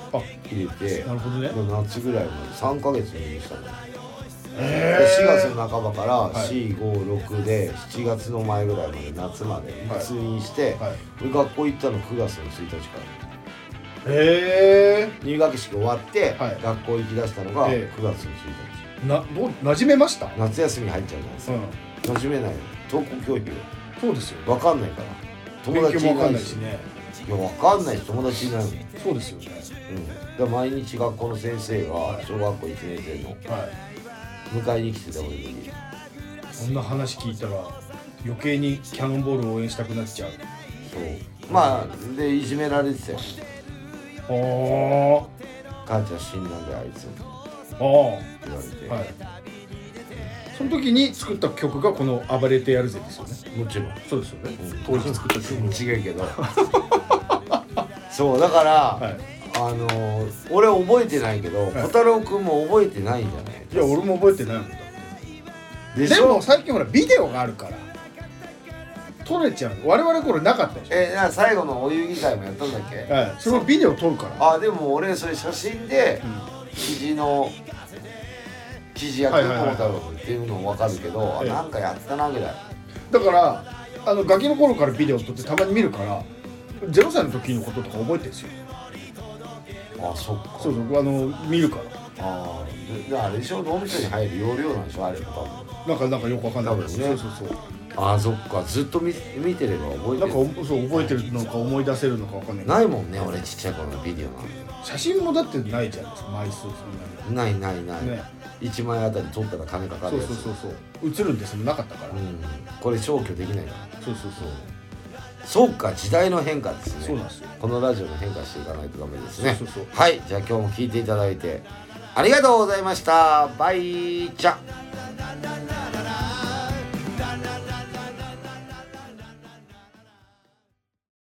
Speaker 1: 入れて
Speaker 2: なるほどね。
Speaker 1: まあ夏ぐらいまで3ヶ月入院したのよで
Speaker 2: え
Speaker 1: 4
Speaker 2: え
Speaker 1: 月の半ばから
Speaker 2: はい
Speaker 1: 456で7月の前ぐらいまで夏まで
Speaker 2: はい
Speaker 1: 通院して
Speaker 2: はい。
Speaker 1: 俺学校行ったの9月の1日から
Speaker 2: え
Speaker 1: 入学式終わって
Speaker 2: はい
Speaker 1: 学校行きだしたのが
Speaker 2: え
Speaker 1: 9月の1日
Speaker 2: えな、どう、馴染めました。
Speaker 1: 夏休み入っちゃうじゃないです
Speaker 2: う
Speaker 1: か
Speaker 2: ん。
Speaker 1: 馴染めないよ登校拒否よ
Speaker 2: そうですよ。
Speaker 1: 分かんないから友
Speaker 2: 勉
Speaker 1: 達
Speaker 2: 強
Speaker 1: い
Speaker 2: もわ
Speaker 1: な
Speaker 2: か
Speaker 1: んい
Speaker 2: ない
Speaker 1: し
Speaker 2: しね。
Speaker 1: いや分かんないし友達いないもん、うん、だか
Speaker 2: そうですよね。
Speaker 1: ら毎日学校の先生が小学校1年生の
Speaker 2: はい。
Speaker 1: 迎えに来てた俺の家に
Speaker 2: そんな話聞いたら、余計にキャノンボールを応援したくなっちゃう。
Speaker 1: そうまあでいじめられてたよ
Speaker 2: あ
Speaker 1: 母ちゃん死んだんだよあいつって
Speaker 2: あ。ああ。
Speaker 1: 言われて、
Speaker 2: はい。その時に作った曲がこの「暴れてやるぜ」ですよね。
Speaker 1: もちろん
Speaker 2: そうですよね
Speaker 1: うん。
Speaker 2: 当時作った曲。
Speaker 1: 違うけ どそうだから、
Speaker 2: はい。
Speaker 1: あのー俺覚えてないけど
Speaker 2: い
Speaker 1: 小太郎君も覚えてないんじゃない
Speaker 2: いや俺も覚えてないもんだって。
Speaker 1: で
Speaker 2: で
Speaker 1: し
Speaker 2: も
Speaker 1: ょ
Speaker 2: 最近ほらビデオがあるから撮れちゃう我々頃なかったでし
Speaker 1: えな最後のお遊戯会もやったんだっけ
Speaker 2: ょ、はい、それをビデオ撮るから
Speaker 1: あでも俺それ写真で肘の肘役
Speaker 2: はいはいはい
Speaker 1: 孝太郎っていうのも分かるけど、あ
Speaker 2: ええ
Speaker 1: なんかやったなぐらい
Speaker 2: だからあのガキの頃からビデオ撮ってたまに見るから0歳の時のこととか覚えてるんですよ
Speaker 1: あそっか
Speaker 2: そうそうあの見るから
Speaker 1: あーでであれでしょ脳みそに入る容量なんでしょあれ多分
Speaker 2: なんかなんかよくわかんないけど
Speaker 1: 多分ね
Speaker 2: そうそうそう
Speaker 1: あーそっかずっと見見てれば覚え
Speaker 2: な
Speaker 1: て
Speaker 2: んか
Speaker 1: る
Speaker 2: おそう覚えてるのか思い出せるのかわかんないけど
Speaker 1: ないもんね俺ちっちゃい頃のビデオな
Speaker 2: 写真もだってないじゃないですか枚数そんなん
Speaker 1: ないないない、
Speaker 2: にね
Speaker 1: 1万円あたり取ったら金かか
Speaker 2: そ
Speaker 1: る
Speaker 2: う
Speaker 1: やつ
Speaker 2: そうそうそう映るんですもんなかったから、
Speaker 1: うん、これ消去できないから
Speaker 2: そうそうそう
Speaker 1: そうか時代の変化ですね
Speaker 2: そうなんですよ
Speaker 1: このラジオも変化していかないとダメですね
Speaker 2: そうそうそう
Speaker 1: はいじゃあ今日も聞いていただいてありがとうございましたバイチャ